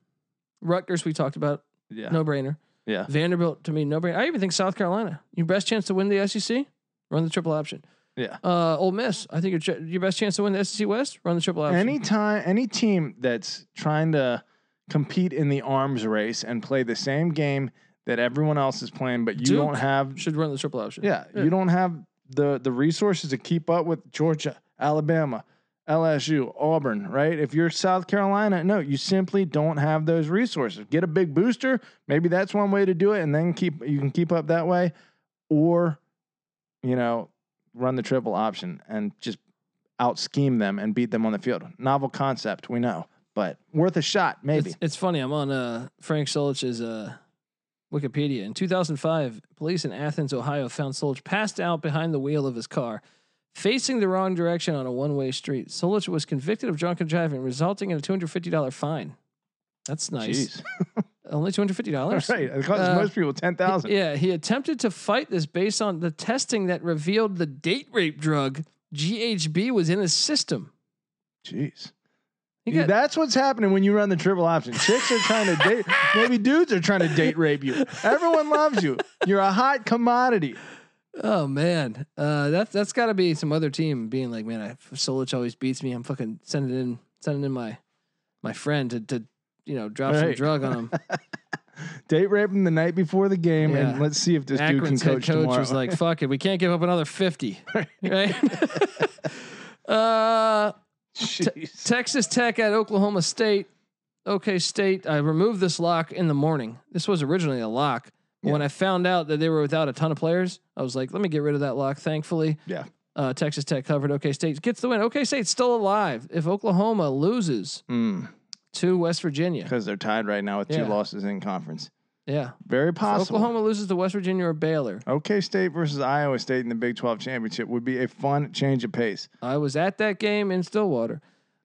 S1: rutgers we talked about
S2: Yeah.
S1: no brainer
S2: Yeah.
S1: vanderbilt to me no brainer i even think south carolina your best chance to win the sec run the triple option
S2: Yeah.
S1: uh, Ole Miss. I think your ch- your best chance to win the SEC West run the triple option.
S2: Any time, any team that's trying to compete in the arms race and play the same game that everyone else is playing, but you
S1: Duke.
S2: don't have,
S1: should run the triple option.
S2: yeah,
S1: Yeah.
S2: you don't have the the resources to keep up with Georgia, Alabama, LSU, Auburn, right? If you're South Carolina, no, you simply don't have those resources. Get a big booster, maybe that's one way to do it, and then keep you can keep up that way, or you know, run the triple option and just out scheme them and beat them on the field. Novel concept, we know, but worth a shot, maybe.
S1: It's, it's funny. I'm on uh, Frank Solich's uh, Wikipedia. In 2005, police in Athens, Ohio, found Solich passed out behind the wheel of his car, facing the wrong direction on a one-way street. Solich was convicted of drunken driving, resulting in a $250 fine. That's nice.
S2: Jeez, *laughs*
S1: Only $250.
S2: right? It costs
S1: Uh,
S2: most people ten thousand.
S1: Yeah, he attempted to fight this based on the testing that revealed the date rape drug GHB was in his system.
S2: Jeez.
S1: He
S2: Dude,
S1: got-
S2: that's what's happening when you run the triple option. Chicks are trying to date, maybe dudes are trying to date rape you. Everyone loves you. You're a hot commodity.
S1: Oh man, uh, that's that's got to be some other team being like, man, I, Solich always beats me. I'm fucking sending in sending in my my friend to, to you know drop some
S2: Right.
S1: drug on him.
S2: Date rape him the night before the game,
S1: Yeah.
S2: and let's see if *laughs* this
S1: Akron's
S2: dude can
S1: head
S2: coach,
S1: coach
S2: tomorrow.
S1: was
S2: *laughs*
S1: like, fuck it, we can't give up another fifty, right? *laughs* uh,
S2: Jeez.
S1: Texas Tech at Oklahoma State. OK State. I removed this lock in the morning. This was originally a lock. But
S2: Yeah.
S1: When I found out that they were without a ton of players, I was like, let me get rid of that lock. Thankfully,
S2: Yeah.
S1: uh, Texas Tech covered. OK State gets the win. OK State's still alive. If Oklahoma loses
S2: Because
S1: to West Virginia,
S2: they're tied right now with two
S1: Yeah.
S2: losses in conference.
S1: yeah,
S2: Very
S1: If
S2: possible.
S1: Oklahoma loses to West Virginia or Baylor.
S2: OK State versus Iowa State in the Big 12 championship would be a fun change of pace.
S1: I was at that game in Stillwater.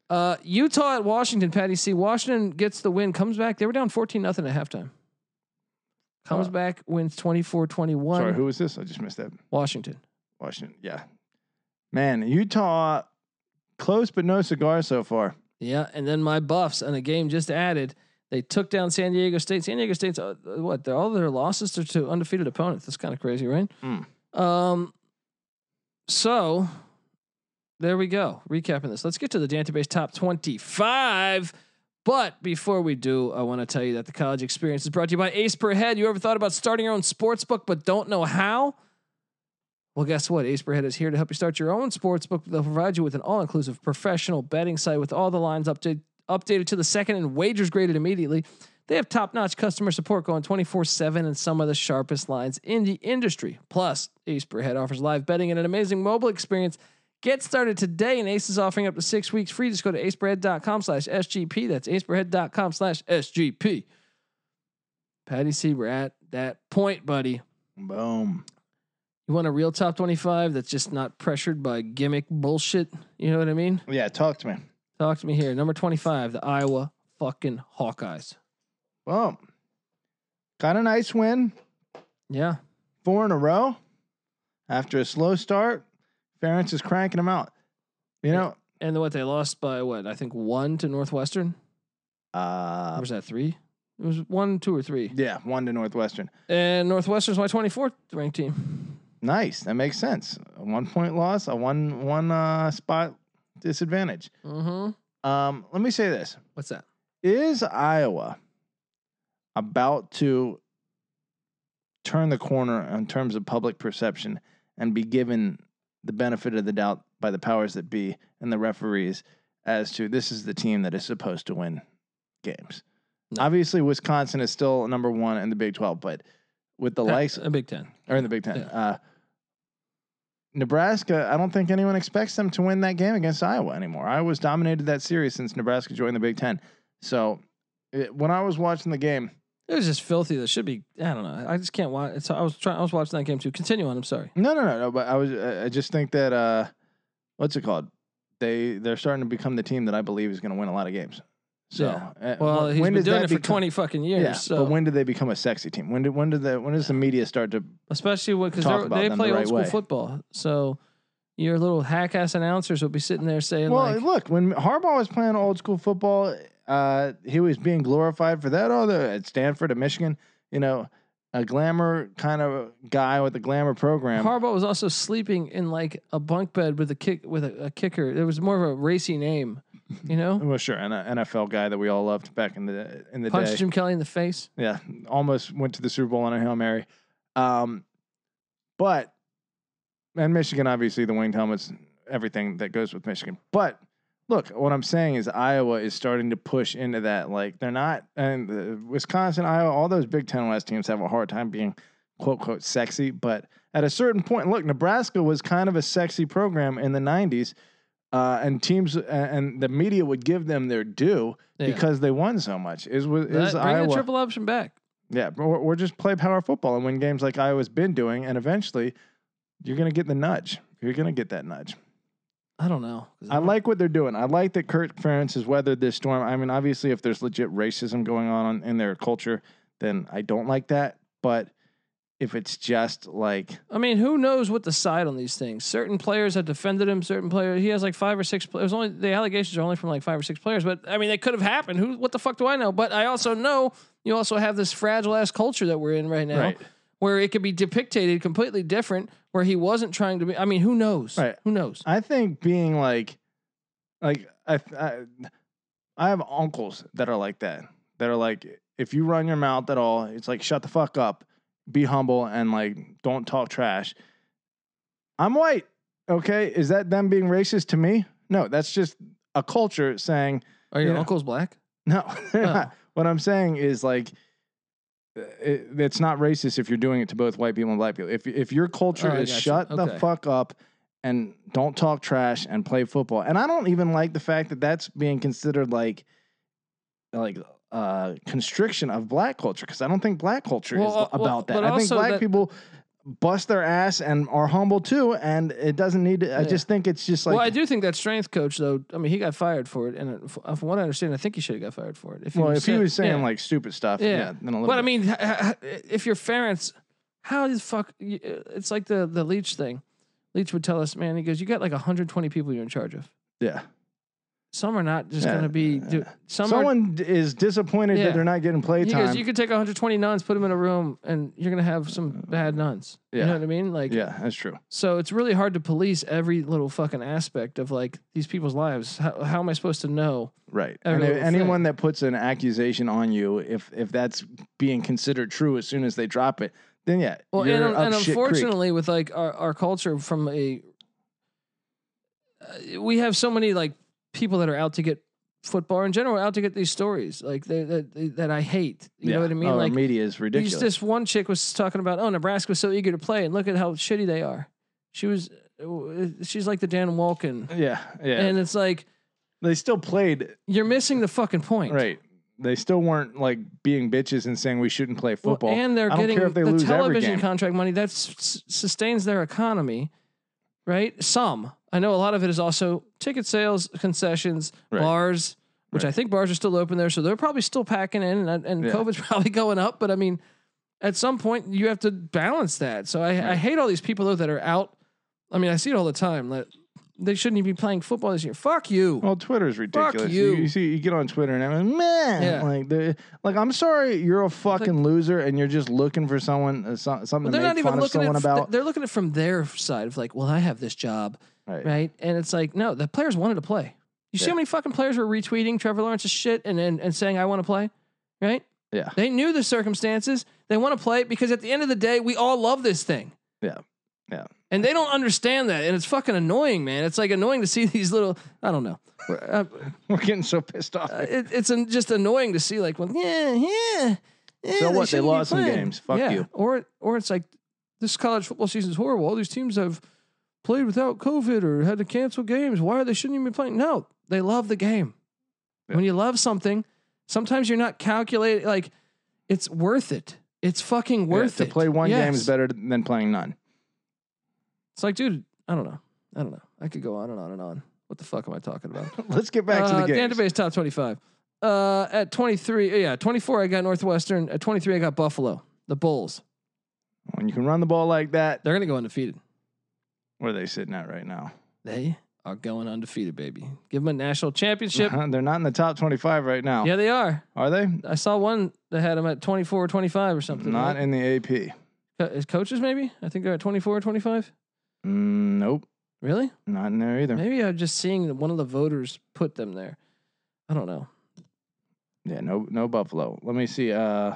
S1: Uh, Utah at Washington, Patty C. Washington gets the win, comes back. They were down 14 nothing at halftime. Comes
S2: Uh,
S1: back, wins 24 21.
S2: Sorry, who was this? I just missed that.
S1: Washington.
S2: Washington. Yeah. Man, Utah, close but no cigar so far.
S1: Yeah. And then my Buffs and a game just added. They took down San Diego State. San Diego State's, uh, what, they're, all their losses are to undefeated opponents. That's kind of crazy, right?
S2: Mm.
S1: Um, so there we go. Recapping this. Let's get to the database top 25. But before we do, I want to tell you that the college experience is brought to you by Ace Per Head. You ever thought about starting your own sports book but don't know how? Well, guess what? Ace Per Head is here to help you start your own sports book. They'll provide you with an all inclusive professional betting site with all the lines updated updated to the second and wagers graded immediately. They have top notch customer support going 24 7 and some of the sharpest lines in the industry. Plus, Ace Per Head offers live betting and an amazing mobile experience. Get started today, and Ace is offering up to six weeks free. Just go to aceperhead.com slash SGP. That's aceperhead.com slash SGP. Patty C, we're at that point, buddy.
S2: Boom.
S1: You want a real top 25 that's just not pressured by gimmick bullshit? You know what I mean?
S2: Yeah, talk to me.
S1: Talk to me here. Number 25, the Iowa fucking Hawkeyes.
S2: Boom. Got a nice win.
S1: Yeah.
S2: four in a row after a slow start. Ference is cranking them out. You know,
S1: And what they lost by what? I think one to Northwestern. Or
S2: uh,
S1: was that three? It was one, two, or three.
S2: yeah, one to Northwestern.
S1: And Northwestern's my 24th ranked team.
S2: Nice, that makes sense. A one point loss, a one one uh, spot disadvantage.
S1: Mm-hmm.
S2: Um, let me say this:
S1: What's that?
S2: Is Iowa about to turn the corner in terms of public perception and be given the benefit of the doubt by the powers that be and the referees as to this is the team that is supposed to win games?
S1: No.
S2: Obviously, Wisconsin is still number one in the Big 12, but
S1: *laughs*
S2: with the likes,
S1: a Big Ten.
S2: or in the Big Ten,
S1: Yeah.
S2: uh, Nebraska, I don't think anyone expects them to win that game against Iowa anymore. Iowa's dominated that series since Nebraska joined the Big Ten. So it, when I was watching the game,
S1: It was just filthy. That should be. I don't know. I just can't watch. It's, I was trying. I was watching that game too. Continue on. I'm sorry.
S2: no, no, no, no, but I was, I I just think that, uh, what's it called? They, they're starting to become the team that I believe is going to win a lot of games. So, uh,
S1: Well,
S2: wh-
S1: he's been doing it for
S2: become-
S1: 20 fucking years.
S2: Yeah,
S1: so
S2: but when do they become a sexy team? When do, when do the when does the media start to?
S1: especially because
S2: Talk about
S1: they
S2: them
S1: play
S2: the
S1: old
S2: right
S1: school
S2: way.
S1: football, so your little hack ass announcers will be sitting there saying
S2: Well,
S1: like,
S2: look, when Harbaugh was playing old school football, uh, he was being glorified for that. Although at Stanford, at Michigan, you know, a glamour kind of guy with a glamour program.
S1: Harbaugh was also sleeping in like a bunk bed with a kick with a, a kicker. There was more of a racy name,
S2: *laughs*
S1: you know.
S2: well, sure, an NFL guy that we all loved back in the in the
S1: Punched
S2: day.
S1: Jim Kelly in the face.
S2: Yeah, almost went to the Super Bowl on a hail mary. Um, but and Michigan, obviously, the winged helmets, everything that goes with Michigan. But look, what I'm saying is Iowa is starting to push into that. Like they're not, and the, Wisconsin, Iowa, all those Big Ten West teams have a hard time being quote quote sexy. But at a certain point, look, Nebraska was kind of a sexy program in the '90s. Uh, and teams uh, and the media would give them their due
S1: Yeah.
S2: because they won so much. Is was
S1: That-
S2: is
S1: bring
S2: Iowa
S1: the triple option back.
S2: yeah, or, or just play power football and win games like Iowa's been doing, and eventually you're gonna get the nudge. You're gonna get that nudge.
S1: I don't know.
S2: I like what they're doing. I like that Kurt Ferentz has weathered this storm. I mean, obviously, if there's legit racism going on in their culture, then I don't like that. But if it's just like
S1: I mean, who knows what the side on these things? Certain players have defended him. Certain players, he has like five or six players. Only the allegations are only from like five or six players, but I mean, they could have happened. Who? What the fuck do I know? But I also know you also have this fragile ass culture that we're in right now,
S2: Right.
S1: where it could be depicted completely different. Where he wasn't trying to be. I mean, who knows?
S2: Right.
S1: Who knows?
S2: I think being like, like I, I, I have uncles that are like that. That are like, if you run your mouth at all, it's like shut the fuck up, be humble, and like don't talk trash. I'm white. Okay, is that them being racist to me? No, that's just a culture saying
S1: Are your
S2: Yeah.
S1: uncles black?
S2: *laughs* No, they're not. What I'm saying is like, it, it's not racist if you're doing it to both white people and black people. If if your culture
S1: Oh, I
S2: is
S1: gotcha.
S2: shut
S1: Okay.
S2: the fuck up and don't talk trash and play football, and I don't even like the fact that that's being considered like, like uh constriction of black culture because I don't think black culture is
S1: Well, uh,
S2: about
S1: well,
S2: that.
S1: but
S2: I think
S1: also
S2: black
S1: that-
S2: people bust their ass and are humble too, and it doesn't need. To, I
S1: Yeah.
S2: just think it's just like
S1: well, I do think that strength coach, though. I mean, he got fired for it, and if- from what I understand, I think he should have got fired for it. If
S2: Well, if he
S1: saying-
S2: was saying
S1: yeah.
S2: like stupid stuff,
S1: Yeah.
S2: yeah, then a little.
S1: but I
S2: bit.
S1: mean, h- h- if your parents, how the fuck? you- It's like the the leech thing. Leech would tell us, man. He goes, you got like 120 people you're in charge of.
S2: yeah.
S1: Some are not just
S2: Yeah,
S1: going to be. Do, some are,
S2: Someone d- is disappointed
S1: Yeah.
S2: that they're not getting
S1: he
S2: playtime.
S1: goes, you could take 120 nuns, put them in a room, and you're going to have some bad nuns. You know
S2: Yeah.
S1: what I mean? Like,
S2: yeah, that's true.
S1: so it's really hard to police every little fucking aspect of like these people's lives. How, how am I supposed to know?
S2: Right.
S1: Every
S2: And if
S1: little
S2: anyone
S1: thing.
S2: that puts an accusation on you, if if that's being considered true as soon as they drop it, then yeah,
S1: Well,
S2: you're
S1: and,
S2: up
S1: and
S2: shit creek.
S1: unfortunately, with like our, our culture from a, uh, we have so many like people that are out to get football in general, out to get these stories like they, that they- that I hate. You
S2: yeah.
S1: know what I mean?
S2: Oh, our
S1: like
S2: media is
S1: these-
S2: ridiculous.
S1: this one chick was talking about, oh, Nebraska was so eager to play, and look at how shitty they are. She was, uh, she's like the Dan Walken,
S2: yeah, yeah.
S1: and it's like
S2: they still played
S1: you're missing the fucking point.
S2: right. They still weren't like being bitches and saying we shouldn't play
S1: Well,
S2: football.
S1: and they're
S2: I don't
S1: getting
S2: care if they
S1: the
S2: lose every
S1: television
S2: game.
S1: contract money that s- sustains their economy, right? Some. I know a lot of it is also ticket sales, concessions,
S2: Right.
S1: bars, which
S2: Right.
S1: I think bars are still open there, so they're probably still packing in, and, uh, and
S2: Yeah.
S1: COVID's *laughs* probably going up. But I mean, at some point, you have to balance that. So I, I
S2: Right.
S1: hate all these people though that are out. I mean, I see it all the time. That they shouldn't even be playing football this year. Fuck you.
S2: Well, Twitter's ridiculous.
S1: you.
S2: see, you get on Twitter and I'm like, man,
S1: Yeah.
S2: like, the- like I'm sorry, you're a fucking loser, and you're just looking for someone, uh, so,
S1: But
S2: something
S1: they're
S2: to
S1: not
S2: make
S1: even
S2: fun of
S1: looking at
S2: someone
S1: it. f-
S2: about.
S1: They're looking at it from their side of like, well, I have this job.
S2: right.
S1: right? And it's like, no, the players wanted to play. You see
S2: Yeah.
S1: how many fucking players were retweeting Trevor Lawrence's shit and and, and saying I want to play, right?
S2: Yeah. *laughs*
S1: They knew the circumstances. They want to play because at the end of the day, we all love this thing.
S2: Yeah. Yeah.
S1: And they don't understand that, and it's fucking annoying, man. It's like annoying to see *laughs* these little. I don't know. Uh,
S2: We're getting so pissed off.
S1: it, it's an, just annoying to see like, well, yeah, yeah. yeah
S2: So what? They
S1: shouldn't be
S2: lost some
S1: playing.
S2: games. Fuck
S1: Yeah.
S2: you.
S1: Or or it's like this college football season's horrible. All these teams have played without COVID or had to cancel games. Why are they shouldn't even be playing? No, they love the game.
S2: Yeah.
S1: When you love something, sometimes you're not calculating. Like it's worth it. It's fucking
S2: Yeah,
S1: worth
S2: to
S1: it.
S2: play one game
S1: Yes.
S2: is better than playing none. *laughs*
S1: It's like, dude, I don't know. I don't know. I could go on and on and on. What the fuck am I talking about?
S2: Let's get back to
S1: Uh,
S2: the game.
S1: Database top 25. Uh, at 23, yeah, 24, I got Northwestern. At 23, I got Buffalo, the Bulls.
S2: When you can run the ball like that,
S1: They're going to go undefeated.
S2: where are they sitting at right now?
S1: They are going undefeated, baby. Give them a national championship.
S2: Uh-huh. They're not in the top 25 right now.
S1: Yeah, they are.
S2: Are they?
S1: I saw one that had them at 24 or 25 or something.
S2: Not
S1: right?
S2: in the AP.
S1: Co- is coaches, maybe? I think they're at 24 or 25.
S2: Mm, nope.
S1: Really?
S2: Not in there either.
S1: Maybe I'm just seeing that one of the voters put them there. I don't know.
S2: Yeah, no, no Buffalo. Let me see. Uh,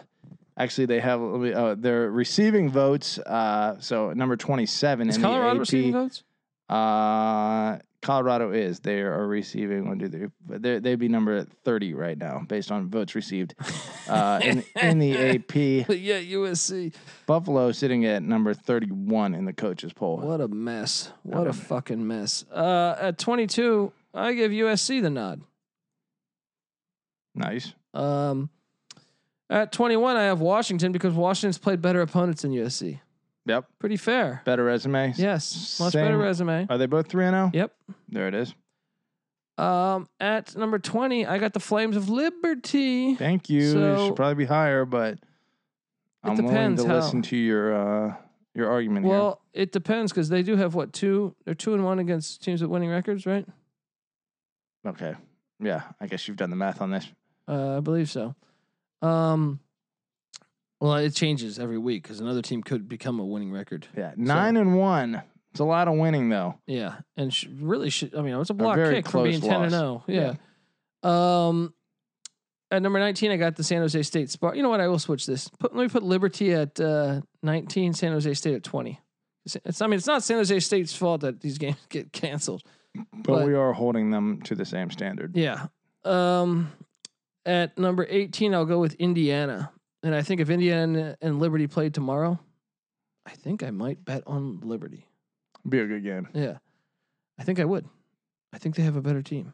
S2: actually, they have. Let me, uh, they're receiving votes. Uh, so number twenty-seven
S1: Is
S2: in
S1: Colorado
S2: the AP.
S1: receiving votes? *laughs*
S2: Uh, Colorado is. They are receiving one, two, three. But they they'd be number thirty right now based on votes received.
S1: *laughs*
S2: Uh, in, in the AP,
S1: yeah, USC.
S2: Buffalo sitting at number thirty-one in the coaches poll.
S1: What a mess. What a fucking mess. Uh, at 22, I give USC the nod.
S2: Nice.
S1: Um, at 21, I have Washington because Washington's played better opponents than USC.
S2: Yep.
S1: Pretty fair.
S2: Better resume.
S1: Yes. Much better
S2: Same.
S1: resume.
S2: Are they both three and zero?
S1: Yep.
S2: There it is.
S1: Um, at number 20, I got the Flames of Liberty.
S2: Thank you.
S1: So-
S2: it should probably be higher, but I'm willing
S1: depends
S2: to
S1: how-
S2: listen to your uh, your argument here.
S1: Well, it depends because they do have what two? They're two and one against teams with winning records, right?
S2: Okay. Yeah, I guess you've done the math on this.
S1: Uh, I believe so. Um, well, it changes every week because another team could become a winning record.
S2: Yeah, nine and one. It's a lot of winning though.
S1: Yeah, and sh- really, sh- I mean, it was a block
S2: very
S1: kick from being
S2: close
S1: ten and
S2: loss.
S1: zero. Yeah. Um, at number nineteen, I got the San Jose State Spark. You know what? I will switch this. Put, let me put Liberty at uh, nineteen, San Jose State at twenty. It's, it's- I mean, it's not San Jose State's fault that these games *laughs* get canceled.
S2: But,
S1: But-
S2: we are holding them to the same standard.
S1: Yeah. Um, At number 18, I'll go with Indiana. And I think if Indiana and Liberty played tomorrow, I think I might bet on Liberty.
S2: Be a good game.
S1: Yeah. I think I would. I think they have a better team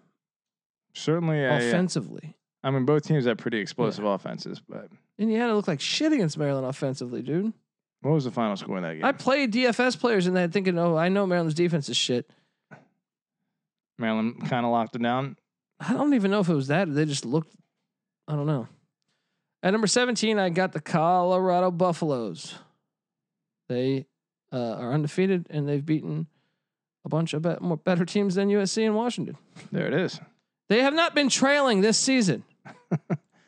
S2: Certainly, a,
S1: offensively.
S2: I mean, both teams have pretty explosive offenses, but
S1: Indiana looked like shit against Maryland offensively, dude.
S2: what was the final score in that game?
S1: I played DFS players in that thinking, oh, I know Maryland's defense is shit.
S2: Maryland kind of locked it down.
S1: I don't even know if it was that. or They just looked. I don't know. At number seventeen, I got the Colorado Buffaloes. They uh, are undefeated and they've beaten a bunch of bet- more better teams than USC and Washington.
S2: There it is.
S1: They have not been trailing this season.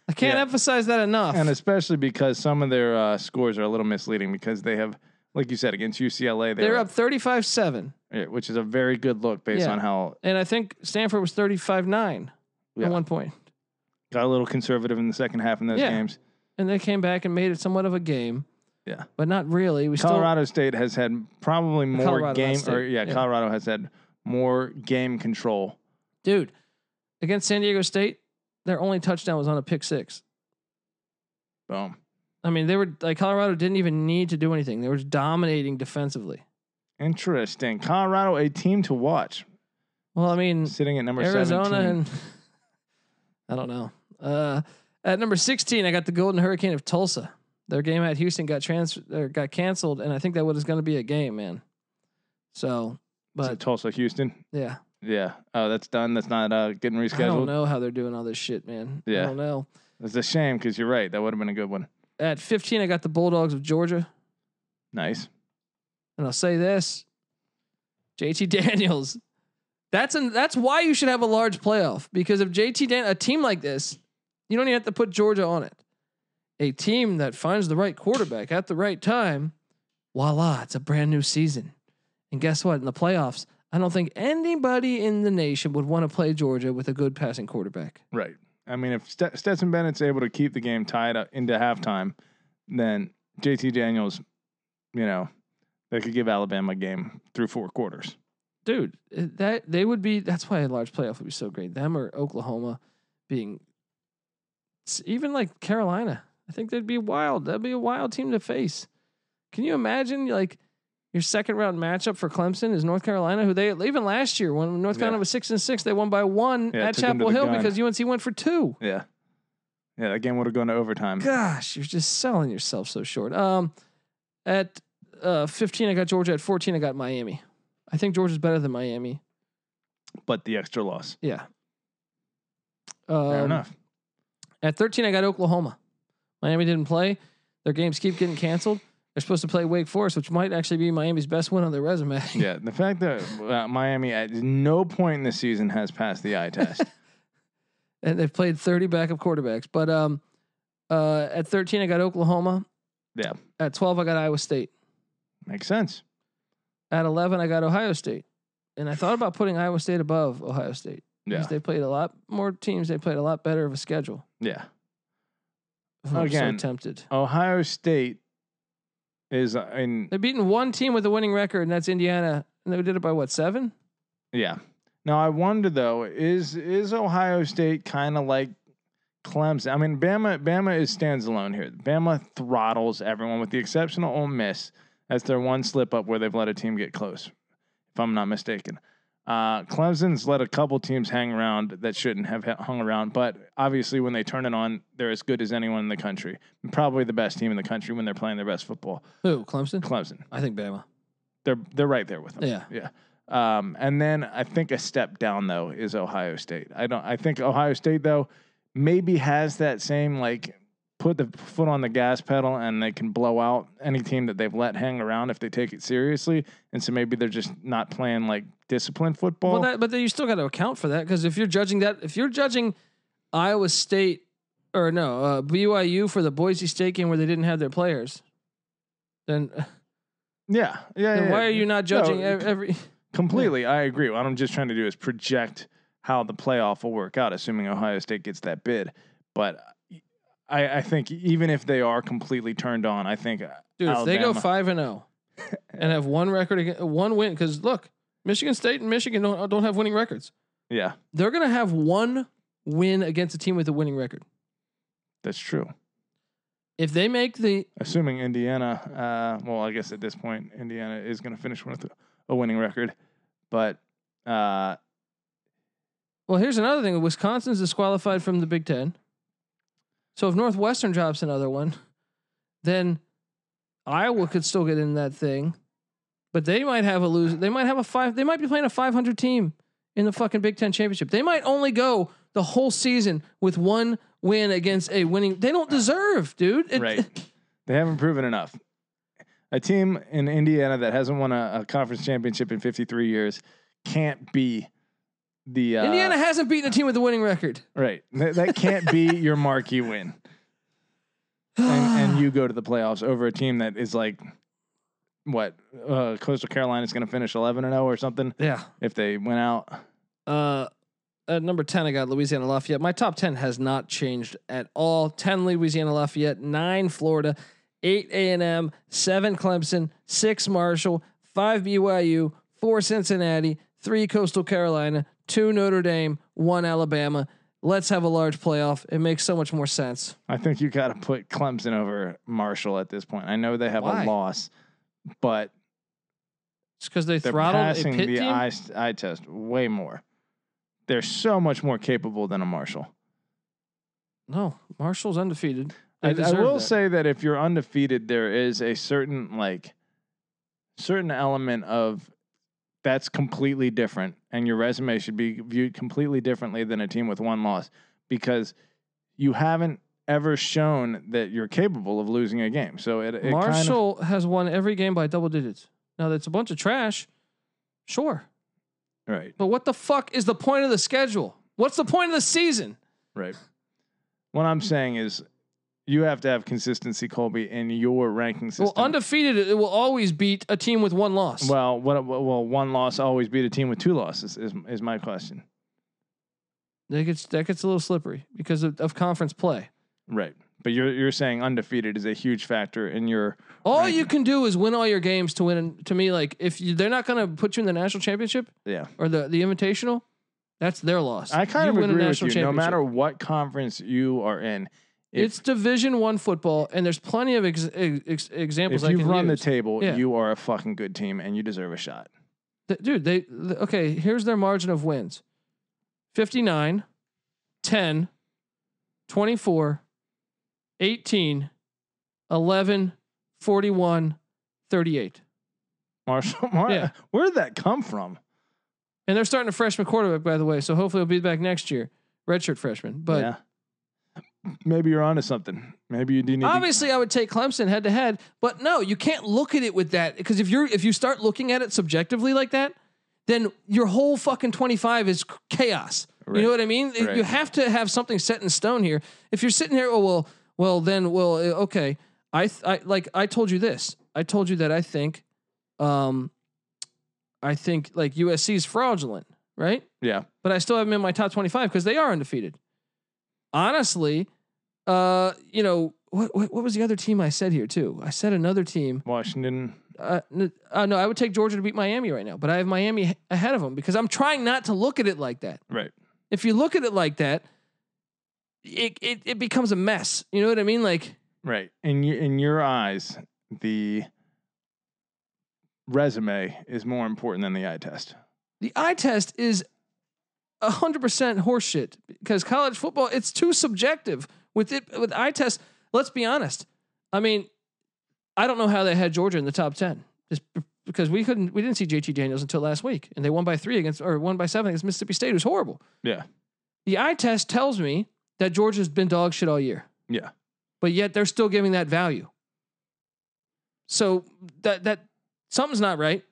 S1: I can't
S2: Yeah.
S1: emphasize that enough.
S2: And especially because some of their uh, scores are a little misleading because they have, like you said, against UCLA, they
S1: They're
S2: were-
S1: up thirty-five-seven,
S2: yeah, which is a very good look based
S1: Yeah.
S2: on how
S1: and I think Stanford was thirty-five-nine
S2: Yeah.
S1: at one point.
S2: got a little conservative in the second half in those
S1: Yeah.
S2: games.
S1: and they came back and made it somewhat of a game.
S2: Yeah.
S1: but not really. We
S2: Colorado State has had probably more
S1: Colorado, not
S2: game, or
S1: State.
S2: yeah,
S1: Yeah.
S2: Colorado has had more game control.
S1: still, dude, against San Diego State, their only touchdown was on a pick six.
S2: Boom.
S1: I mean, they were like Colorado didn't even need to do anything. They were dominating defensively.
S2: Interesting. Colorado, a team to watch,
S1: Well, I mean,
S2: sitting at number
S1: Arizona
S2: 17.
S1: and *laughs* I don't know. Uh, at number sixteen, I got the Golden Hurricane of Tulsa. Their game at Houston got trans or got canceled, and I think that was going to be a game, man. So,
S2: Is it
S1: but
S2: Tulsa, Houston.
S1: yeah,
S2: Yeah. Oh, that's done. That's not uh, getting
S1: I don't
S2: rescheduled.
S1: know how they're doing all this shit, man. I
S2: Yeah.
S1: don't know.
S2: It's a shame because you're right. That would have been a good one.
S1: At 15, I got the Bulldogs of Georgia.
S2: Nice.
S1: And I'll say this JT *laughs* Daniels. That's an, that's why you should have a large playoff because if JT Dan, a team like this, you don't even have to put Georgia on it. A team that finds the right quarterback at the right time, voila, it's a brand new season. And guess what? In the playoffs, I don't think anybody in the nation would want to play Georgia with a good passing quarterback.
S2: Right. I mean, if St- Stetson Bennett's able to keep the game tied up into halftime, then JT Daniels, you know, they could give Alabama a game through four quarters.
S1: dude, uh, that they would be. That's why a large playoff would be so great. Them or Oklahoma being s- even like Carolina. I think they'd be wild. That'd be a wild team to face. Can you imagine like your second round matchup for Clemson is North Carolina, who they even last year when North Carolina
S2: Yeah.
S1: was six and six, they won by one
S2: Yeah,
S1: at
S2: took 'em to
S1: Chapel
S2: the
S1: Hill
S2: gun.
S1: because UNC went for two.
S2: Yeah. Yeah, that game would have gone to overtime.
S1: Gosh, you're just selling yourself so short. Um, at uh, 15, I got Georgia. At 14, I got Miami. I think Georgia's better than Miami.
S2: But the extra loss.
S1: Yeah.
S2: Fair
S1: Um,
S2: enough.
S1: At 13, I got Oklahoma. Miami didn't play. Their games keep getting canceled. They're supposed to play Wake Forest, which might actually be Miami's best win on their resume. *laughs*
S2: Yeah, the fact that uh, Miami at no point in the season has passed the eye test.
S1: and they've played 30 backup quarterbacks. But um, uh, at 13, I got Oklahoma.
S2: Yeah.
S1: At 12, I got Iowa State.
S2: Makes sense.
S1: At 11, I got Ohio State. And I thought about putting Iowa State above Ohio State because
S2: Yeah.
S1: they played a lot more teams. They played a lot better of a schedule.
S2: Yeah.
S1: I'm so
S2: Again.
S1: tempted.
S2: Ohio State is uh, in
S1: They've beaten one team with a winning record, and that's Indiana. And they did it by what, seven?
S2: Yeah. Now I wonder though, is is Ohio State kind of like Clemson? I mean, Bama Bama is stands alone here. Bama throttles everyone with the exception of Ole Miss. That's their one slip up where they've let a team get close, if I'm not mistaken. Uh, Clemson's let a couple teams hang around that shouldn't have ha- hung around, but obviously when they turn it on, they're as good as anyone in the country. Probably the best team in the country when they're playing their best football.
S1: Who? Clemson?
S2: Clemson,
S1: I think Bama.
S2: they're they're right there with them.
S1: Yeah.
S2: Um, and then I think a step down though is Ohio State. I don't. I think Ohio State though maybe has that same like put the foot on the gas pedal and they can blow out any team that they've let hang around if they take it seriously. And so maybe they're just not playing like disciplined football.
S1: Well, that, but then you still got to account for that because if you're judging that, if you're judging Iowa State or no uh, BYU for the Boise State game where they didn't have their players, then, *laughs*
S2: yeah, yeah.
S1: then
S2: yeah,
S1: why are you not judging
S2: No,
S1: ev- every?
S2: Completely, I agree. What I'm just trying to do is project how the playoff will work out, assuming Ohio State gets that bid. But I, I think even if they are completely turned on, I think uh,
S1: Dude, if they go
S2: Alabama.
S1: five and zero and have one record, again, one win, because look, Michigan State and Michigan don't don't have winning records.
S2: yeah,
S1: They're gonna have one win against a team with a winning record.
S2: That's true.
S1: If they make the
S2: Assuming Indiana, uh, well, I guess at this point Indiana is going to finish with a winning record, but uh,
S1: well, here's another thing: Wisconsin's disqualified from the Big Ten. So if Northwestern drops another one, then Iowa could still get in that thing, but they might have a lose. They might have a five. They might be playing a 500 team in the fucking Big Ten championship. They might only go the whole season with one win against a winning. They don't deserve, dude. It- *laughs*
S2: right, they haven't proven enough. A team in Indiana that hasn't won a, a conference championship in 53 years can't be the uh,
S1: Indiana hasn't beaten a team with a winning record.
S2: Right. That, that can't be your marquee win. And, and you go to the playoffs over a team that is like, what? Uh, Coastal Carolina is going to finish 11 and 0 or something
S1: *sighs* yeah.
S2: if they went out.
S1: Uh, at number 10, I got Louisiana Lafayette. My top 10 has not changed at all. 10 Louisiana Lafayette, 9 Florida, 8 A&M, 7 Clemson, 6 Marshall, 5 BYU, 4 Cincinnati, 3 Coastal Carolina, 2 Notre Dame, 1 Alabama. Let's have a large playoff. It makes so much more sense.
S2: I think you got to put Clemson over Marshall at this point. I know they have
S1: Why?
S2: a loss, but
S1: It's because they
S2: they're
S1: throttled a
S2: passing
S1: pit
S2: the
S1: team.
S2: eye, eye test way more. They're so much more capable than a Marshall.
S1: No, Marshall's undefeated. They
S2: I, I
S1: deserve
S2: will
S1: that.
S2: say that if you're undefeated, there is a certain like certain element of that's completely different, and your resume should be viewed completely differently than a team with one loss because you haven't ever shown that you're capable of losing a game. So it, it kind of,
S1: Marshall has won every game by double digits. Now that's a bunch of trash. Sure.
S2: right,
S1: But what the fuck is the point of the schedule? What's the point of the season?
S2: right. What I'm saying is, you have to have consistency, Colby, in your ranking system.
S1: Well, undefeated, it will always beat a team with one loss.
S2: Well, what? Well, one loss always beat a team with two losses. Is is my question?
S1: that gets that gets a little slippery because of, of conference play.
S2: Right. But you're you're saying undefeated is a huge factor in your
S1: All
S2: Right.
S1: you can do is win all your games to win. To me, like if you, they're not going to put you in the national championship
S2: yeah.
S1: or the the invitational, that's their loss.
S2: I kind
S1: You
S2: of
S1: win a
S2: agree with
S1: national
S2: you. No
S1: championship.
S2: matter what conference you are in, if,
S1: it's Division One football, and there's plenty of ex, ex,
S2: if
S1: examples. I
S2: you
S1: can
S2: run
S1: use.
S2: the table,
S1: Yeah.
S2: you are a fucking good team and you deserve a *laughs* shot.
S1: Th- dude they th- okay here's their margin of wins 59 10 24 18 11 41 38
S2: Marshall, Mar-
S1: Yeah.
S2: where did that come from?
S1: and they're starting a freshman quarterback by the way so hopefully he'll be back next year redshirt freshman but
S2: maybe you're onto something. Maybe you do need
S1: obviously i would take clemson head to head but no you can't look at it with that because if you're if you start looking at it subjectively like that then your whole fucking 25 is chaos
S2: Right.
S1: you know what i mean It- you
S2: Right.
S1: have to have something set in stone here if you're sitting here oh well well then well eh, okay i th- i like i told you this i told you that i think um i think like usc is fraudulent right
S2: to Yeah.
S1: but I still have them in my top 25 because they are undefeated. Honestly, uh, you know, what, what, what was the other team I said here too? I said another team.
S2: Washington.
S1: Uh, n- uh, no, I would take Georgia to beat Miami right now, but I have Miami h- ahead of them because I'm trying not to look at it like that.
S2: Right.
S1: If you look at it like that, it, it, it becomes a mess. You know what I mean? Like,
S2: Right. In your in your eyes, the resume is more important than the eye test.
S1: the eye test is 100% horseshit because college football it's too subjective with it with eye test let's be honest i mean i don't know how they had georgia in the top 10 just b- because we couldn't we didn't see jt daniels until last week and they won by three against or won by seven against mississippi state it was horrible
S2: Yeah.
S1: the eye test tells me that georgia's been dog shit all year
S2: Yeah.
S1: but yet they're still giving that value so that that something's not right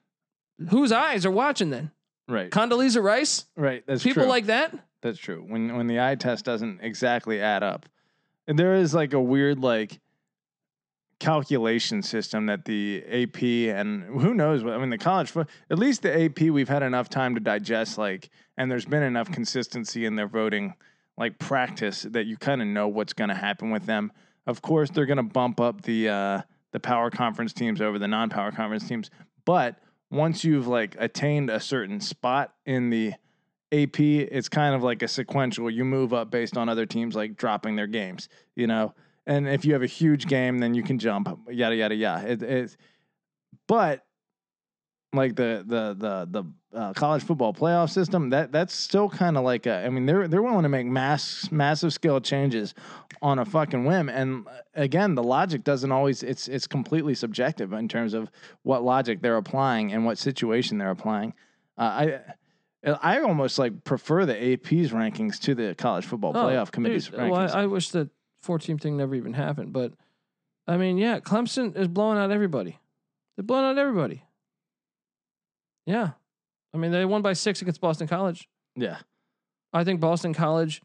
S1: whose eyes are watching then
S2: Right.
S1: condoleezza rice
S2: Right. That's
S1: people
S2: true.
S1: like that
S2: That's true. When when the eye test doesn't exactly add up, and there is like a weird like calculation system that the AP and who knows what I mean the college foot at least the AP we've had enough time to digest like and there's been enough consistency in their voting like practice that you kind of know what's going to happen with them. Of course, they're going to bump up the uh, the power conference teams over the non-power conference teams, but once you've like attained a certain spot in the AP, it's kind of like a sequential. You move up based on other teams like dropping their games, you know. And if you have a huge game, then you can jump. Yada yada yada. It, it's, but like the the the the uh, college football playoff system, that that's still kind of like a. I mean, they're they're willing to make mass massive scale changes on a fucking whim. And uh, again, the logic doesn't always. It's it's completely subjective in terms of what logic they're applying and what situation they're applying. Uh, I I almost like prefer the AP's rankings to the college football playoff committee's
S1: Oh, dude,
S2: rankings.
S1: well, I, I wish that four team thing never even happened. But I mean, yeah, Clemson is blowing out everybody. They're blowing out everybody. Yeah. I mean, they won by six against Boston College.
S2: yeah,
S1: I think Boston College,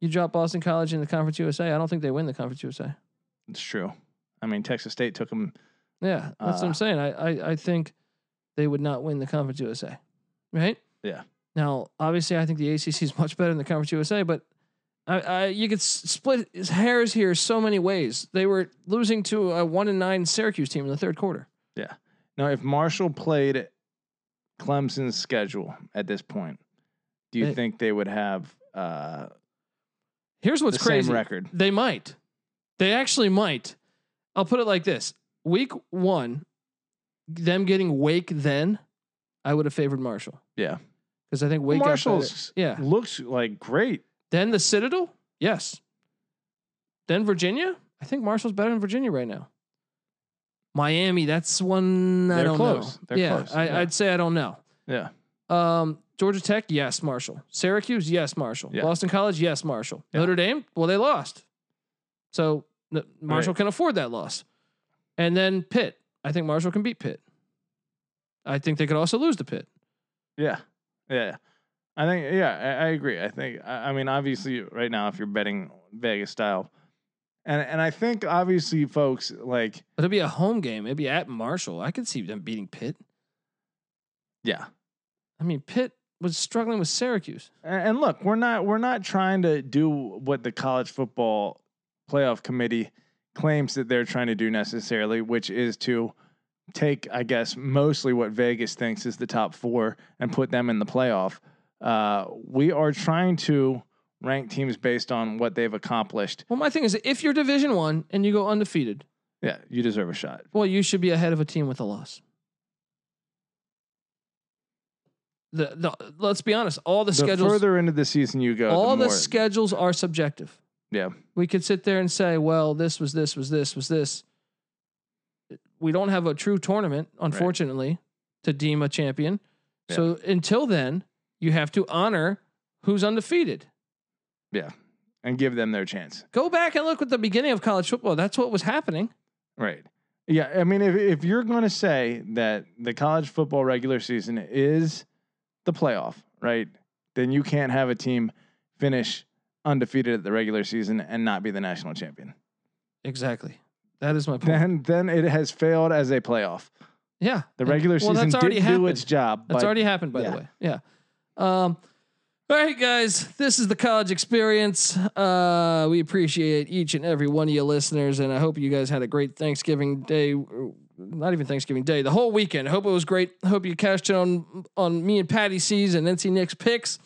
S1: you drop Boston College in the Conference USA. I don't think they win the Conference USA.
S2: it's true. I mean, Texas State took them.
S1: Yeah, that's what
S2: Uh,
S1: I'm saying. I, I I think they would not win the Conference USA, right?
S2: Yeah.
S1: Now, obviously, I think the ACC is much better than the Conference USA, but I, I you could s- split his hairs here so many ways. They were losing to a one and nine Syracuse team in the third quarter.
S2: Now, if Marshall played Clemson's schedule at this point, do you
S1: They-
S2: think they would have uh,
S1: Here's
S2: the
S1: what's crazy.
S2: same record?
S1: They might. They actually might. I'll put it like this: Week one, them getting Wake, then I would have favored Marshall.
S2: Yeah.
S1: because I think Wake got better.
S2: Marshall's-
S1: Yeah,
S2: Looks like great.
S1: Then the Citadel? Yes. Then Virginia? I think Marshall's better than Virginia right now. Miami, that's one I
S2: They're
S1: don't
S2: close.
S1: know.
S2: They're
S1: yeah,
S2: close.
S1: I,
S2: Yeah.
S1: I'd say I don't know.
S2: Yeah,
S1: Um, Georgia Tech, yes, Marshall. Syracuse, yes, Marshall.
S2: Yeah.
S1: Boston College, yes, Marshall.
S2: Yeah.
S1: Notre Dame, well, they lost. So n- Marshall
S2: Right.
S1: can afford that loss. And then Pitt. I think Marshall can beat Pitt. I think they could also lose to Pitt.
S2: yeah, yeah. I think yeah, I, I agree. I think I, I mean obviously right now if you're betting Vegas style, and and I think obviously folks like
S1: But it'd be a home game. It'd be at Marshall. I could see them beating Pitt.
S2: yeah,
S1: I mean, Pitt was struggling with Syracuse.
S2: A- And look, we're not we're not trying to do what the college football playoff committee claims that they're trying to do necessarily, which is to take, I guess, mostly what Vegas thinks is the top four and put them in the playoff. Uh, we are trying to rank teams based on what they've accomplished.
S1: Well, my thing is, if you're Division One and you go undefeated,
S2: Yeah, you deserve a shot.
S1: well, you should be ahead of a team with a loss. The, the let's be honest, all the,
S2: The
S1: schedules,
S2: further into the season you go,
S1: all the,
S2: the more,
S1: schedules are subjective.
S2: yeah,
S1: We could sit there and say, well, this was this was this was this. We don't have a true tournament, unfortunately, to deem a champion.
S2: Yeah.
S1: So until then, you have to honor who's undefeated.
S2: and give them their chance.
S1: Go back and look at the beginning of college football. That's what was happening.
S2: Right. Yeah. I mean, if, if you're going to say that the college football regular season is the playoff, right, then you can't have a team finish undefeated at the regular season and not be the national champion.
S1: Exactly. That is my point.
S2: Then, then it has failed as a playoff.
S1: yeah.
S2: The regular
S1: well,
S2: season
S1: that's
S2: did
S1: already
S2: do
S1: happened.
S2: its job.
S1: That's
S2: but
S1: already happened, by
S2: yeah.
S1: the way. Yeah. Um, all right, guys, this is the college experience. Uh, we appreciate each and every one of you listeners, and I hope you guys had a great Thanksgiving day. Not even Thanksgiving Day, the whole weekend. I hope it was great. I hope you cashed in on on me and Patty C's and NC Nick's picks.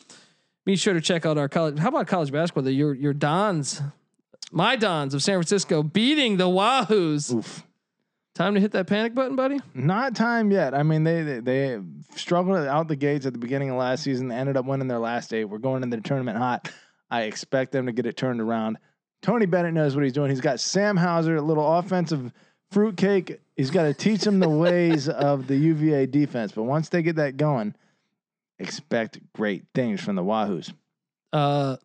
S1: Be sure to check out our college. How about college basketball? The, your your Dons, my Dons of San Francisco, beating the Wahoos.
S2: Oof.
S1: Time to hit that panic button, buddy.
S2: Not time yet. I mean, they, they they struggled out the gates at the beginning of last season. They ended up winning their last eight. We're going into the tournament hot. I expect them to get it turned around. Tony Bennett knows what he's doing. He's got Sam Hauser, a little offensive fruitcake. He's got to teach him the ways of the UVA defense. But once they get that going, expect great things from the Wahoos.
S1: Uh,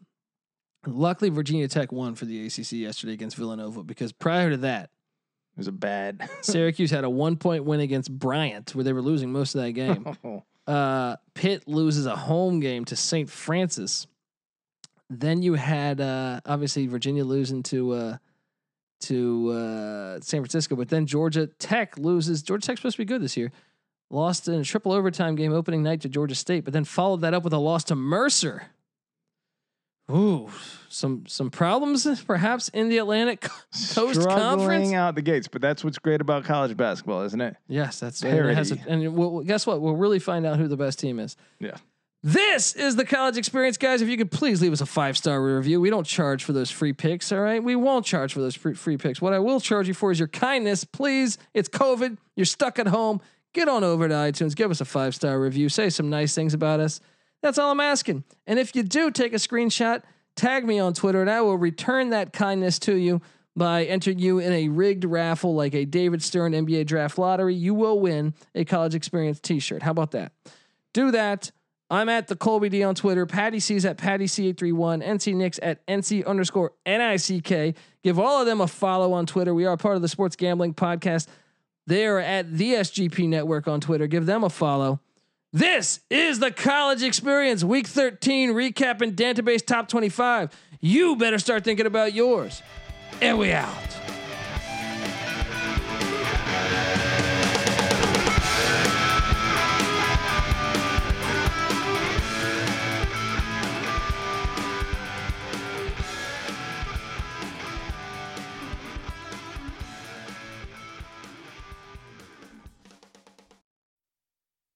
S1: luckily, Virginia Tech won for the ACC yesterday against Villanova because prior to that,
S2: It was a bad.
S1: Syracuse had a one point win against Bryant where they were losing most of that game. Uh, Pitt loses a home game to St. Francis. Then you had uh, obviously Virginia losing to uh, to uh, San Francisco, but then Georgia Tech loses. Georgia Tech's supposed to be good this year. Lost in a triple overtime game opening night to Georgia State, but then followed that up with a loss to Mercer. Ooh, some some problems perhaps in the Atlantic. *laughs* Coast
S2: Struggling
S1: Conference?
S2: out the gates, but that's what's great about college basketball, isn't it?
S1: Yes, that's and, it has a-
S2: Parity.
S1: and we'll, we'll- guess what? We'll really find out who the best team is.
S2: Yeah.
S1: This is the college experience, guys. If you could please leave us a five star review, we don't charge for those free picks. All right, we won't charge for those free, free picks. What I will charge you for is your kindness. Please, it's COVID. You're stuck at home. Get on over to iTunes. Give us a five star review. Say some nice things about us. That's all I'm asking. And if you do take a screenshot, tag me on Twitter, and I will return that kindness to you by entering you in a rigged raffle like a David Stern NBA draft lottery. You will win a college experience t shirt. How about that? Do that. I'm at the Colby D on Twitter. Patty C's at Patty C831. NC Nix at NC underscore NICK. Give all of them a follow on Twitter. We are part of the Sports Gambling Podcast. They are at the SGP Network on Twitter. Give them a follow. This is the college experience, week 13 recap and database top 25. You better start thinking about yours. And we out.